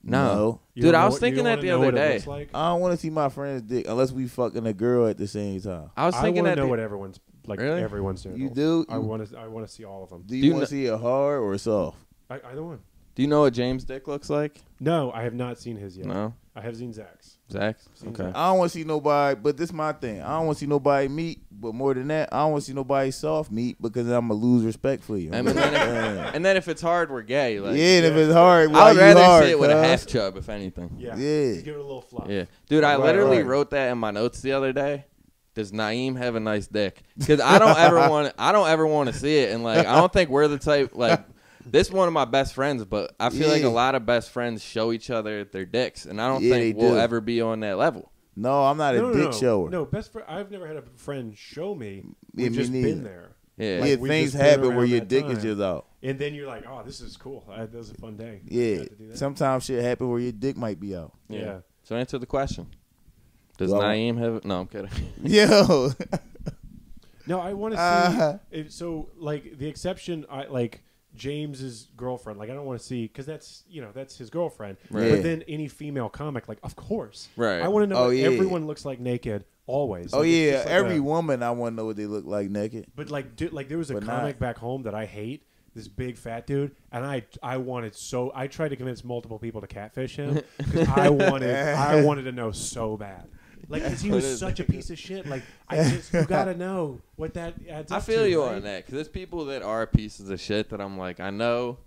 D: No.
B: No.
C: You
D: Dude,
C: don't
D: I
C: know
D: was
C: what- you
D: thinking
C: don't
D: that
C: wanna
D: the
C: know
D: other
C: what it
D: day.
C: looks like?
B: I don't want to see my friend's dick unless we fucking a girl at the same time.
D: I was
C: I
D: thinking
C: want to
D: that.
C: know
D: the-
C: what everyone's like.
D: Really?
C: Everyone's doing.
B: You do?
C: I
B: You-
C: want to. I want to see all of them.
B: Do you,
D: Do you
B: want
D: kn-
B: to see it hard or soft?
C: I, either one.
D: do you know what James' dick looks like?
C: No, I have not seen his yet.
D: No,
C: I have seen Zach's.
D: Zach. Okay.
B: I don't want to see nobody, but this my thing. I don't want to see nobody meat, but more than that, I don't want to see nobody soft meat because I'm gonna lose respect for you.
D: And then,
B: yeah,
D: if, and then if it's hard, we're gay. Like,
B: and if it's hard, why
D: I would
B: you
D: rather
B: hard,
D: see it with a
B: cuz?
D: half chub, if anything.
C: Yeah.
B: Yeah.
C: Just give it a little fluff.
D: Yeah, dude, I
B: Right,
D: literally
B: right.
D: wrote that in my notes the other day. Does Naeem have a nice dick? Because I don't ever want, I don't ever want to see it, and like I don't think we're the type like. This one of my best friends, but I feel like
B: Yeah.
D: a lot of best friends show each other their dicks, and I don't
B: Yeah,
D: think
B: they
D: we'll
B: do.
D: ever be on that level.
B: No, I'm not a
C: no, no,
B: dick
C: no.
B: shower.
C: No, best friend. I've never had a friend show me.
B: Yeah,
C: We've
B: me
C: just
B: neither.
C: been there.
D: Yeah.
B: yeah,
C: Like, we've
B: things
C: just been
B: happen where
C: around
B: your
C: that
B: dick is
C: time.
B: just out.
C: And then you're like, oh, this is cool. I, that was a fun day. I
B: Yeah,
C: got to do that.
B: sometimes shit happen where your dick might be out.
C: yeah.
D: Yeah. So answer the question. Does
B: Well-
D: Naeem have? No, I'm kidding.
B: Yo,
C: No, I want to see.
B: Uh-huh.
C: if, so, like the exception, I like James's girlfriend. Like I don't want to see because that's you know that's his girlfriend.
B: Right.
C: But then any female comic, like of course,
D: Right.
C: I want to know
B: Oh,
C: what
B: yeah.
C: everyone looks like naked always.
B: oh
C: Like, it's
B: yeah,
C: just like
B: every
C: a-
B: woman I want to know what they look like naked.
C: But like, dude, like there was a
B: But
C: comic
B: not-
C: back home that I hate. This big fat dude, and I, I wanted so I tried to convince multiple people to catfish him. 'cause I wanted, I wanted to know so bad, like 'cause he was such a piece of shit. Like I just, you gotta know what that adds
D: I
C: up
D: feel
C: to,
D: you
C: right?
D: on that because there's people that are pieces of shit that I'm like, I know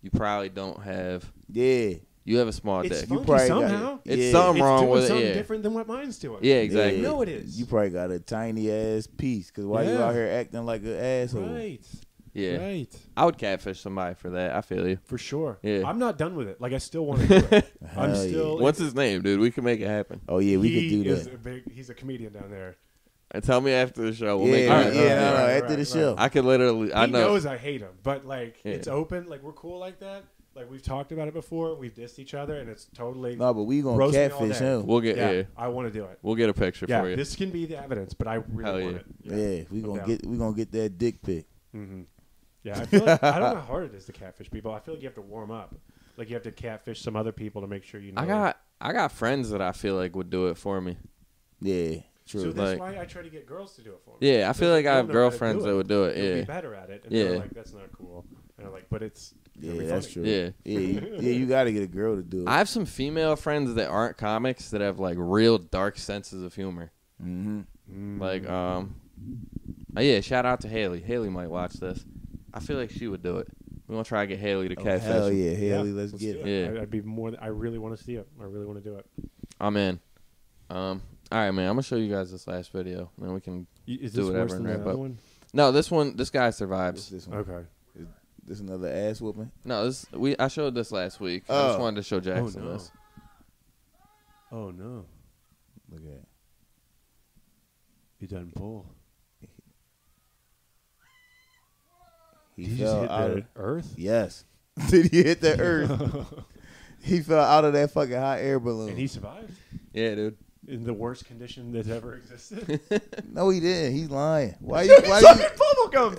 D: you probably don't have.
B: Yeah,
D: You have a small
C: It's
D: dick.
C: funky
B: probably got
C: somehow.
B: it.
D: It's
B: Yeah.
D: something
C: it's
D: wrong
C: doing
D: with
C: something
D: it. Yeah.
C: different than what mine's doing.
D: yeah, exactly.
B: Yeah.
C: No, it is.
B: You probably got a tiny ass piece because why you
C: Yeah.
B: out here acting like an asshole?
C: right,
D: Yeah.
C: right,
D: I would catfish somebody for that. I feel you.
C: for sure.
D: Yeah.
C: I'm not done with it. Like I still want to do it. I'm
B: Hell yeah.
C: still.
D: What's his name, dude? We can make it happen.
B: Oh yeah, we
C: he
B: could do
C: is
B: that.
C: a big- he's a comedian down there.
D: And tell me after the show. We'll make it
B: yeah,
D: happen.
B: yeah,
C: Alright,
B: no, no,
C: alright,
B: after the
C: alright,
B: show.
D: I could literally. I
C: he
D: know.
C: knows I hate him, but like
D: Yeah.
C: it's open. Like we're cool like that. Like we've talked about it before. We've dissed each other, and it's totally.
B: No, but we gonna
C: Roast me all
B: catfish
C: day.
B: him.
D: We'll get yeah.
C: yeah, I want to do it.
D: We'll get a picture
C: Yeah,
D: for you.
C: this can be the evidence, but I really
D: Hell
C: want
D: yeah.
C: it.
B: Yeah, we gonna
C: down.
B: get we gonna get that dick pic.
C: hmm Yeah, I feel like I don't know how hard it is to catfish people. I feel like you have to warm up. Like you have to catfish some other people to make sure you know.
D: I got I got friends that I feel like would do it for me.
B: Yeah,
C: So
B: true.
C: that's
D: like-
C: why I try to get girls to do it for me.
D: Yeah, I
C: Because
D: feel like I
C: they'll
D: have
C: know how to do
D: girlfriends
C: it.
D: that would do it.
C: They'll
D: Yeah,
C: be better at it. And yeah.
D: Yeah.
C: like, that's not cool. And I'm like, but it's. it'll
B: yeah,
C: be
B: that's
C: funny.
B: true.
D: Yeah.
B: yeah, you, yeah. You gotta get a girl to do it.
D: I have some female friends that aren't comics that have like real dark senses of humor.
B: mm-hmm.
C: Mm.
D: Like, um, oh yeah, shout out to Haley. Haley might watch this. I feel like she would do it. We gonna try to get Haley to
B: Oh,
D: catfish.
B: hell
D: him.
B: yeah, Haley, let's,
C: let's
B: get it.
C: do
D: it.
C: I, I'd be more. Than, I really want to see it. I really want to do it.
D: I'm in. Um, all right, man. I'm gonna show you guys this last video, and then we can.
C: Y- Is
D: Do
C: this
D: whatever
C: worse
D: and
C: than the
D: wrap
C: other
D: up.
C: one?
D: No, this one, this guy
B: What's
D: survives.
B: this one?
C: Okay.
B: This another ass whooping.
D: No, this we I showed this last week. I just
B: Oh.
D: wanted to show
C: Oh
D: Jackson
C: no.
D: this.
C: Oh no.
B: Look at that.
C: You done pull.
B: he
C: Did you just
B: fell
C: hit
B: out.
C: the
B: Of,
C: earth?
B: yes, did he hit the earth? he fell out of that fucking hot air balloon.
C: And he survived
D: Yeah, dude.
C: in the worst condition that's ever existed.
B: no, he didn't. He's lying. Why you? Why you?
C: bubblegum,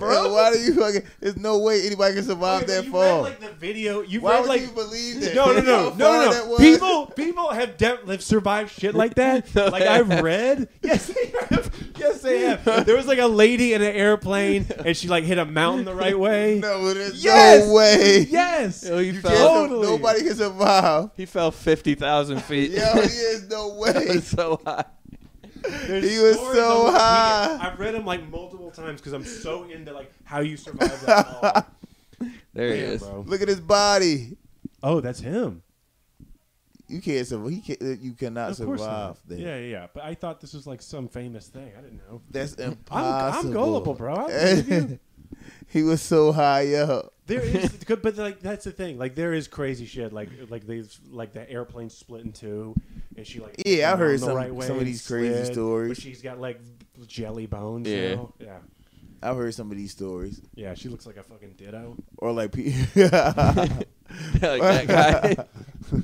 B: Why do you fucking? There's no way anybody can survive that
C: you
B: fall.
C: read like the video. You
B: why
C: read
B: would
C: like
B: you believe that?
C: no, no,
B: You know how
C: no, no,
B: far
C: no,
B: that
C: no.
B: was?
C: People, people have de- have survived shit like that. Like I've read. Yes, they have. Yes, they have. There was like a lady in an airplane, and she like hit a mountain the right way.
B: No, there's
C: Yes!
B: no way.
C: Yes.
D: Oh, he
B: You
D: fell.
B: can't-
C: Totally.
B: Nobody can survive.
D: He fell fifty thousand feet.
B: Yo, there's no
D: That
B: way.
D: was so high.
C: There's
B: He was
C: stories
B: so
C: on Wikipedia.
B: high.
C: I've read them like multiple times because I'm so into like how you survive that. fall.
D: There he
C: Damn,
D: is.
C: bro.
B: Look at his body.
C: Oh, that's him.
B: You can't survive. He can't, you cannot
C: of course
B: survive
C: not.
B: that.
C: Yeah, yeah, yeah. But I thought this was like some famous thing. I didn't know.
B: That's
C: I'm,
B: impossible.
C: I'm gullible, bro. I believe you.
B: he was so high up.
C: There is, good, but like that's the thing. Like there is crazy shit. Like like they've like the airplane split in two, and she like
B: Yeah, I
C: went
B: heard
C: the
B: some-
C: right way
B: some of
C: and
B: these crazy
C: slid,
B: stories.
C: But she's got like jelly bones.
D: Yeah.
C: now. yeah,
B: I've heard some of these stories,
C: yeah. She looks like a fucking ditto.
B: or like, pe-
D: like that guy.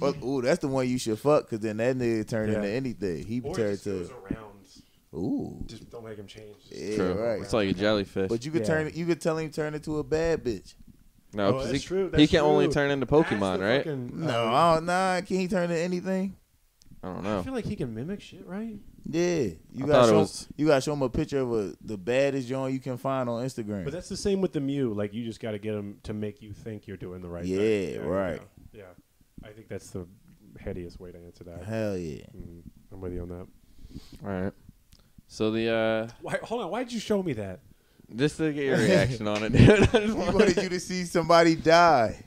B: Or- ooh, that's the one you should fuck, because then that nigga turn
C: Yeah.
B: into anything. He
C: Or
B: turned
C: just goes
B: to
C: around.
B: ooh,
C: Just don't make him change. Just-
B: yeah,
D: True.
B: right.
D: It's like a jellyfish.
B: but you could
C: Yeah.
B: turn, you could tell him turn into a bad bitch.
D: no,
C: Oh,
D: 'cause
C: that's
D: he,
C: true,
D: he
C: that's
D: can only
C: true.
D: turn into
C: That's the
D: Pokemon, right?
C: fucking-
B: No,
C: uh,
B: I don't, nah, can he turn into anything?
D: I don't
C: I
D: know.
C: feel like he can mimic shit, right?
B: Yeah, you
D: I
B: gotta
D: thought it
B: show,
D: was-
B: you gotta show him a picture of a, the baddest joint you can find on Instagram.
C: But that's the same with the Mew. Like you just got to get him to make you think you're doing the right
B: Yeah,
C: thing. you
B: right.
C: know. Yeah, I think that's the headiest way to answer that.
B: Hell yeah.
C: Mhm. I'm with you on that.
D: All right. So the uh
C: Why, hold on, why did you show me that?
D: just to get your reaction on it, dude. I just
B: He
D: wanted-
B: wanted you to see somebody die.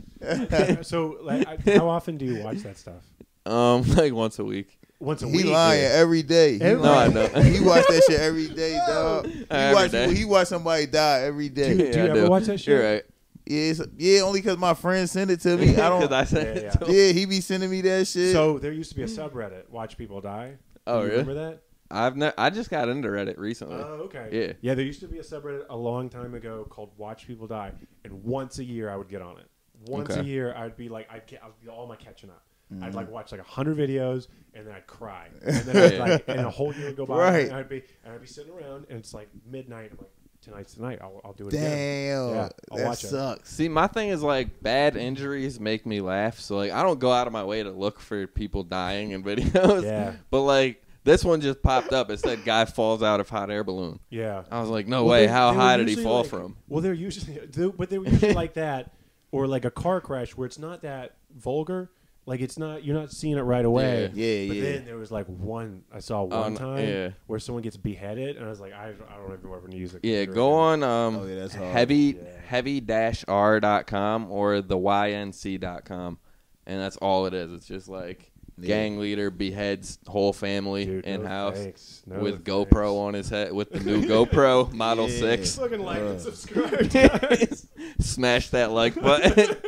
C: so, like, I, how often do you watch that stuff?
D: um like once a week.
C: Once a
B: He
C: week.
B: lying every day. He
C: Every-
D: No, I
B: lying.
D: know.
B: He watch that shit every day, dog. He
D: Every
B: watch,
D: day.
B: he watch somebody die every day.
C: Do you
D: Yeah, I
C: ever watch that shit?
D: You're right.
B: Yeah, it's, yeah, only because my friend sent it to me. I don't.
D: Because I said
C: Yeah,
D: it
C: yeah.
D: to him.
B: yeah, he be sending me that shit.
C: So there used to be a subreddit, Watch People Die.
D: Oh,
C: You
D: really?
C: Remember that?
D: I've ne- I just got into Reddit recently.
C: Oh, okay.
D: Yeah.
C: Yeah, there used to be a subreddit a long time ago called Watch People Die, and once a year I would get on it. Once a
D: Okay. Mm.
C: year I'd be like, I'd, get, I'd be all my catching up. I'd like watch like hundred videos, and then I'd cry, and then I'd like, and a whole year would go by,
B: Right.
C: and I'd be, and I'd be sitting around, and it's like midnight. I'm like, tonight's the night. I'll, I'll do it again.
B: Damn,
C: Yeah, I'll
B: that
C: watch it.
B: sucks.
D: See, my thing is like bad injuries make me laugh, so like I don't go out of my way to look for people dying in videos.
C: Yeah.
D: But like this one just popped up. It said guy falls out of hot air balloon.
C: Yeah.
D: I was like, no
C: Well,
D: way.
C: they-
D: How
C: they were
D: high did he
C: usually
D: fall
C: like-
D: from?
C: Well, they're usually, they- but they were usually like that, or like a car crash where it's not that vulgar. Like it's not, you're not seeing it right away.
B: Yeah,
C: But
B: yeah.
C: then there was like one I saw one
D: no,
C: time
D: yeah.
C: where someone gets beheaded, and I was like, I, don't- I don't even remember to use it.
D: Yeah, go on um
B: Oh, yeah, that's hard.
D: heavy
C: Yeah.
D: heavy dash r dot com or the ync dot com, and that's all it is. It's just like
B: Yeah.
D: gang leader beheads whole family
C: Dude, no
D: in house
C: thanks. No
D: with
C: thanks.
D: GoPro on his head with the new GoPro Model
B: Yeah.
D: Six.
C: Fucking like
B: Uh.
C: and subscribe. guys.
D: Smash that like button.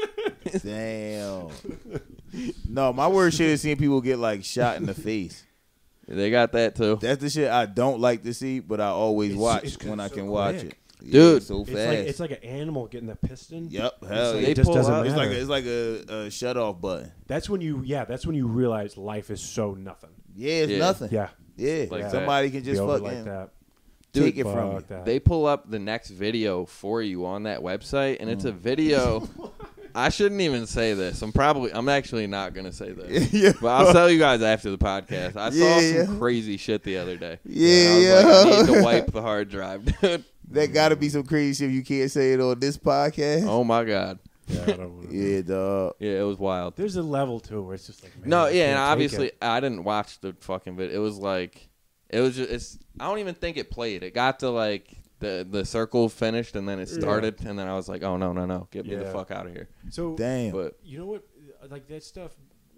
B: Damn. no, my worst shit is seeing people get like shot in the face.
D: they got that too.
B: That's the shit I don't like to see, but I always
C: It's-
B: watch
C: it's 'cause
B: when
C: it's
B: I
C: so
B: can watch
C: quick.
B: it. Yeah,
D: Dude,
B: it's so
C: it's
B: fast.
C: like it's like an animal getting a piston.
B: yep,
D: It's
B: hell
D: like
B: yeah.
D: they
C: it just
D: pull
C: doesn't
D: up.
B: It's
C: matter.
B: like a, it's like a, a shut off button.
C: That's when you, yeah, that's when you realize life is so nothing.
B: Yeah, it's
D: Yeah.
B: nothing.
C: Yeah,
B: yeah.
D: Like
B: somebody can
C: Be
B: just
C: over
B: fucking
C: like that.
B: take
D: Dude,
B: it from you.
C: Fuck that.
D: They pull up the next video for you on that website, and
B: Mm.
D: it's a video. I shouldn't even say this. I'm probably, I'm actually not gonna say this.
B: Yeah.
D: But I'll tell you guys after the podcast. I
B: Yeah,
D: saw some
B: yeah.
D: crazy shit the other day.
B: Yeah,
D: And I was like, I
B: yeah.
D: need to wipe the hard drive, dude.
B: That gotta be some crazy shit you can't say it on this podcast.
D: Oh my god.
C: Yeah, I don't wanna-
B: Yeah, dog.
D: Yeah, it was wild.
C: There's a level to it where it's just like man,
D: no,
C: I
D: yeah,
C: can't
D: and
C: take
D: obviously
C: it.
D: I didn't watch the fucking video. It was like, it was just. It's. I don't even think it played. It got to like the the circle finished, and then it
C: Yeah.
D: started, and then I was like, oh no no no, get me the
C: Yeah.
D: fuck out of here.
C: So
B: Damn.
D: But
C: you know what? uh, Like that stuff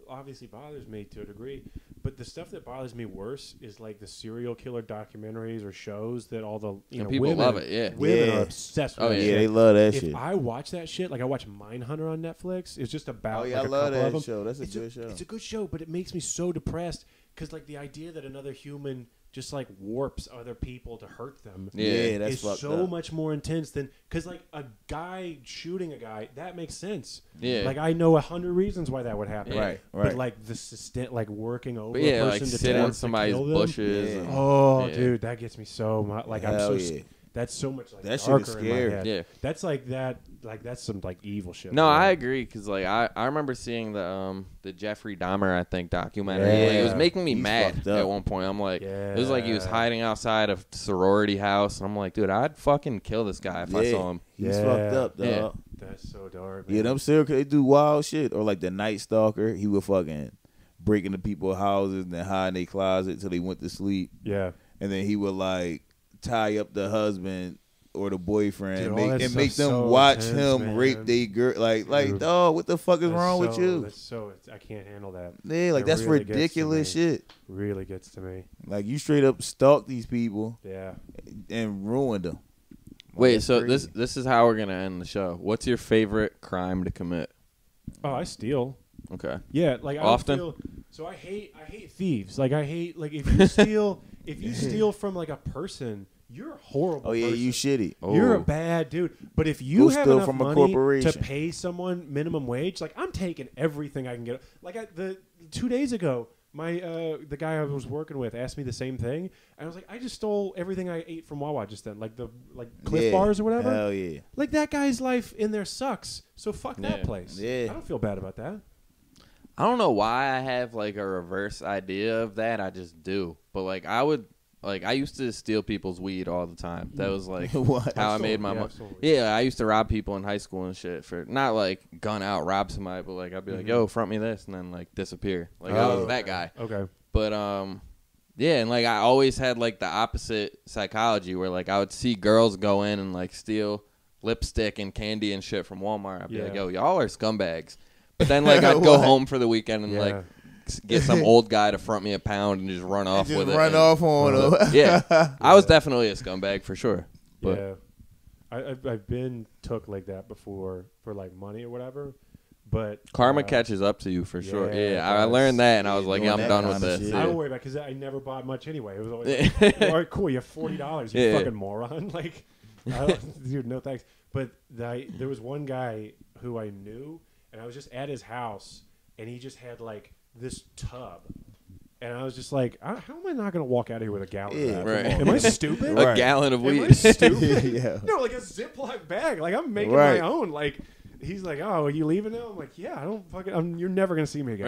C: obviously bothers me to a degree, but the stuff that bothers me worse is like the serial killer documentaries or shows that all the you
D: And
C: know
D: people
C: women,
D: love it, yeah.
C: women
B: Yeah.
C: are obsessed with.
D: Oh,
C: that
D: yeah.
B: yeah,
C: shit.
B: they love that
C: if
B: shit.
C: I watch that shit, like I watch Mindhunter on Netflix, it's just about.
B: Oh, yeah,
C: like,
B: I
C: a
B: love
C: couple
B: that
C: of 'em.
B: show. That's a
C: it's
B: good show.
C: It's a good show, but it makes me so depressed because like the idea that another human just like warps other people to hurt them.
D: Yeah.
B: yeah, that's
C: is
B: fucked
C: so
B: up.
C: much more intense than because like a guy shooting a guy that makes sense.
D: Yeah.
C: like I know a hundred reasons why that would happen.
D: Yeah. Right,
B: right.
C: But like the sustain, like working over
D: but
C: a
D: yeah,
C: person
D: like
C: to
D: sit
C: torture
D: on
C: to
D: somebody's
C: kill them.
D: bushes.
B: Yeah.
D: and-
C: Oh,
D: Yeah.
C: dude, that gets me so much. Like I'm
B: Hell
C: so
B: yeah.
C: s- that's so much like
B: That shit
C: darker
B: is
C: In
B: scary.
C: my head.
D: Yeah.
C: that's like that. Like that's some like evil shit.
D: No,
C: man.
D: I agree because like I, I remember seeing the um the Jeffrey Dahmer I think documentary. Like, it was
C: Yeah.
D: making me
B: He's
D: mad
B: fucked up.
D: at one point. I'm like, it was like he was
C: Yeah.
D: hiding outside of sorority house, and I'm like, dude, I'd fucking kill this guy if I
B: Yeah.
D: saw him.
B: He's
C: Yeah.
B: fucked up, dog.
D: Yeah.
C: That's so dark. Man.
B: Yeah, them serial killers, they do wild shit. Or like the Night Stalker, he would fucking break into people's houses and then hide in their closet till they went to sleep,
C: Yeah.
B: and then he would like tie up the husband or the boyfriend
C: Dude,
B: and
C: all
B: make,
C: that
B: and make them
C: stuff's so
B: watch
C: intense,
B: him
C: man.
B: rape they girl. Like, like
C: Dude.
B: dog, what the fuck is
C: That's
B: wrong with
C: so-
B: you?
C: That's so I can't handle that.
B: Yeah, like
C: it
B: that's
C: really gets to
B: ridiculous
C: me.
B: shit.
C: Really gets to me.
B: Like you straight up stalked these people
C: Yeah.
B: and ruined them.
D: Wait,
B: that's
D: so
B: crazy.
D: this this is how we're gonna end the show. What's your favorite crime to commit?
C: Oh, I steal.
D: Okay,
C: Yeah, like I would
D: Often?
C: Feel, so I hate I hate thieves. Like I hate like if you steal if you steal from like a person, you're a horrible.
B: Oh yeah, you
C: person.
B: shitty.
C: You're a
D: Oh.
C: bad dude. But if you
B: Go
C: have
B: steal
C: enough
B: from a
C: money
B: corporation.
C: to pay someone minimum wage, like I'm taking everything I can get. Like I, the two days ago, my uh, the guy I was working with asked me the same thing, and I was like, I just stole everything I ate from Wawa just then, like the like Cliff
B: Yeah.
C: bars or whatever.
B: Hell yeah.
C: Like that guy's life in there sucks. So fuck that
D: Yeah.
C: place.
B: Yeah.
C: I don't feel bad about that.
D: I don't know why I have like a reverse idea of that. I just do, but like I would. Like I used to steal people's weed all the time. That was like
B: What?
D: how I
C: Absolutely,
D: made my
C: yeah,
D: money.
C: absolutely.
D: Yeah, I used to rob people in high school and shit for not like gun out rob somebody, but like I'd be like, "Yo, front me this," and then like disappear. Like I
B: Oh.
D: was that guy.
C: Okay.
D: But um, yeah, and like I always had like the opposite psychology where like I would see girls go in and like steal lipstick and candy and shit from Walmart. I'd be
C: Yeah.
D: like, "Yo, y'all are scumbags." But then like I'd go
B: What?
D: home for the weekend and
C: Yeah.
D: like s- get some old guy to front me a pound and just run off
B: Just
D: with it.
B: run
D: and-
B: off on them.
D: yeah, I was definitely a scumbag for sure. But
C: yeah. I I, I've, I've been took like that before for like money or whatever, but
D: Karma
C: uh,
D: catches up to you for sure.
C: yeah,
D: Yeah, I I
C: that's-
D: learned that, and I was
B: yeah,
D: like,
B: doing
D: yeah, I'm
B: that
D: done with
B: kinda
D: this.
B: shit.
C: I
D: Yeah.
C: don't worry about because I never bought much anyway. It was always like, all right, cool. You have forty dollars. You
D: Yeah.
C: fucking moron. Like, I don't- dude, no thanks. But the, there was one guy who I knew, and I was just at his house, and he just had like this tub, and I was just like, I, how am I not gonna walk out of here with a gallon?
B: Yeah,
C: of that?
D: right.
C: Am I stupid?
D: A
B: Right.
D: gallon of
C: Am I
D: weed.
C: stupid?
B: Yeah.
C: No, like a Ziploc bag. Like I'm making
B: Right.
C: my own. Like he's like, oh, are you leaving now? I'm like, yeah, I don't fucking. I'm, you're never gonna see me again.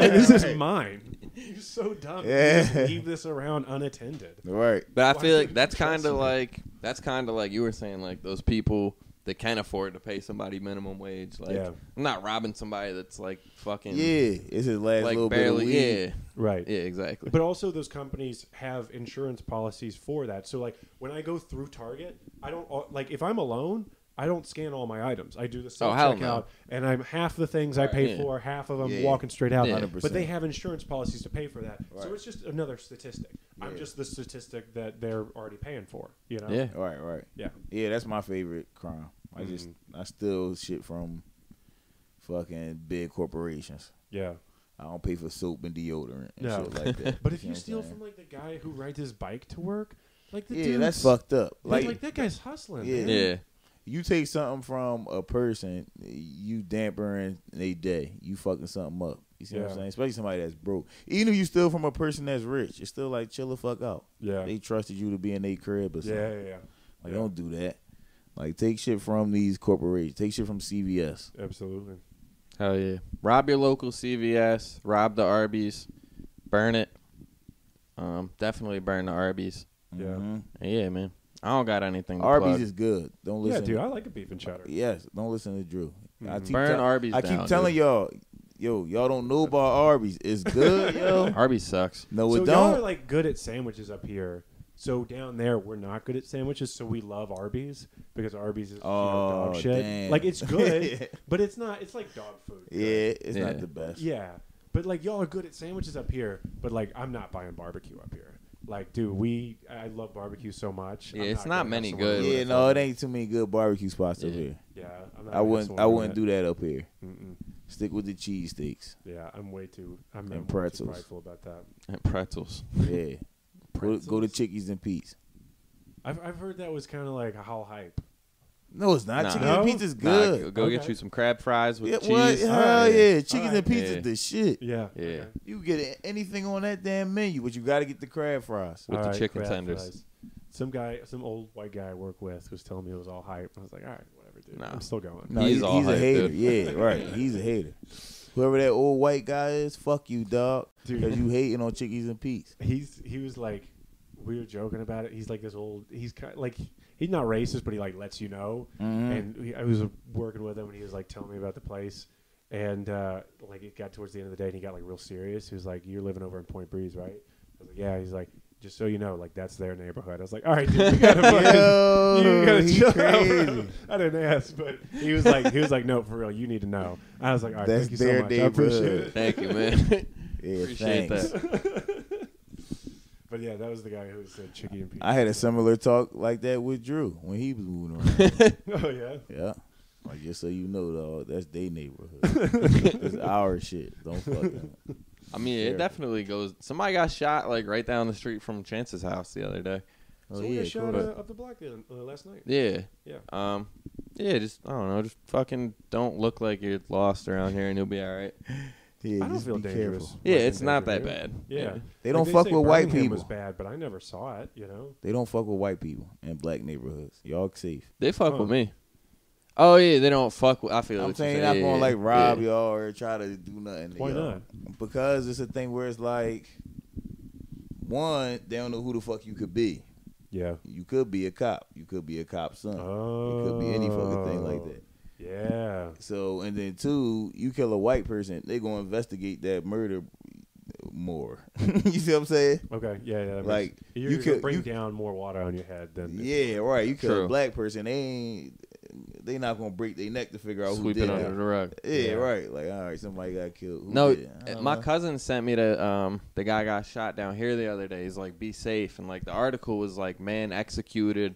C: Like, this is mine. You're so dumb. You just
B: Yeah.
C: leave this around unattended.
B: Right.
D: But I
C: Why
D: feel
C: would
D: like
C: you
D: that's
C: trust
D: kind of
C: me?
D: like that's kind of like you were saying, like those people that can afford to pay somebody minimum wage. Like,
C: Yeah.
D: I'm not robbing somebody that's like fucking
B: Yeah, it's his last
D: like
B: little bit of
D: barely.
B: weed.
D: Yeah,
C: Right.
D: yeah, exactly.
C: But also, those companies have insurance policies for that. So, like, when I go through Target, I don't uh, like if I'm alone. I don't scan all my items. I do the self
D: Oh, hell
C: checkout,
D: no.
C: and I'm half the things I paid
D: yeah.
C: for, half of them
B: Yeah.
C: walking straight out.
D: Yeah.
C: But
B: 100%.
C: they have insurance policies to pay for that, so
B: Right.
C: it's just another statistic. I'm
B: Yeah.
C: just the statistic that they're already paying for. You know?
D: Yeah.
B: Right, right.
C: Yeah.
B: Yeah, that's my favorite crime. I just I steal shit from fucking big corporations.
C: Yeah.
B: I don't pay for soap and deodorant and
C: No.
B: shit like that.
C: But if
B: know
C: you
B: what I'm
C: steal
B: saying?
C: from like the guy who rides his bike to work, like the
B: yeah,
C: dude's-
B: that's fucked up.
C: Like,
B: Like,
C: like that guy's hustling.
B: Yeah.
C: man.
D: yeah,
B: you take something from a person, you dampering they day. You fucking something up. You see what
C: Yeah.
B: I'm saying? Especially somebody that's broke. Even if you steal from a person that's rich, it's still like chill the fuck out.
C: Yeah.
B: They trusted you to be in their crib or something.
C: Yeah, yeah, yeah.
B: Like don't do that. Like take shit from these corporations. Take shit from CVS.
C: Absolutely.
D: hell yeah. Rob your local CVS. Rob the Arby's. Burn it. Um, definitely burn the Arby's.
C: Yeah.
B: Mhm.
D: Yeah, man. I don't got anything. To
B: Arby's
D: plug.
B: is good. Don't
C: Yeah,
B: listen.
C: dude, I like a beef and cheddar.
B: yes, don't listen to Drew. I keep
D: Mm-hmm. Burn Arby's
B: I keep
D: down,
B: telling
D: dude.
B: y'all, yo, y'all don't know about Arby's. It's good, yo.
D: Arby's sucks.
B: No,
C: so
B: it
C: y'all are
B: don't.
C: like good at sandwiches up here. So down there, we're not good at sandwiches. So we love Arby's because Arby's is you know,
B: Oh,
C: dog shit.
B: damn.
C: Like it's good,
B: Yeah.
C: but it's not. It's like dog food.
B: yeah, it's
D: Yeah.
B: not the best.
C: Yeah, but like y'all are good at sandwiches up here, but like I'm not buying barbecue up here. Like, dude, we I love barbecue so much.
D: Yeah,
C: I'm
D: it's
C: gonna
D: not
C: have
D: many
C: someone
D: good-
C: do
B: Yeah, no, it ain't too many good barbecue spots up
D: Yeah.
B: here.
C: Yeah, I'm not
B: I wouldn't. I wouldn't do that up here.
C: Mm-mm.
B: Stick with the cheesesteaks.
C: Yeah, I'm way too. I'm, I'm
B: And
C: way too
B: pretzels.
C: prideful about that.
D: And pretzels.
B: Yeah. go, go to Chickies and Pete's.
C: I've I've heard that was kind of like a whole hype.
B: No, it's not.
D: Nah.
B: Chicken
C: No?
B: and Pete's is
D: Nah,
B: good.
D: go go get
C: Okay.
D: you some crab fries with
B: Yeah,
D: cheese.
B: what? Hell
C: Alright.
B: yeah. Chickens
C: Alright.
B: and pizza
D: Yeah.
B: the shit.
C: Yeah.
D: Yeah.
C: okay.
B: You get anything on that damn menu, but you got to get the crab fries.
D: With the
C: Alright,
D: chicken
C: crab
D: tenders.
C: fries. Some guy, some old white guy I work with, was telling me it was all hype. I was like, all right, whatever, dude.
D: Nah.
C: I'm still going.
B: No,
D: He's
B: he's,
D: all
B: he's a
D: hype,
B: hater.
D: dude.
B: Yeah, right. He's a hater. Whoever that old white guy is, fuck you, dog.
C: Dude.
B: Because you hating on Chickies and Pete's.
C: he's he was like we were joking about it. He's like this old. He's kind like he's not racist, but he like lets you know.
B: Mm-hmm.
C: And we, I was working with him, and he was like telling me about the place. And uh, like it got towards the end of the day, and he got like real serious. He was like, "You're living over in Point Breeze, right?" I was like, "Yeah." He's like, "Just so you know, like that's their neighborhood." I was like, "All right, dude, you gotta fucking."
B: Yo,
C: You gotta
B: he
C: chill
B: crazy.
C: out. bro. I didn't ask, but he was like, he was like, no, for real, you need to know. I was like, all right,
B: That's
C: thank you so
B: their
C: much. I
B: neighborhood.
C: appreciate it.
D: Thank you, man.
B: Yeah,
D: Appreciate
B: thanks.
D: that.
C: But yeah, that was the guy who said E. chicken and peas.
B: I had a similar talk like that with Drew when he was moving around.
C: Oh yeah.
B: yeah. Like, just so you know, dog, that's their neighborhood. it's our shit. Don't fuck them.
D: I mean, it definitely goes. Somebody got shot like right down the street from Chance's house the other day.
B: Oh,
C: Someone
B: yeah,
C: got shot
B: cool.
C: uh, up the block the, uh, last night.
D: Yeah.
C: Yeah.
D: Um. Yeah. Just I don't know. Just fucking don't look like you're lost around here, and you'll be all right.
B: Yeah,
C: I don't
B: just
C: feel
B: be
C: dangerous.
B: careful.
D: Yeah,
C: Like,
D: it's not that
C: dangerous.
D: bad.
C: Yeah.
B: They don't
C: Like,
B: fuck
C: say
B: with white
C: Birmingham Was
B: people.
C: bad, but I never saw it. You know.
B: They don't fuck with white people in black neighborhoods. Y'all safe.
D: They fuck
C: Huh.
D: with me. Oh yeah, they don't fuck with. I feel.
B: I'm
D: what you're
B: saying not
D: Yeah,
B: gonna like
D: yeah.
B: rob y'all or try to do nothing. to
C: Why
B: y'all.
C: not?
B: Because it's a thing where it's like, one, they don't know who the fuck you could be.
C: Yeah.
B: You could be a cop. You could be a cop's son.
C: Oh.
B: It could be any fucking thing like
D: Oh.
B: that.
C: Yeah.
B: So, and then two, you kill a white person, they gonna investigate that murder more. you see what I'm saying?
C: Okay. Yeah. yeah that makes-
B: Like,
C: you're,
B: you
C: you could
B: could-
C: bring
B: you-
C: down more water on your head than
B: Yeah, right. You kill
D: True.
B: a black person, they ain't they not gonna break their neck to figure out
D: Sweep
B: who
D: it
B: did
D: under
B: it.
D: the rug.
B: Yeah,
C: Yeah.
B: right. Like, all right, somebody got killed. Who
D: No,
B: did it? I
D: uh,
B: don't
D: my
B: know.
D: cousin sent me to um, the guy got shot down here the other day. He's like, "Be safe," and like the article was like, "Man executed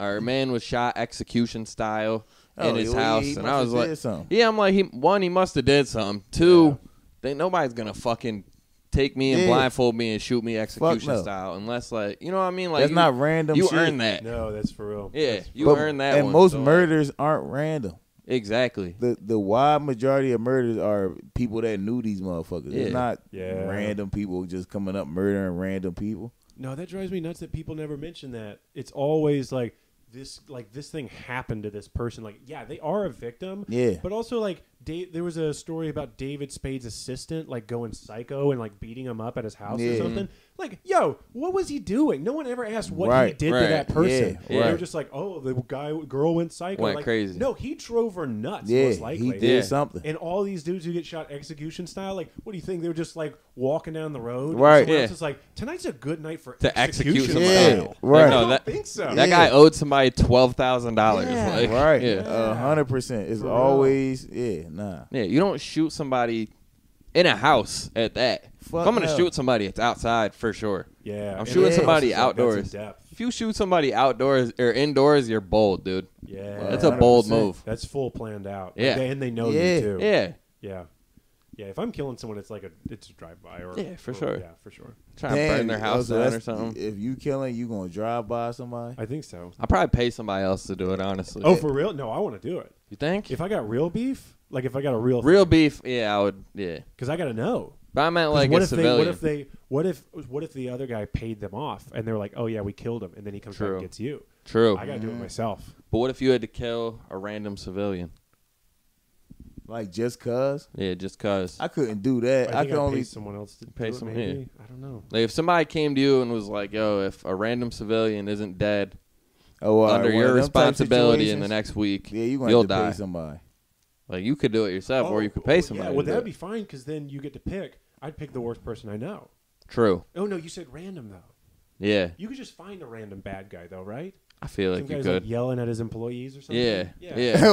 D: Our man was shot execution style
B: Oh,
D: in his
B: he- he
D: house,
B: must
D: and I
B: have
D: was
B: did
D: like,
B: something.
D: yeah, I'm like, he one, he must have did something. Two, they nobody's gonna fucking take me and
B: Yeah.
D: blindfold me and shoot me execution
B: no.
D: style unless like you know what I mean. Like
B: That's
D: you-
B: not random
D: You
B: shit.
D: earned that.
C: No, that's for real.
D: Yeah,
C: That's-
D: you
B: But-
D: earned that.
B: And
D: one,
B: most
D: so, like,
B: murders aren't random.
D: exactly.
B: The the wide majority of murders are people that knew these motherfuckers.
D: Yeah.
B: It's not
C: Yeah.
B: random people just coming up murdering random people.
C: no, that drives me nuts that people never mention that. It's always like this, like this thing happened to this person. Like, yeah, they are a victim.
B: Yeah.
C: but also like da- there was a story about David Spade's assistant like going psycho and like beating him up at his house or
B: Yeah.
C: something. Like, yo, what was he doing? No one ever asked what he
B: Right,
C: did to
D: right,
C: that person.
B: yeah,
C: They were
B: right.
C: just like, oh, the guy girl went psycho,
D: Went
C: Like,
D: crazy.
C: No, he drove her nuts.
B: Yeah,
C: most likely.
B: he did
D: Yeah.
B: something.
C: And all these dudes who get shot execution style, like, what do you think? They were just like walking down the road. and
B: Right.
C: someone
D: Yeah.
C: else is like, tonight's a good night for
D: To execute
C: execution
D: somebody.
B: Yeah,
C: style.
B: right.
C: I
D: No,
C: don't
D: that-
C: think so.
D: That
B: Yeah.
D: guy owed somebody twelve thousand dollars. Like,
B: right.
D: Yeah.
B: A hundred percent. It's
C: For real.
B: always yeah, nah.
D: Yeah, you don't shoot somebody in a house at that.
B: Fuck
D: if I'm gonna
B: no.
D: shoot somebody, it's outside for sure.
C: Yeah.
D: I'm
C: and
D: shooting
C: that's
D: somebody
C: also- that's in
D: outdoors.
C: depth.
D: If you shoot somebody outdoors or indoors, you're bold, dude.
C: Yeah.
D: That's a bold
B: 100%.
D: move.
C: That's full planned out.
D: Yeah.
C: They- and they know
B: Yeah.
C: you too.
D: Yeah,
C: Yeah. Yeah. If I'm killing someone, it's like a it's a drive by or
D: Yeah, for
C: or-
D: sure.
C: Yeah, for sure.
D: try and burn
B: Damn,
D: their house
B: also,
D: down or
B: that's-
D: something.
B: If you killing, you gonna drive by somebody.
C: I think so.
D: I'll probably pay somebody else to do it. Honestly,
C: Oh, for real? No, I want to do it.
D: you think?
C: If I got real beef, like if I got a real
D: Real beef, yeah, I would. Yeah,
C: because I got to know.
D: but I meant
C: 'Cause
D: like
C: what
D: a
C: if
D: civilian.
C: they what if they what if what if the other guy paid them off and they're like, oh yeah, we killed him, and then he comes back
D: True.
C: and gets you.
D: True,
C: I gotta do it myself.
D: but what if you had to kill a random civilian?
B: Like just cause
D: Yeah, just cause.
B: I couldn't do that. I,
C: I,
B: could
C: think I
B: only
C: pay someone else to
D: Pay
C: do it,
D: someone,
C: maybe. I don't know.
D: Like if somebody came to you and was like, "Yo, if a random civilian isn't dead
B: oh, all right,
D: under
B: one
D: your
B: of them type
D: responsibility in the
B: situations,
D: next week,
B: Yeah, you gonna
D: will
B: have to
D: die."
B: pay Oh, somebody.
D: Like you could do it yourself, or you could pay somebody.
C: Yeah, well,
D: to do
C: that'd be
D: it.
C: fine because then you get to pick. I'd pick the worst person I know.
D: true.
C: Oh no, you said random though.
D: Yeah,
C: You could just find a random bad guy though, right?
D: I feel
C: Some
D: like you
C: guy's
D: could.
C: like yelling at his employees or something.
D: yeah, yeah,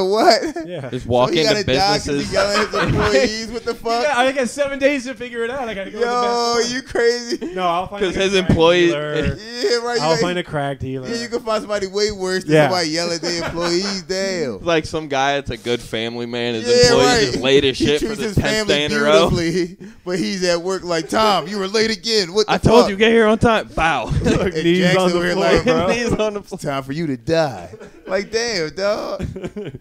B: what?
C: yeah.
D: Just
B: So
D: walk
B: he
D: into
B: gotta die 'cause
D: businesses.
B: He yelling at his employees. What the fuck?
C: Yeah, I got seven days to figure it out. I gotta go.
B: Yo,
C: to the best.
B: you crazy?
C: No, I'll find
D: 'Cause
C: a
D: his
C: crack
D: employee-
C: dealer.
B: Yeah, right.
C: I'll
B: you,
C: find a crack dealer.
B: yeah, you can find somebody way worse than
C: Yeah.
B: somebody yelling at their employees. Damn.
D: like some guy that's a good family man. His
B: yeah,
D: employees
B: right.
D: just late as shit
B: he
D: for
B: treats
D: the
B: his
D: tenth day
B: family
D: in a row.
B: beautifully, but he's at work like Tom. You were late again. What? The
D: I told
B: fuck?
D: you get here on time. Bow.
C: Look,
B: And
C: knees
B: Jack's
C: on the
B: over here
C: floor,
B: like,
C: bro.
D: Knees on the floor.
B: Time for you to die. Like, damn, dog.
C: Dude,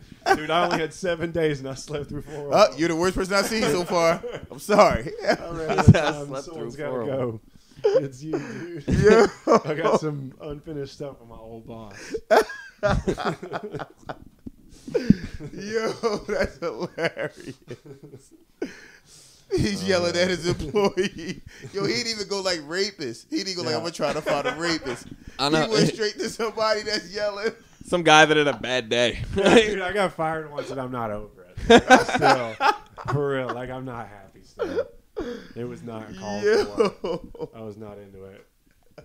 C: I only had seven days and I slept through four.
D: Uh,
B: Oh, you're the worst person I've seen so far. I'm sorry.
C: I
D: I slept
C: someone's
D: through
C: gotta
D: four of
C: go. It's you, dude.
B: Yo.
C: I got some unfinished stuff with my old boss.
B: Yo, that's hilarious. He's yelling at his employee. Yo, he didn't even go like rapist. He didn't go like
C: Yeah.
B: I'm gonna try to find a rapist.
D: I
B: He went
D: know.
B: straight to somebody that's yelling.
D: Some guy that had a bad day.
C: Dude, I got fired once and I'm not over it. Still, for real, like I'm not happy. Still, it was not called for.
B: Yo.
C: I was not into it.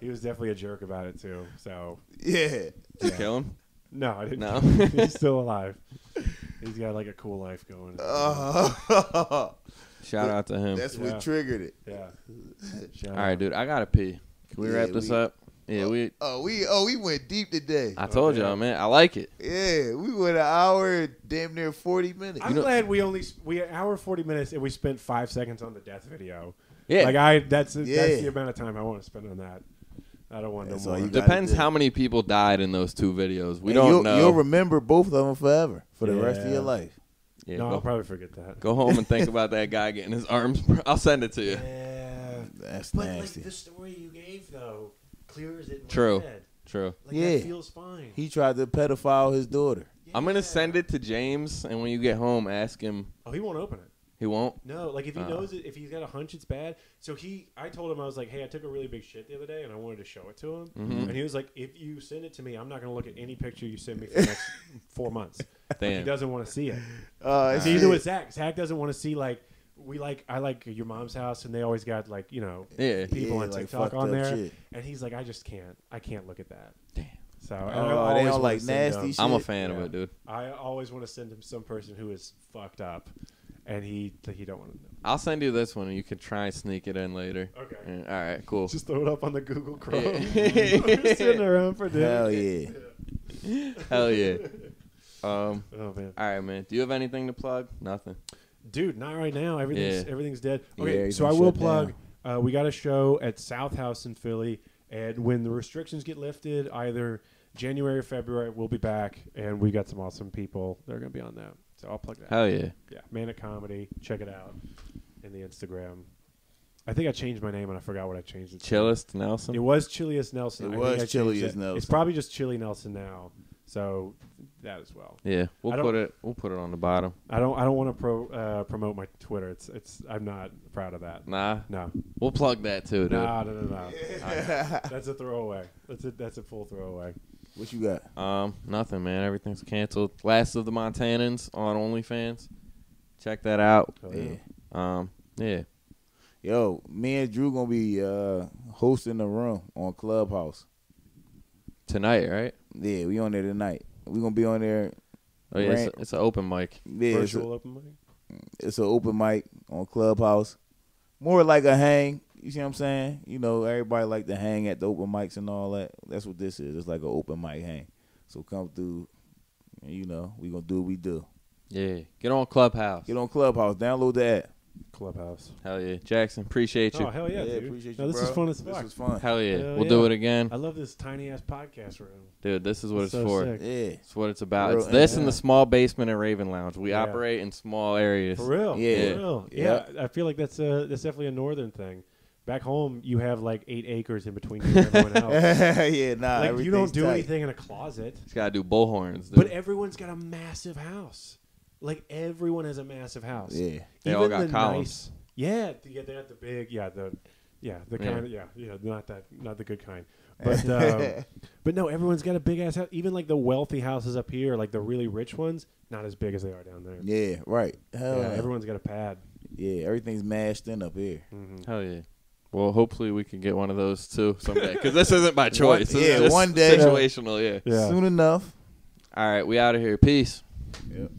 C: He was definitely a jerk about it too. So
B: Yeah.
D: Did you kill him?
C: no, I didn't.
D: No.
C: He's still alive. He's got like a cool life going.
D: Uh-huh.
B: Uh,
D: Shout out to him.
B: that's
C: Yeah.
B: what triggered it.
C: yeah. Shout
D: All right,
C: out.
D: dude. I gotta pee. Can we
B: Yeah,
D: wrap this
B: we-
D: up? Yeah, we.
B: Oh, we oh we went deep today.
D: I told
C: yeah.
D: y'all, man. I like it.
B: Yeah, we went an hour, and damn near forty minutes.
C: I'm glad we only s- we an hour forty minutes and we spent five seconds on the death video.
D: Yeah.
C: like I that's that's
B: Yeah.
C: the amount of time I want to spend on that. I don't want
B: That's
C: no
B: all
C: more.
B: you got.
D: Depends
B: do.
D: how many people died in those two videos. We
B: And
D: don't
B: you'll,
D: know.
B: You'll remember both of them forever for the rest of
C: Yeah.
B: your life.
D: yeah,
C: no, I'll
D: go,
C: probably forget that.
D: go home and think about that guy getting his arms. bro- I'll send it to you.
C: Yeah.
B: That's
C: But like
B: nasty.
C: the story you gave though clears it. In
D: True.
C: My head.
D: True.
C: Like
B: Yeah.
C: that feels fine.
B: he tried to pedophile his daughter.
D: I'm gonna send it to James, and when you get home, ask him.
C: Oh, he won't open it.
D: He won't.
C: No, like if he
D: Uh.
C: knows it, if he's got a hunch, it's bad. So he, I told him I was like, hey, I took a really big shit the other day, and I wanted to show it to him, and he was like, if you send it to me, I'm not gonna look at any picture you send me for the next four months. Like, he
D: Damn.
C: doesn't want to see it.
B: Uh,
C: It's either with Zach. Zach doesn't want to see like we like I like your mom's house, and they always got like you know
D: Yeah.
C: people
B: Yeah,
C: on
B: like
C: TikTok
B: fucked
C: on
B: up
C: there,
B: shit.
C: and he's like, I just can't, I can't look at that.
D: Damn.
C: So
B: Oh,
C: and I
B: they
C: always
B: don't
C: wanna
B: like
C: send
B: nasty
C: him-
D: I'm a
B: Shit.
D: fan of
C: Yeah.
D: it, dude.
C: I always want to send him some person who is fucked up, and he he don't want to know.
D: I'll send you this one, and you can try and sneak it in later.
C: Okay.
D: Yeah, All right. Cool.
C: Just throw it up on the Google Chrome.
D: Yeah.
C: We're sitting around for dinner.
B: Hell yeah.
D: Hell yeah. Um,
C: Oh man,
D: all right, man. Do you have anything to plug? Nothing.
C: dude, not right now. Everything's
D: Yeah.
C: everything's dead.
B: Yeah,
C: Okay, so I
B: everything's
C: will
B: shut
C: plug. Uh, we got a show at South House in Philly, and when the restrictions get lifted, either January or February, we'll be back, and we got some awesome people that are going to be on that. So I'll plug that.
D: Hell yeah.
C: yeah, Manic Comedy. Check it out in the Instagram. I think I changed my name and I forgot what I changed it to.
D: Chillest Nelson.
C: It was Chilius Nelson.
B: It
C: I think
B: was
C: I changed
B: Chilius
C: it. It's
B: Nelson.
C: probably just Chili Nelson now. So that as well.
D: yeah,
C: I
D: we'll
C: don't-
D: put it. We'll put it on the bottom.
C: I don't. I don't want to pro, uh, promote my Twitter. It's. It's. I'm not proud of that.
D: Nah,
C: No.
D: we'll plug that too, dude.
C: No. No. No. no. that's a throwaway. That's a. That's a full throwaway.
B: What you got?
D: Um, nothing, man. Everything's canceled. Last of the Montanans on OnlyFans. Check that out.
C: Oh,
B: Yeah.
D: Um, yeah.
B: Yo, me and Drew gonna be uh, hosting the room on Clubhouse.
D: Tonight, right?
B: Yeah, we on there tonight. We gonna be on there.
D: Oh yeah, it's,
B: Right.
D: it's an open mic.
B: Yeah, it's
C: Virtual
B: a,
C: open mic.
B: it's a open mic on Clubhouse. More like a hang. You see what I'm saying? You know, everybody like to hang at the open mics and all that. That's what this is. It's like an open mic hang. So come through. And you know, we gonna do what we do.
D: Yeah. Get on Clubhouse.
B: Get on Clubhouse. Download the app.
C: Clubhouse.
D: Hell yeah, Jackson. Appreciate you.
C: Oh hell yeah,
B: Yeah,
C: dude.
B: appreciate
C: no,
B: you,
C: this is
B: bro.
C: fun as
B: This
C: fuck.
B: was fun.
D: Hell yeah.
C: Hell
D: we'll do
C: yeah.
D: it again,
C: I love this tiny ass podcast room.
D: dude. This is what it's
C: so
D: for.
C: sick.
B: Yeah.
D: It's what it's about.
B: Real
D: it's this
B: intimate.
D: and the small basement at Raven Lounge. We
C: Yeah.
D: operate in small areas.
C: For real,
B: Yeah.
C: for real. Yeah.
B: Yeah.
C: I feel like that's a that's definitely a northern thing. Back home, you have like eight acres in between you and everyone else.
B: yeah, nah.
C: like you
B: Uh,
C: don't
B: everything's
C: do
B: tight.
C: anything in a closet,
D: Just gotta do bullhorns. Dude.
C: but everyone's got a massive house. Like everyone has a massive house.
B: Yeah.
D: They all got
C: Nice,
D: columns.
C: yeah, th- yeah, they got the big, yeah, the, yeah, the
D: Yeah.
C: kind, yeah, yeah, not that, not the good kind, but um, but no, everyone's got a big ass house. Even like the wealthy houses up here, like the really rich ones, not as big as they are down there.
B: Yeah, right. Hell
C: Yeah,
B: yeah,
C: everyone's got a pad. Mm-hmm.
B: yeah, everything's mashed in up here.
D: Hell yeah. Well, hopefully we can get one of those too someday. Because this isn't by choice. This is
B: yeah,
D: just
B: one day.
D: Situational, yeah.
C: Yeah.
B: Soon enough.
D: All right, we out of here. Peace.
B: Yep.